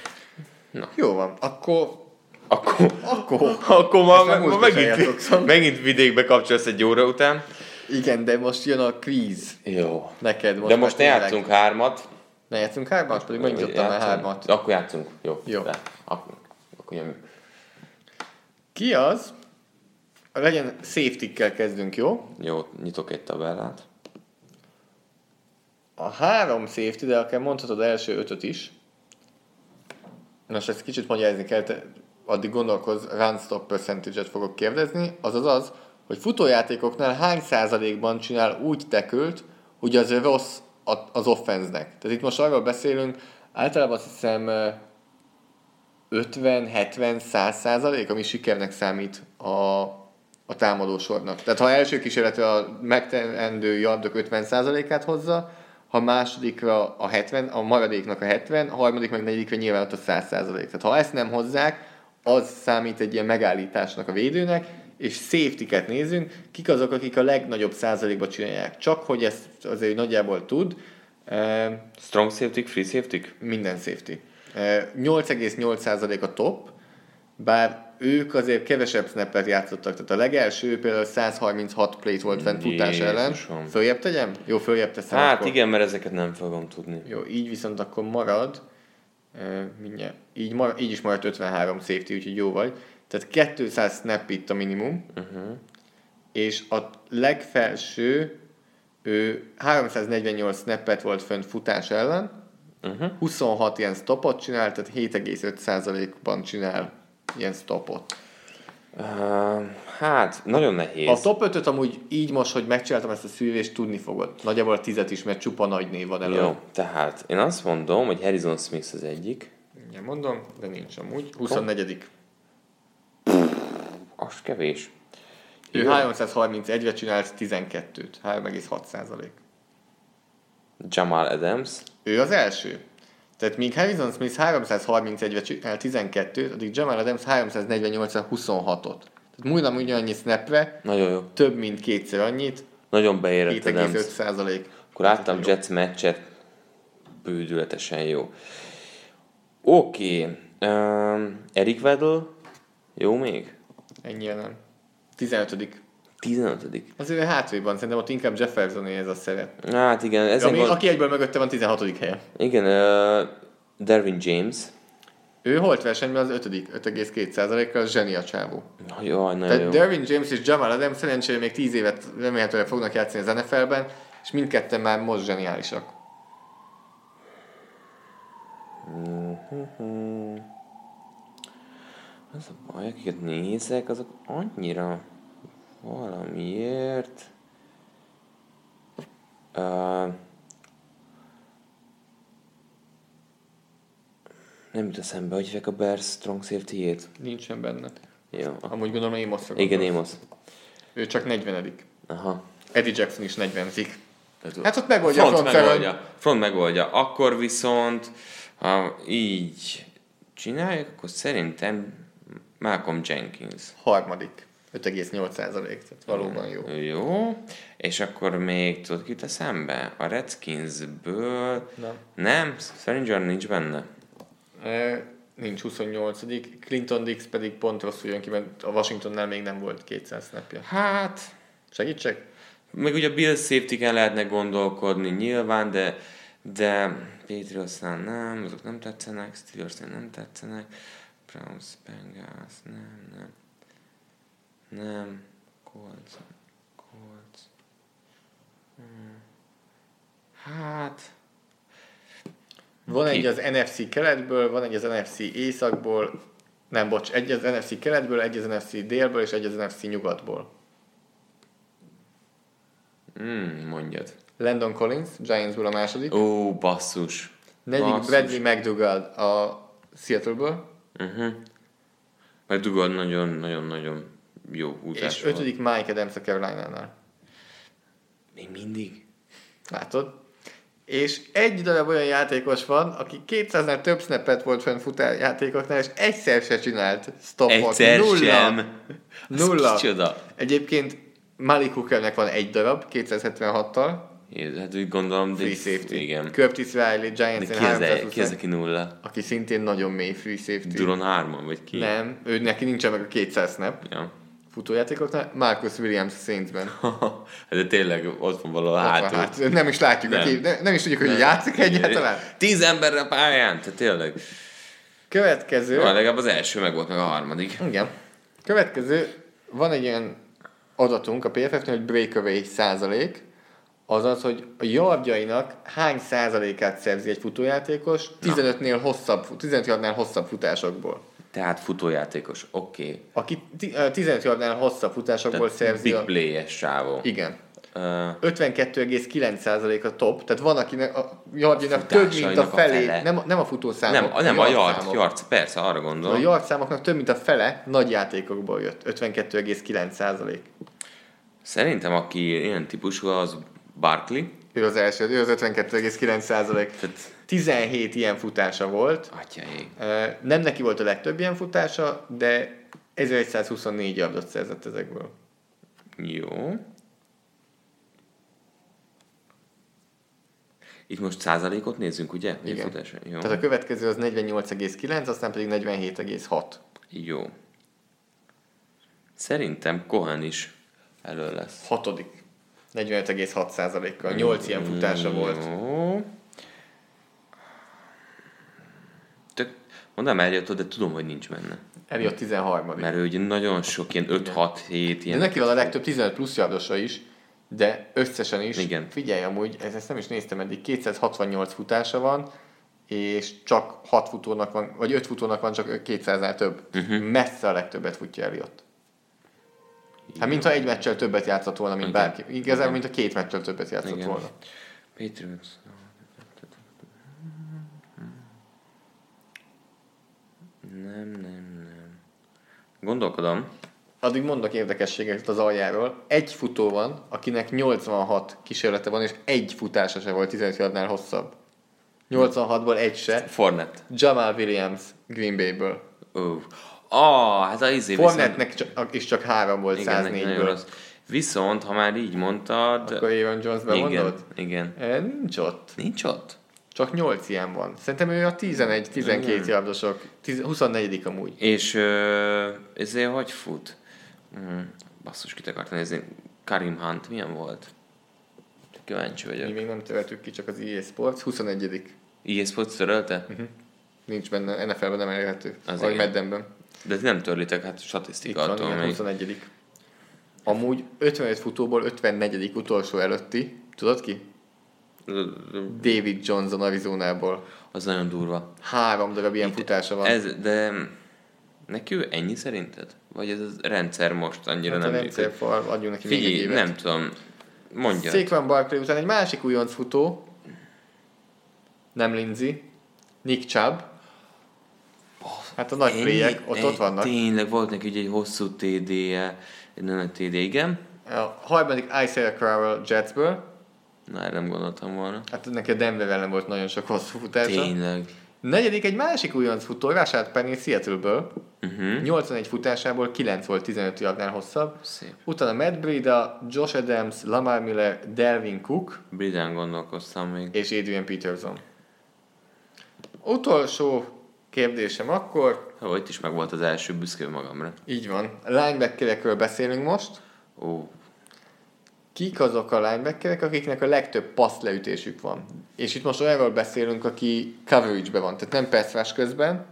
D: Na. Jó van, akkor...
C: Akkor,
D: Akkor...
C: akkor ma,
D: Ezt már
C: ma
D: múltkor se
C: megint,
D: játszottam.
C: megint vidékbe kapcsolsz egy óra után.
D: Igen, de most jön a quiz
C: Jó.
D: neked. Most
C: De
D: már
C: most ne
D: tényleg.
C: játszunk hármat.
D: Ne játszunk hármat? Pedig megnyitottam már
C: Játszunk.
D: hármat.
C: Akkor játszunk. Jó.
D: Jó.
C: De, akkor, akkor nyomjuk.
D: Ki az? Legyen safety-kkel kezdünk, jó?
C: Jó, nyitok egy tabellát.
D: A három safety, de akár mondhatod első ötöt is. Most ezt kicsit magyarázni kell, te addig gondolkoz, run stop percentage-et fogok kérdezni. Azaz az, hogy futójátékoknál hány százalékban csinál úgy tekölt, hogy az rossz a- az offense-nek. Tehát itt most arról beszélünk, általában azt hiszem ö, 50-70-100 százalék, ami sikernek számít a, a támadósornak. Tehát ha első kísérletre a megtendő yardok 50 százalékát hozza, ha másodikra a 70, a maradéknak a 70, a harmadik meg negyedikre nyilván ott a 100 százalék. Tehát ha ezt nem hozzák, az számít egy ilyen megállításnak a védőnek, és safety nézünk, kik azok, akik a legnagyobb százalékba csinálják. Csak hogy ezt azért nagyjából tud, ehm,
C: Strong safety, free safety?
D: minden safety. Ö, 8,8% a top, bár ők azért kevesebb snappet játszottak. Tehát a legelső például 136 plate volt fent futás ellen.
C: Jézusom.
D: Följebb tegyem? Jó, följebb teszem.
C: Hát
D: akkor.
C: igen, mert ezeket nem fogom tudni.
D: Jó, így viszont akkor marad, ö, mindjárt, így, mar, így is maradt 53 safety, úgyhogy jó vagy. Tehát 200 snap itt a minimum, uh-huh. és a legfelső ő 348 snappet volt fönt futás ellen, uh-huh. 26 ilyen stopot csinál, tehát 7,5%-ban csinál ilyen stopot.
C: Uh, hát, nagyon nehéz.
D: A top 5 amúgy így most, hogy megcsináltam ezt a szűrést, tudni fogod. Nagyjából a 10 is, mert csupa nagy név van elő.
C: Jó, tehát én azt mondom, hogy Harrison Smith az egyik.
D: Igen, mondom, de nincs amúgy. 24
C: Az kevés.
D: Ő 331-re csinált 12-t, 3,6 százalék.
C: Jamal Adams.
D: Ő az első. Tehát míg Harrison Smith 331-re csinál 12-t, addig Jamal Adams 348-ra 26-ot. Tehát múlna ugyanannyi snapre,
C: Nagyon jó.
D: több mint kétszer annyit,
C: Nagyon beérett Adams.
D: 7,5 százalék.
C: Akkor láttam Jets meccset, bődületesen jó. Oké, um, Eric Weddle, jó még?
D: Ennyire nem. 15
C: 15
D: Azért ő hátvéban, szerintem ott inkább Jeffersoné ez a szeret.
C: Hát igen, ezen
D: Ami,
C: gond...
D: aki egyből mögötte van 16 helyen.
C: Igen, uh, Derwin James.
D: Ő holt versenyben az 5 5,2 százalékkal zseni a csávó.
C: Nagyon jó, nagyon
D: Tehát
C: jó.
D: Derwin James és Jamal Adams szerencsére még 10 évet remélhetőleg fognak játszani az NFL-ben, és mindketten már most zseniálisak.
C: Az a baj, akiket nézek, azok annyira valamiért... Uh, nem jut eszembe, hogy hívják a Bears Strong Safety-ét.
D: Nincsen benne.
C: Jó. ak-
D: Amúgy gondolom én most
C: Igen, Amos.
D: Ő csak 40
C: Aha.
D: Eddie Jackson is 40 -dik.
C: Ez
D: Hát ott megoldja a front seven.
C: megoldja. Front megoldja. Akkor viszont, ha így csináljuk, akkor szerintem Malcolm Jenkins.
D: Harmadik. 5,8 százalék. Tehát valóban jó.
C: Jó, és akkor még tudod kit eszembe? A Redskinsből...
D: Nem.
C: Nem, Salinger nincs benne.
D: E, nincs 28 Clinton Dix pedig pont rosszul jön ki, mert a Washingtonnál még nem volt 200 napja.
C: Hát,
D: Segítsek?
C: meg ugye a Bill safety lehetne gondolkodni nyilván, de de Patriotsnál nem, azok nem tetszenek, Steelersnél nem tetszenek, Browns, Bengals, nem, nem, nem, Colts, Colts, Hmm. hát,
D: Van
C: Ki?
D: egy az NFC keletből, van egy az NFC északból, nem, bocs, egy az NFC keletből, egy az NFC délből, és egy az NFC nyugatból.
C: hmm, mondjad.
D: Landon Collins, Giantsból a második.
C: Ó, basszus.
D: Negyedik
C: Basszus.
D: Bradley McDougall a Seattleből.
C: Mert Dugard nagyon-nagyon-nagyon jó húzás
D: És
C: volt.
D: ötödik Mike Adams a Carolina-nál.
C: Még mindig?
D: Látod? És egy darab olyan játékos van, aki 200-nál több snappet volt fenn futár játékoknál, és egyszer se csinált stopot.
C: Egyszer
D: Nulla.
C: sem. Az
D: Nulla.
C: kicsoda.
D: Egyébként Malik Hookernek van egy darab, 276-tal.
C: Jézus, hát úgy gondolom, de...
D: Free safety.
C: Igen.
D: Curtis Riley,
C: De
D: Giants
C: ki az, a, ki az,
D: 320,
C: aki nulla?
D: aki szintén nagyon mély free safety.
C: Duron Harmon, vagy ki?
D: Nem, ő neki nincsen meg a 200 snap.
C: Ja.
D: futójátékoknál, Marcus Williams a Saintsben.
C: Hát De tényleg ott van valahol
D: Hát,
C: hátul.
D: hát, nem is látjuk,
C: Nem.
D: nem. Aki, ne, nem is tudjuk, hogy játszik egyáltalán.
C: Tíz ember a pályán, tehát tényleg.
D: Következő.
C: Jó, legalább az első meg volt, meg a harmadik.
D: Igen. Következő, van egy ilyen adatunk a PFF-nél, hogy breakaway százalék, azaz, hogy a yardjainak hány százalékát szerzi egy futójátékos 15-nél hosszabb, 15 yardnál hosszabb futásokból.
C: Tehát futójátékos, oké. Okay.
D: Aki ti- ö, 15 yardnál hosszabb futásokból
C: Tehát
D: szerzi
C: big
D: a...
C: play-es sávó.
D: Igen.
C: Uh,
D: 52,9% a top, tehát van, akinek a yardjainak több, mint a
C: futásainak a
D: felé.
C: fele.
D: nem, nem a futószámok.
C: nem, nem a yard,
D: yardszámok.
C: yard, persze, arra
D: A
C: gondolom.
D: yardszámoknak több, mint a fele nagy játékokból jött. 52,9%.
C: Szerintem, aki ilyen típusú, az Barkley.
D: Ő az első, ő az 52,9 százalék.
C: Tehát-
D: 17 ilyen futása volt.
C: Atyaék.
D: Ö, Nem neki volt a legtöbb ilyen futása, de 1124 yardot szerzett ezekből.
C: Jó. Itt most százalékot nézzünk, ugye? Hogy
D: Igen.
C: futás- Jó.
D: Tehát a következő az 48,9, aztán pedig 47,6.
C: Jó. Szerintem Cohen is elő lesz.
D: Hatodik. 45,6 százalékkal. 8 ilyen futása volt.
C: Mm, Jó. Tök, mondom eljöttől, de tudom, hogy nincs benne.
D: Eljött 13.
C: Mert ő ugye nagyon sok ilyen 5-6-7
D: De
C: ilyen...
D: neki van a legtöbb 15 plusz yardosa is, de összesen is,
C: Igen.
D: figyelj amúgy, ezt, ezt nem is néztem eddig, 268 futása van, és csak 6 futónak van, vagy 5 futónak van, csak 200-nál több.
C: Mhm.
D: Uh-huh. Messze a legtöbbet futja Elliot. Hát mintha egy meccsel többet játszott volna, mint
C: Igen.
D: bárki. Igazából, mint a két meccsel többet játszott
C: Igen.
D: volna.
C: Patriots. Nem, nem, nem. Gondolkodom.
D: Addig mondok érdekességeket az aljáról. Egy futó van, akinek 86 kísérlete van, és egy futása se volt 15 yardnál hosszabb. 86-ból egy se.
C: Fornet.
D: Jamal Williams Green Bay-ből.
C: Ó, ah, hát az izé viszont...
D: Fornetnek csak- is csak három volt
C: Igen, neki nagyon
D: 104-ből.
C: rossz. Viszont, ha már így mondtad...
D: Akkor Aaron Jones
C: igen,
D: bemondod?
C: igen.
D: E, Nincs ott.
C: Nincs ott?
D: Csak 8 ilyen van. Szerintem ő a 11-12 yardosok. 10 24 amúgy.
C: És ö, ezért hogy fut? Mm, basszus, kit akartam nézni. Karim Hunt milyen volt? Kíváncsi
D: Mi
C: vagyok.
D: még nem törtük ki, csak az EA Sports. 21
C: EA Sports törölte?
D: Nincs benne, NFL-ben nem elérhető.
C: Az
D: Vagy
C: igen.
D: Meddenben.
C: De ti nem törlitek, hát
D: Itt
C: statisztika
D: van, igen,
C: attól még.
D: 21 Amúgy 55 futóból 54 utolsó előtti, tudod ki? David Johnson Arizonából.
C: Az nagyon durva.
D: Három darab ilyen futása van.
C: Ez, de neki ő ennyi szerinted? Vagy ez a rendszer most annyira
D: Hát a
C: nem
D: rendszer
C: működik?
D: fal, adjunk neki még egy
C: Figyelj,
D: évet.
C: nem tudom. Mondja.
D: Székven Barkley után egy másik újonc futó, nem Lindsay, Nick Chubb. Hát a nagy
C: Ennyi-
D: pléjek, ott ott
C: ennyi-
D: vannak.
C: Tényleg volt neki ugye egy hosszú TD-je, egy nagyon nagy TD, igen.
D: A harmadik Isaiah Crowell Jetsből,
C: Na, erre nem gondoltam volna.
D: hát neki a Denver ellen volt nagyon sok hosszú futása.
C: Tényleg.
D: Negyedik egy másik újonc futó, Rashad Penny Seattle-ből. Uh-huh. 81 futásából 9 volt 15 yardnál hosszabb.
C: Szép.
D: Utána Matt Breda, Josh Adams, Lamar Miller, Delvin Cook,
C: Briden gondolkoztam még.
D: és Adrian Peterson. Utolsó kérdésem akkor,
C: Ó, itt is meg volt az első, büszke magamra.
D: így van, linebackerekről beszélünk most.
C: Ó,
D: Kik azok a linebackerek, akiknek a legtöbb passz leütésük van? És itt most olyanról beszélünk, aki coverage-be van, tehát nem pass közben,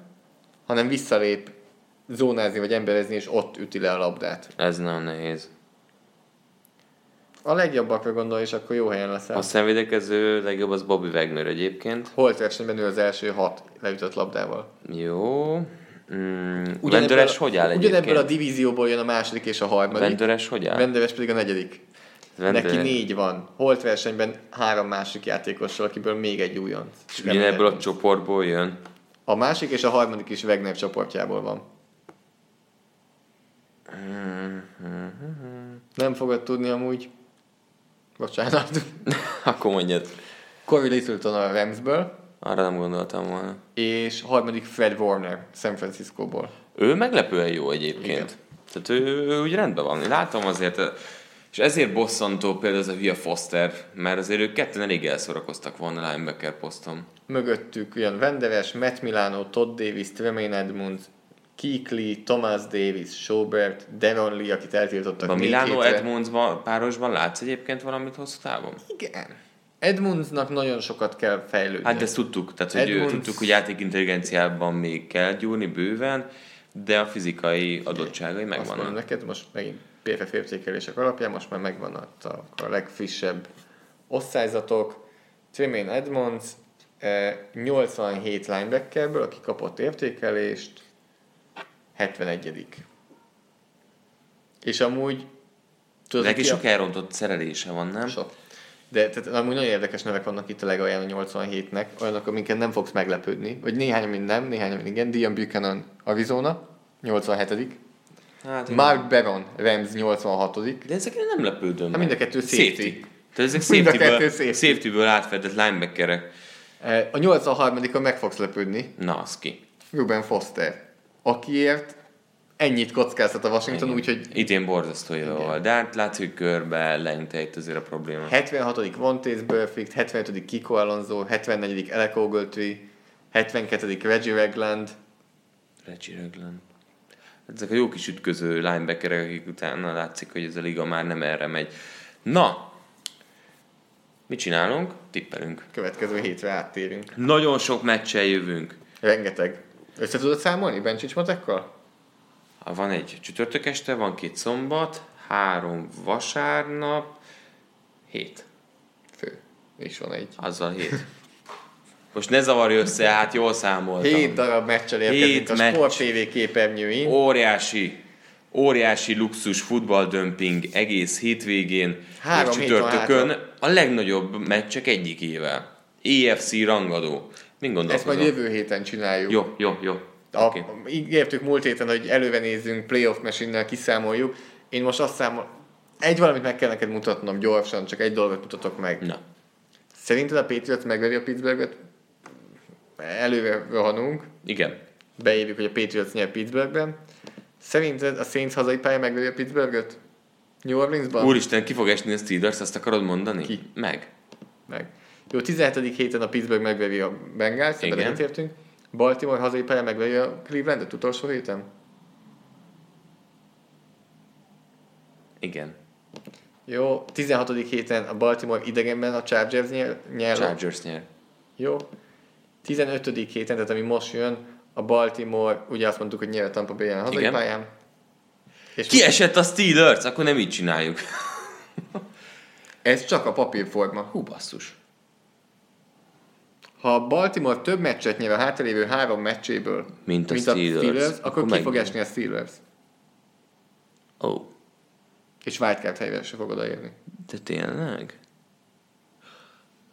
D: hanem visszalép zónázni vagy emberezni, és ott üti le a labdát.
C: ez nagyon nehéz.
D: A legjobbakra gondol, és akkor jó helyen leszel.
C: A szemvédekező legjobb az Bobby Wagner egyébként.
D: Holt versenyben ő az első hat leütött labdával.
C: Jó. Mm, Vendőres
D: Ugyanebből a-
C: hogy áll
D: Ugyanebből a
C: egyébként?
D: divízióból jön a második és a harmadik.
C: Vendőres hogy áll?
D: Vendőres pedig a negyedik.
C: Vendőre-
D: Neki négy van. Holt versenyben három másik játékossal, akiből még egy újonc.
C: És ugyanebből a csoportból jön.
D: A másik és a harmadik is Wegner csoportjából van. Nem fogod tudni amúgy. Bocsánat.
C: Akkor mondjad.
D: Corey Littleton a Ramsből,
C: Arra nem gondoltam volna.
D: és harmadik Fred Warner San Franciscóból.
C: Ő meglepően jó egyébként.
D: Igen.
C: Tehát ő, ő úgy rendben van. Én Látom azért, és ezért bosszantó például ez a hülye Foster, mert azért ők ketten elég elszórakoztak volna linebacker poszton.
D: Mögöttük jön Venderes, Matt Milano, Todd Davis, Tremaine Edmunds, Kikli, Thomas Davis, Schobert, Deron Lee, akit eltiltottak
C: A
D: négy
C: Milano
D: hétre.
C: Edmundsban, párosban látsz egyébként valamit hosszú távon?
D: Igen. Edmundsnak nagyon sokat kell fejlődni.
C: Hát de ezt tudtuk, tehát hogy ő,
D: Edmunds-
C: tudtuk, hogy játékintelligenciában még kell gyúrni bőven, de a fizikai adottságai
D: Azt mondom
C: megvannak.
D: neked, most megint PFF értékelések alapján, most már megvannak a, a legfrissebb osztályzatok. Tremaine Edmonds, eh, 87 linebackerből, aki kapott értékelést, 71 És amúgy... Tudod,
C: Neki
D: ki a-
C: sok elrontott szerelése van, nem?
D: Sok. De tehát, amúgy nagyon érdekes nevek vannak itt a legalján a 87-nek, olyanok, amiket nem fogsz meglepődni, vagy néhány, amin nem, néhány, amin igen. Dion Buchanan, Arizona, 87
C: Hát, igen.
D: Mark Baron, Rams 86
C: De ezek nem lepődöm.
D: Hát mind a kettő safety.
C: Tehát ezek
D: Mind a kettő
C: safety-ből,
D: safety.
C: safety-ből átfedett linebackerek.
D: Eh, A 83 meg fogsz lepődni,
C: Na, az ki.
D: Ruben Foster, akiért ennyit kockáztat a Washington, úgyhogy
C: Idén borzasztó jó volt, de hát látszik, hogy körbe leinte itt azért a probléma.
D: 76. Vontaze Burfict, 75. Kiko Alonso, 74. Alec Ogletree, 72. Reggie Ragland,
C: Reggie Ragland. Ezek a jó kis ütköző linebackerek, akik utána látszik, hogy ez a liga már nem erre megy. Na, mit csinálunk? Tippelünk.
D: következő hétre áttérünk.
C: Nagyon sok meccsel jövünk.
D: Rengeteg. Össze tudod számolni Bencsics matekkal?
C: Ha Van egy csütörtök este, van két szombat, három vasárnap, hét.
D: Fő. És van egy.
C: Azzal hét. Most ne zavarj össze, hát jól számoltam.
D: Hét darab meccsel
C: Hét
D: érkezünk a
C: meccs.
D: Sport TV képernyőin.
C: Óriási, óriási luxus futballdömping egész hétvégén,
D: Három
C: és
D: hét van
C: csütörtökön a legnagyobb meccsek egyikével. EFC rangadó. Mind
D: Ezt majd
C: gondolkozom?
D: jövő héten csináljuk.
C: Jó, jó, jó.
D: A,
C: Oké.
D: okay. Ígértük múlt héten, hogy elővenézzünk, playoff mesinnel kiszámoljuk. Én most azt számol... Egy valamit meg kell neked mutatnom gyorsan, csak egy dolgot mutatok meg.
C: Na,
D: Szerinted a Patriots megveri a Pittsburghet? Előre rohanunk,
C: igen.
D: beírjuk, hogy a Patriots nyer Pittsburghben. Szerinted a Saints hazai pályán megveri a Pittsburghet? New Orleansban?
C: Úristen, ki fog esni a Steelers, azt akarod mondani?
D: Ki?
C: Meg.
D: Meg. Jó, 17. héten a Pittsburgh megveri a Bengals,
C: Igen.
D: ebben egyetértünk. Baltimore hazai pályán megveri a Clevelandet utolsó héten.
C: Igen.
D: Jó, 16. héten a Baltimore idegenben a Chargers nyer. nyer.
C: Chargers nyer.
D: Jó. 15. héten, tehát ami most jön, a Baltimore, ugye azt mondtuk, hogy nyer a Tampa Bay-en a hazai
C: Igen.
D: pályán. És
C: Kiesett a Steelers, akkor nem így csináljuk.
D: Ez csak a papírforma.
C: Hú, basszus.
D: Ha a Baltimore több meccset nyer a hátralévő három meccséből,
C: Mint a Steelers, akkor
D: akkor, ki fog
C: megnyeri.
D: esni a Steelers.
C: Ó, oh,
D: És wildcard helyre se fog odaérni.
C: de tényleg?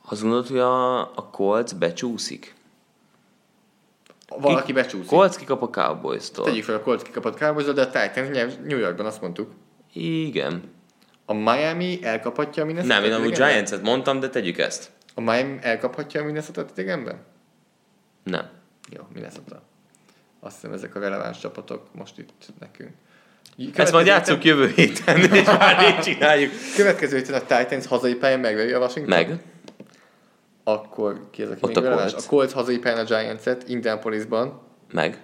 C: Azt gondolod, hogy a, a Colts becsúszik?
D: Valaki becsúszik.
C: Colts kikap a Cowboys-tól.
D: Tegyük fel, a Colts kikapott Cowboys, de a Titans nyer New Yorkban, azt mondtuk.
C: Igen.
D: A Miami elkaphatja a Minnesota
C: Nem, én amúgy
D: idegenben?
C: Giants-et mondtam, de tegyük ezt.
D: A Miami elkaphatja a Minnesota idegenben?
C: Nem.
D: Jó, Minnesota. Azt hiszem ezek a releváns csapatok most itt nekünk.
C: Ezt majd játsszuk jövő héten, és már így csináljuk.
D: Következő héten a Titans hazai pályán megveri a Washington.
C: Meg.
D: Akkor ki az, aki
C: Ott
D: még
C: a
D: releváns?
C: Colts.
D: A Colts hazai pályán a Giants-et, Indianapolisban.
C: Meg.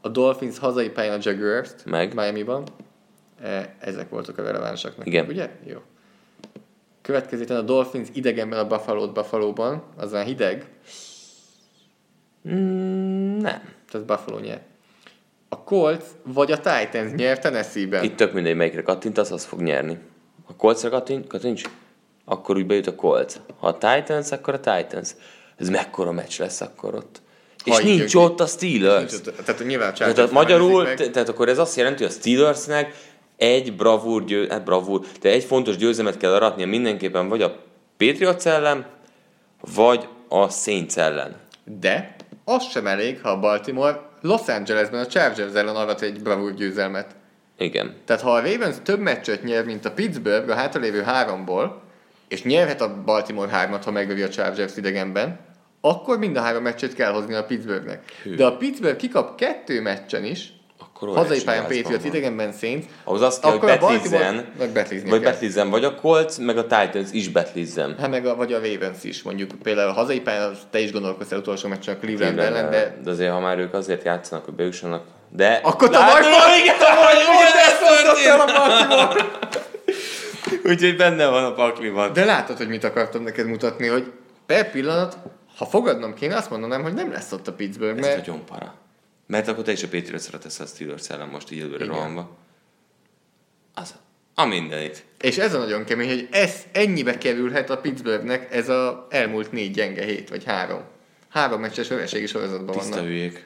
D: A Dolphins hazai pályán a Jaguars-t,
C: Meg.
D: Miami-ban. E, Ezek voltak a relevánsak nekünk,
C: Igen.
D: ugye? Jó. Következő héten a Dolphins idegenben a Buffalo-t Buffalo-ban, az már hideg,
C: Mm, Nem.
D: tehát Buffalo nyer. A Colts vagy a Titans nyer Tennessee-ben.
C: Itt tök mindegy, melyikre kattintasz, az fog nyerni. Ha Colts-ra kattint, kattints, akkor úgy bejut a Colts. Ha a Titans, akkor a Titans. Ez mekkora meccs lesz akkor ott. És
D: így
C: nincs
D: jön ki.
C: ott a Steelers.
D: Tehát nyilván a Chargers
C: Tehát magyarul,
D: nevezik
C: te-
D: meg.
C: tehát akkor ez azt jelenti, hogy a Steelersnek egy bravúr, győ, hát bravúr, de egy fontos győzelmet kell aratnia mindenképpen, vagy a Patriots ellen, vagy a Saints ellen.
D: De az sem elég, ha a Baltimore Los Angelesben a Chargers ellen arat egy bravúr győzelmet.
C: Igen.
D: Tehát ha a Ravens több meccset nyer, mint a Pittsburgh a hátralévő háromból, és nyerhet a Baltimore hármat, ha megövi a Chargers idegenben, akkor mind a három meccset kell hozni a Pittsburghnek. De a Pittsburgh kikap kettő meccsen is,
C: Akkor óriási
D: hazai pályán
C: gázban
D: Patriots,
C: van.
D: idegenben Saints,
C: Ahhoz azt kell,
D: Akkor
C: hogy
D: a Baltimore-
C: betlizzen,
D: vagy betliznia
C: vagy,
D: kell.
C: betlizzen, vagy a Colts, meg a Titans is betlizzen.
D: hát meg a, vagy a Ravens is, mondjuk például a hazai pályán, az te is gondolkoztál utolsó meccsen a Cleveland ellen, de
C: de azért, ha már ők azért játszanak, hogy bejussanak, De...
D: Akkor tavaly
C: Látod,
D: pont-
C: igen, tavaly ugyanezt
D: Fel a
C: történt!
D: Baltimore.
C: Úgyhogy benne van a pakliban.
D: De látod, hogy mit akartam neked mutatni, hogy per pillanat, ha fogadnom kéne, azt mondanám, hogy nem lesz ott a Pittsburgh,
C: Ez
D: mert
C: nagyon para. Mert akkor te is a Patriotsra teszel a Steelers ellen most így előre
D: Igen.
C: rohanva. Az a mindenit.
D: És ez a nagyon kemény, hogy ez ennyibe kerülhet a Pittsburghnek ez a elmúlt négy gyenge hét, vagy három. Három meccses vereségi sorozatban
C: Tiszta
D: vannak.
C: hülyék.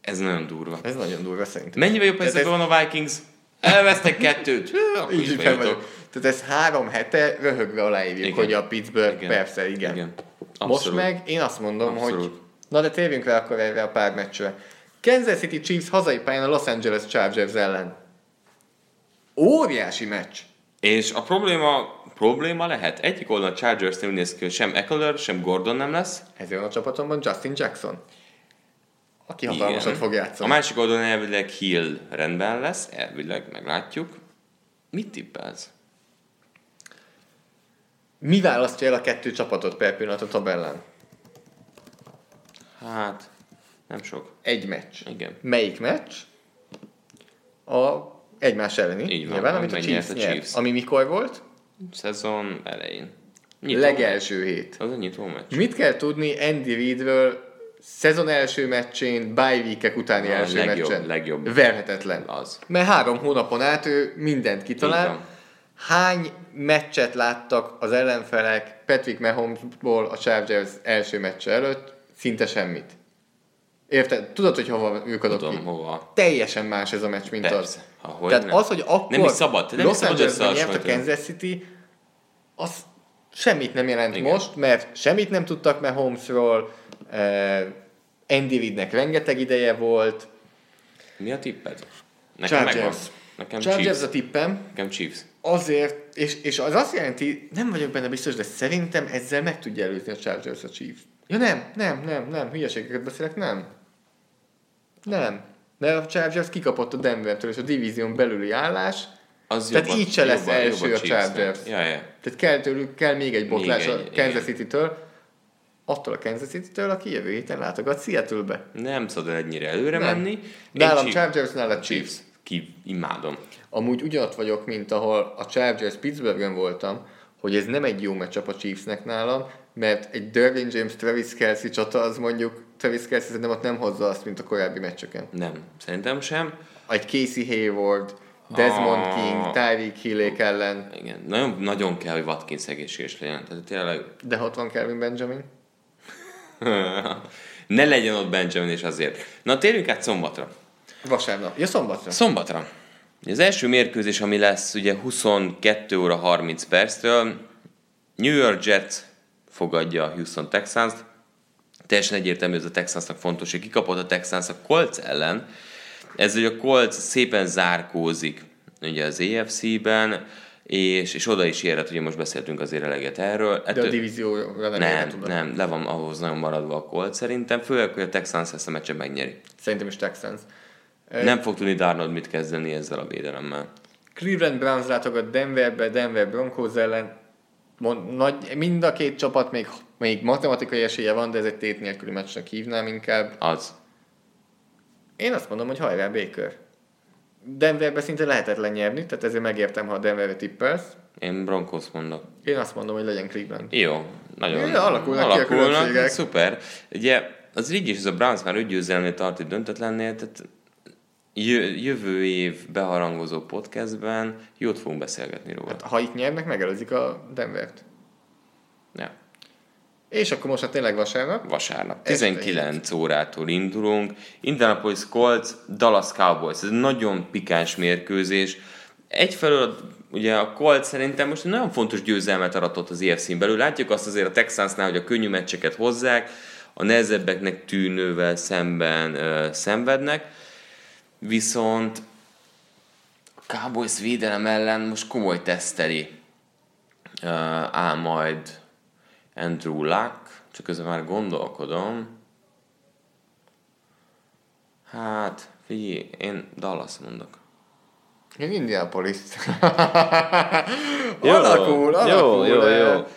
C: Ez nagyon durva.
D: Ez nagyon durva szerintem.
C: Mennyivel jobb
D: Tehát
C: helyzetben van a Vikings? Elvesztek kettőt. Hű, akkor
D: ez, így
C: is
D: így fel
C: bejutok.
D: vagyok. Tehát ez három hete röhögve aláírjuk,
C: Igen.
D: hogy a Pittsburgh
C: Igen.
D: persze, igen.
C: Igen.
D: igen. Most
C: Abszolút.
D: meg én azt mondom,
C: Abszolút.
D: hogy na de térjünk rá akkor erre a pár meccsre. Kansas City Chiefs hazai pályán a Los Angeles Chargers ellen. Óriási meccs.
C: És a probléma, probléma lehet. Egyik oldalon a Chargersnél úgy néz ki, hogy sem Eckler, sem Gordon nem lesz.
D: Ezért van a csapatomban Justin Jackson. Aki hatalmasat
C: Igen.
D: fog játszani.
C: A másik oldalon elvileg Hill rendben lesz, elvileg, meglátjuk. Mit tippelsz?
D: Mi választja el a kettő csapatot per pillanat a tabellán?
C: Hát, nem sok.
D: Egy meccs.
C: Igen.
D: Melyik meccs? A egymás elleni,
C: Így van,
D: nyilván, amit a
C: amiben
D: Chiefs,
C: nyert a
D: nyert.
C: Chiefs.
D: Ami mikor volt?
C: Szezon elején.
D: Legelső hét.
C: Az a nyitó meccs.
D: Mit kell tudni Andy Reidről szezon első meccsén, bye week utáni
C: A
D: első
C: legjobb,
D: meccsen?
C: legjobb.
D: Verhetetlen.
C: Az.
D: Mert három hónapon át ő mindent
C: Így
D: kitalál.
C: van.
D: Hány meccset láttak az ellenfelek Patrick Mahomesból a Chargers első meccse előtt? Szinte semmit. Érted? Tudod, hogy hova ők adok
C: Tudom,
D: ki?
C: hova.
D: Teljesen más ez a meccs, mint
C: Persze.
D: az.
C: Ha, hogy
D: Tehát
C: nem.
D: az, hogy akkor
C: Nem is szabad, nem is
D: Los
C: szabad
D: Angelesben nyert a
C: összehasonlítani.
D: Kansas City, az semmit nem jelent
C: Igen.
D: Igen. most, mert semmit nem tudtak meg Holmesról, eh, Andy Reidnek rengeteg ideje volt.
C: Mi a tipped? Nekem
D: Chargers.
C: megvan. Nekem
D: Chargers
C: Chiefs.
D: a tippem,
C: Nekem Chiefs.
D: azért, és, és az azt jelenti, nem vagyok benne biztos, de szerintem ezzel meg tudja előzni a Chargers a Chiefs. Ja nem, nem, nem, nem, hülyeségeket beszélek, nem. Nem. Mert a Chargers kikapott a Denvertől, és a divízión belüli állás,
C: Az
D: Tehát
C: jobb a-
D: így se lesz
C: jobb a- jobb
D: első a
C: Chiefsnek.
D: Chargers.
C: Ja, ja.
D: Tehát kell tőlük, kell még egy botlás
C: Még
D: a
C: egy, igen.
D: Kansas City-től, attól a Kansas City-től, aki jövő héten látogat Seattle-be.
C: Nem szabad ennyire előre
D: Nem.
C: menni. Én
D: Nálam
C: Chiefs-
D: Chargers, nálad Chiefs.
C: Chiefs. Ki, imádom.
D: Amúgy ugyanott vagyok, mint ahol a Chargers Pittsburghön voltam, hogy ez nem egy jó meccs a Chiefsnek nálam, mert egy Dervin James Travis Kelsey csata az mondjuk Travis Kelsey szerintem ott nem hozza azt, mint a korábbi meccsöken.
C: Nem, szerintem sem.
D: Egy Casey Hayward, Desmond
C: Ah.
D: King, Tyreek Hillék ellen,
C: Igen, nagyon, nagyon kell, hogy Watkins egészséges legyen. Tehát tényleg
D: de ott van Kelvin Benjamin.
C: ne legyen ott Benjamin és azért. Na térjünk át szombatra.
D: Vasárnap. Ja, szombatra.
C: Szombatra. Az első mérkőzés, ami lesz ugye 22 óra 30 perctől, New York Jets fogadja a Houston texans Teljesen egyértelmű, ez a Texansnak fontos, hogy kikapott a Texans a Colts ellen. Ez ugye a Colts szépen zárkózik ugye az AFC-ben, és, és oda is érhet, ugye most beszéltünk azért eleget erről.
D: De a
C: Ettől-
D: divízióra nem, nem,
C: nem,
D: tudom. nem.
C: nem, le van ahhoz nagyon maradva a Colt szerintem, főleg, hogy a Texans ezt a meccset megnyeri.
D: Szerintem is Texans.
C: Nem fog tudni Darnold mit kezdeni ezzel a védelemmel.
D: Cleveland Browns látogat Denverbe, Denver Broncos ellen. Mond, nagy, mind a két csapat még, még matematikai esélye van, de ez egy tét nélküli meccsnek hívnám inkább.
C: Az.
D: Én azt mondom, hogy hajrá Baker. Denverbe szinte lehetetlen nyerni, tehát ezért megértem, ha a Denverre tippelsz.
C: Én Broncos mondok.
D: Én azt mondom, hogy legyen Cleveland.
C: Jó, nagyon
D: Ja, alakulnak ki a különbségek.
C: Szuper. Ugye az így is ez a Browns már öt győzelmnél tart egy döntetlennél, tehát jö- jövő év beharangozó podcastben jót fogunk beszélgetni róla.
D: Hát, ha itt nyernek, megelőzik a Denvert.
C: Ja.
D: És akkor most hát tényleg vasárnap.
C: vasárnap.
D: Este
C: 19 órától indulunk. Indianapolis Colts, Dallas Cowboys. Ez egy nagyon pikáns mérkőzés. Egyfelől ugye a Colts szerintem most egy nagyon fontos győzelmet aratott az EFC-n belül. Látjuk azt azért a Texansnál, hogy a könnyű meccseket hozzák, a nehezebbeknek tűnővel szemben ö, szenvednek, viszont a Cowboys védelem ellen most komoly teszteli uh, áll majd Andrew Luck, csak közben már gondolkodom. Hát, figyelj, én Dallas mondok.
D: Én Indianapolis. alakul,
C: Jó,
D: alakul.
C: jó,
D: eh,
C: jó. Hát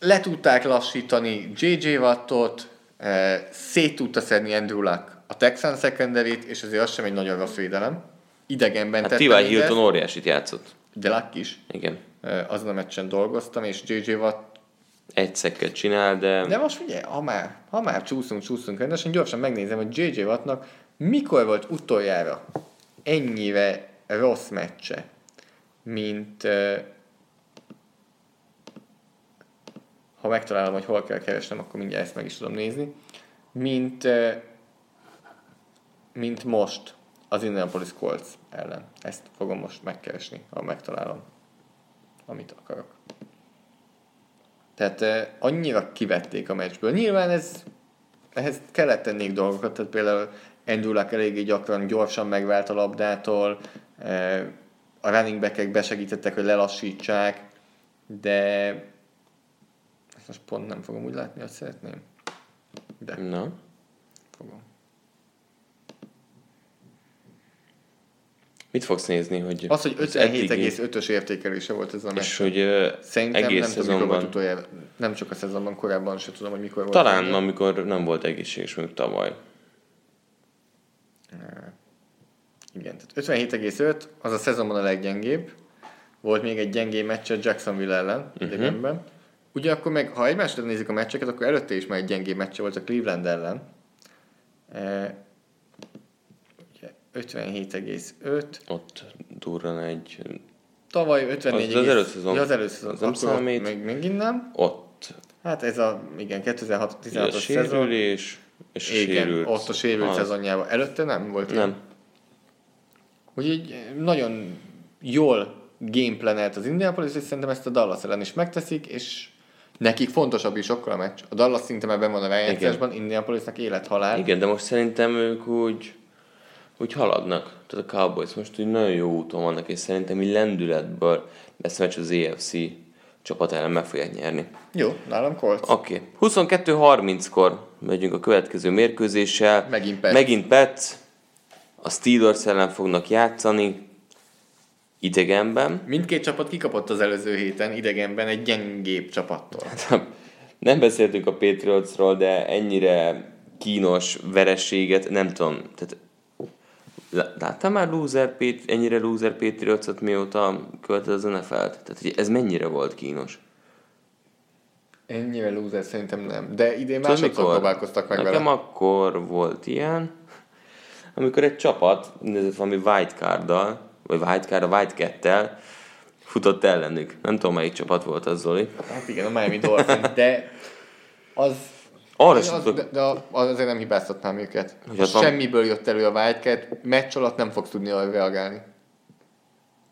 D: le tudták lassítani J.J. Wattot, eh, szét tudta szedni Andrew Luck a Texan secondary és azért az sem egy nagyon rossz védelem. Idegenben
C: Hát
D: tette
C: T.Y.
D: mindezt,
C: Hilton óriásit játszott.
D: de Luck is.
C: Igen.
D: Ö, Azon a meccsen dolgoztam, és JJ Watt
C: Egy szekket csinál, de,
D: de most ugye, ha már, ha már csúszunk, csúszunk rendesen, gyorsan megnézem, hogy JJ Wattnak mikor volt utoljára ennyire rossz meccse, mint ö, ha megtalálom, hogy hol kell keresnem, akkor mindjárt ezt meg is tudom nézni, mint, ö, mint most az Indianapolis Colts ellen. Ezt fogom most megkeresni, ha megtalálom, amit akarok. Tehát eh, annyira kivették a meccsből. Nyilván ez, ehhez kellett tennék dolgokat, tehát például Andrew Luck eléggé gyakran gyorsan megvált a labdától, eh, a running backek besegítettek, hogy lelassítsák, de ezt most pont nem fogom úgy látni, hogy szeretném. De
C: na,
D: fogom.
C: mit fogsz nézni, hogy...
D: Az, hogy
C: az eddigi-
D: 57,5-ös értékelése volt ez a meccs.
C: És hogy ö,
D: Szerintem
C: egész
D: nem tudom, mikor volt
C: szezonban...
D: utoljára. Nem csak a szezonban, korábban sem tudom, hogy mikor volt.
C: Talán, amikor nem volt egészséges, mint tavaly.
D: Igen, tehát 57,5, az a szezonban a leggyengébb. Volt még egy gyengébb meccse Jacksonville ellen
C: Mhm.
D: idegenben. Ugye akkor meg, ha egymásra nézzük a meccseket, akkor előtte is már egy gyengébb meccse volt a Cleveland ellen. E, ugye 57,5,
C: Ott durran egy...
D: tavaly 54,5.
C: Az az előszezon.
D: Ja, az előszezon.
C: Az nem
D: Akkor ott
C: számít.
D: Még, megint nem.
C: Ott.
D: Hát ez a, igen, 2016-16-os
C: Ugye a
D: szezon.
C: sérülés, és a
D: Igen,
C: sérült.
D: ott a sérült
C: Az.
D: szezonjában. Előtte nem volt ilyen.
C: Nem.
D: hogy így nagyon jól gameplanelt az Indianapolis, és szerintem ezt a Dallas ellen is megteszik, és nekik fontosabb is sokkal a meccs. A Dallas szinte már ben van a rájátszásban, Indianapolisnak élet-halál.
C: Hát Igen, de most szerintem ők úgy, úgy haladnak. Tehát a Cowboys most úgy nagyon jó úton vannak, és szerintem így lendületből ezt a meccs az AFC csapat ellen meg fogják nyerni.
D: Jó, nálam Colts. A...
C: Oké. Okay. 22-30-kor megyünk a következő mérkőzéssel.
D: Megint Pets.
C: Megint Pets. A Steelers ellen fognak játszani. Idegenben.
D: Mindkét csapat kikapott az előző héten idegenben egy gyengébb csapattól.
C: Hát. Nem beszéltünk a Patriotsról, de ennyire kínos vereséget, nem tudom, tehát lá- Láttál már loser, Pat- ennyire loser Patriotsot mióta követed az NFL-t? Tehát hogy ez mennyire volt kínos?
D: Ennyire loser szerintem nem. De idén
C: Tudod,
D: másodszor próbálkoztak meg
C: Nekem
D: vele. A...
C: akkor volt ilyen, amikor egy csapat nézett valami wildcard-dal, vagy wildcard a wildcat-tel, futott ellenük. Nem tudom, melyik csapat volt az, Zoli.
D: Hát igen, a Miami Dolphins, de az...
C: Arra
D: én
C: sem
D: az,
C: tudok-
D: de, de a- azért nem hibáztatnám őket.
C: Hogy
D: Most
C: ott van-
D: semmiből jött elő a Wildcat, meccs alatt nem fogsz tudni arra reagálni.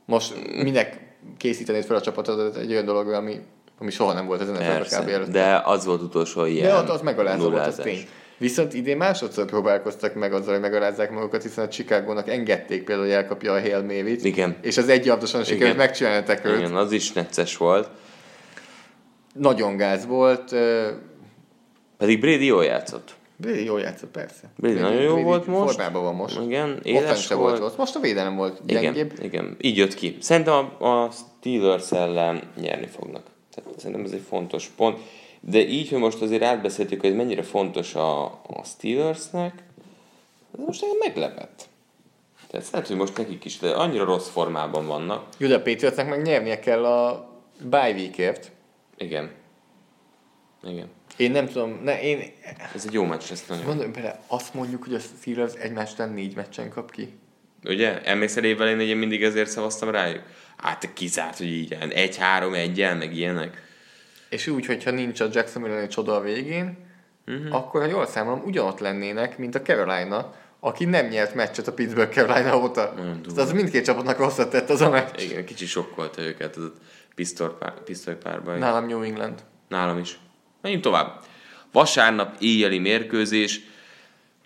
D: Most minek készítenéd fel a csapatodat egy olyan dologra, ami, ami soha nem volt ezen a kb.
C: Persze,
D: előtt.
C: de az volt utolsó ilyen
D: de ott az megalázó volt, az
C: nullázás.
D: tény. Viszont idén másodszor próbálkoztak meg azzal, hogy megalázzák magukat, hiszen a Chicagónak engedték például, hogy elkapja a Hail Mary-t,
C: Igen.
D: és az egy abdosan sikerült
C: Igen.
D: megcsináltak őt.
C: Igen, az is necces volt.
D: Nagyon gáz volt, ö,
C: Pedig Brady jól játszott.
D: Brady jól játszott, persze.
C: Brady nagyon jó volt most.
D: Formában van most.
C: Igen, éles
D: Offense
C: volt.
D: volt. volt. Most a védelem volt
C: Igen,
D: gyengébb.
C: igen, így jött ki. Szerintem a, a Steelers ellen nyerni fognak. Tehát szerintem ez egy fontos pont. De így, hogy most azért átbeszéltük, hogy mennyire fontos a, a Steelersnek, ez most engem meglepett. Tehát lehet, hogy most nekik is, de annyira rossz formában vannak.
D: Judah Patriotsnak meg nyernie kell a bye weekért.
C: Igen. Igen.
D: Én nem tudom, ne, én
C: Ez egy jó meccs lesz nagyon.
D: gondolom bele, azt mondjuk, hogy a Steelers egymás után négy meccsen kap ki.
C: Ugye? Emlékszel évelén, hogy én mindig ezért szavaztam rájuk? Hát te kizárt, hogy így áll. Egy-három egyel, meg ilyenek.
D: És úgy, hogyha nincs a Jacksonville egy csoda a végén,
C: Mhm.
D: uh-huh. akkor, ha jól számolom, ugyanott lennének, mint a Carolina, aki nem nyert meccset a Pittsburgh Carolina óta. Tehát az mindkét csapatnak rosszat tett az a meccs.
C: Igen, kicsi sokkolta őket az a pisztolypár, pisztolypárban.
D: Nálam New England.
C: Nálam is. Menjünk tovább. Vasárnap éjjeli mérkőzés.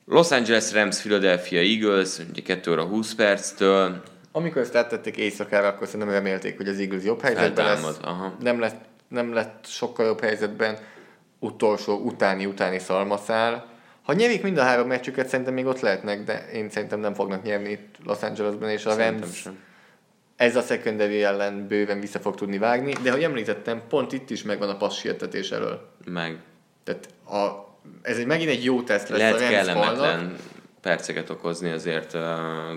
C: Los Angeles Rams, Philadelphia Eagles, ugye 2 óra 20 perctől.
D: Amikor ezt áttették éjszakára, akkor szerintem remélték, hogy az Eagles jobb helyzetben lesz.
C: Feltámad, aha.
D: Nem, lett, nem lett sokkal jobb helyzetben. Utolsó, utáni, utáni szalmaszál. Ha nyerik mind a három meccsüket, szerintem még ott lehetnek, de én szerintem nem fognak nyerni itt Los Angelesben, és a
C: Szerintem
D: Rams
C: sem.
D: ez a secondary ellen bőven vissza fog tudni vágni, de ahogy említettem, pont itt is megvan a passértetés elől.
C: Meg
D: Tehát a, ez egy, megint egy jó teszt lesz
C: lehet
D: a Rams falnak.
C: kellemetlen perceket okozni azért uh,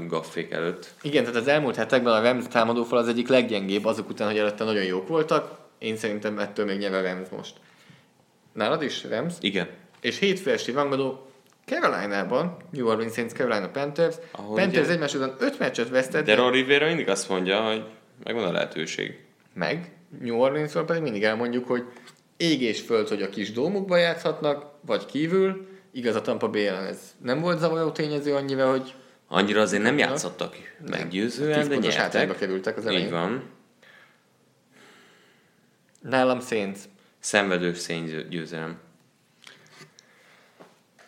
C: Gaffék előtt.
D: Igen, tehát az elmúlt hetekben a Rams támadófal az egyik leggyengébb, azok után, hogy előtte nagyon jók voltak. Én szerintem ettől még nyeve Rams most. Nálad is Rams?
C: Igen.
D: És hétfő esti rangadó Carolina-ban, New Orleans Saints, Carolina Panthers.
C: Ahol
D: Panthers
C: ugye-
D: egymás után öt meccset vesztett,
C: De Rory Rivera mindig azt mondja, hogy megvan a lehetőség.
D: meg New Orleansról pedig mindig elmondjuk, hogy ég és föld, hogy a kis dómukba játszhatnak, vagy kívül. Igaz, a Tampa Bay ellen ez nem volt zavaró tényező annyira, hogy
C: Annyira azért nem játszottak meggyőzően,
D: Tíz
C: de
D: pontos hátrányba
C: nyertek.
D: kerültek az
C: Így
D: elején.
C: van.
D: Nálam Saints.
C: Szenvedős szénygyőzelem.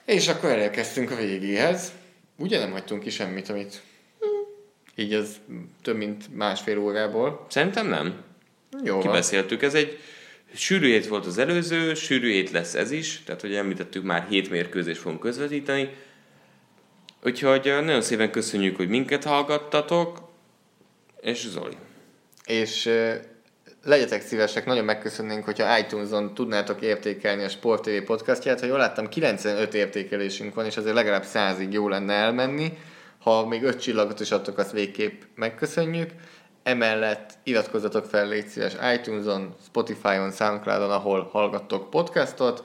D: És akkor elérkeztünk a végéhez. Ugye nem hagytunk ki semmit, amit hm, így az több mint másfél órából.
C: Szerintem nem.
D: Jó van.
C: Kibeszéltük. Ez egy sűrű hét volt az előző, sűrű hét lesz ez is, tehát hogy említettük, már hét mérkőzést fogunk közvetíteni. Úgyhogy eh, nagyon szépen köszönjük, hogy minket hallgattatok, és Zoli.
D: És ö, legyetek szívesek, nagyon megköszönnénk, hogyha iTunes-on tudnátok értékelni a Sport TV podcastját. Ha jól láttam, 95 értékelésünk van, és azért legalább 100-ig jó lenne elmenni. Ha még 5 csillagot is adtok, azt végképp megköszönjük. Emellett iratkozzatok fel, légy szíves, iTunes-on, Spotify-on, Soundcloud-on, ahol hallgattok podcastot.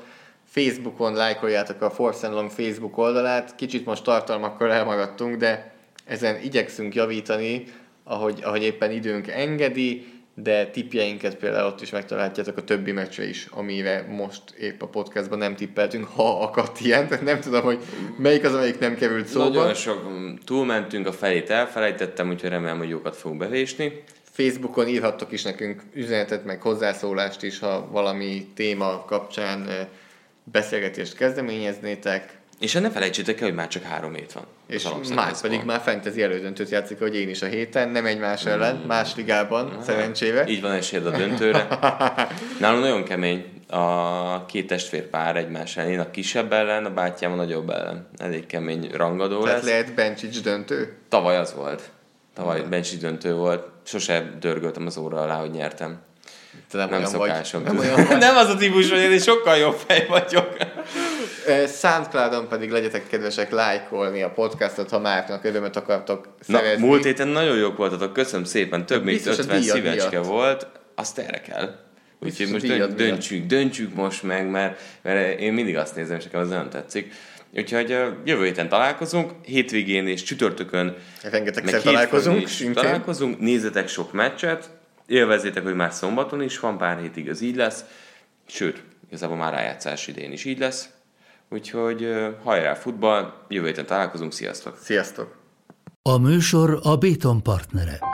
D: Facebookon lájkoljátok a Force and Long Facebook oldalát. Kicsit most tartalmakkal elmaradtunk, de ezen igyekszünk javítani, ahogy, ahogy éppen időnk engedi, de tippjeinket például ott is megtalálhatjátok a többi meccsre is, amire most épp a podcastban nem tippeltünk, ha akadt ilyen, tehát nem tudom, hogy melyik az, amelyik nem került szóba.
C: Nagyon sok mm, túlmentünk, a felét elfelejtettem, úgyhogy remélem, hogy jókat fogunk bevésni.
D: Facebookon írhattok is nekünk üzenetet, meg hozzászólást is, ha valami téma kapcsán ö, beszélgetést kezdeményeznétek.
C: És hát ne felejtsétek el, hogy már csak három hét van. az
D: És már
C: alapszakaszból.
D: pedig már fantasy elődöntőt játszik, hogy én is a héten, nem egymás ellen, más ligában, szerencsére.
C: Hmm. Így van esélyed a döntőre. Nálunk nagyon kemény a két testvérpár egymás ellen. Én a kisebb ellen, a bátyám a nagyobb ellen. Elég kemény rangadó
D: Tehát
C: lesz.
D: lehet Bencsics döntő.
C: Tavaly az volt. Tavaly Bencsi döntő volt. Sose dörgöltem az óra alá, hogy nyertem.
D: Te nem,
C: Nem
D: olyan
C: szokásom.
D: Vagy. Nem olyan vagy.
C: nem az a típus vagyok, én sokkal jobb fej vagyok.
D: Ö, Soundcloudon pedig legyetek kedvesek lájkolni a podcastot, ha Márknak örömet akartok
C: Na,
D: szerezni.
C: múlt héten nagyon jók voltatok, köszönöm szépen. Több mint
D: Biztos a
C: 50
D: díjad
C: szívecske
D: miatt.
C: volt. Azt erre kell.
D: Biztos
C: Úgyhogy
D: a
C: most
D: díjad
C: dönt,
D: miatt.
C: döntsük, döntsük most meg, mert, mert én mindig azt nézem, és nekem az nem tetszik. Úgyhogy ö, jövő héten találkozunk, hétvégén és csütörtökön. meg
D: Rengetegszer
C: hétfőn
D: találkozunk,
C: is
D: szintén.
C: Találkozunk, nézzetek sok meccset, élvezzétek, hogy már szombaton is van, pár hétig az így lesz. Sőt, igazából már rájátszás idén is így lesz. Úgyhogy ö, hajrá futball, jövő héten találkozunk, sziasztok!
D: Sziasztok!
A: A műsor a Béton partnere.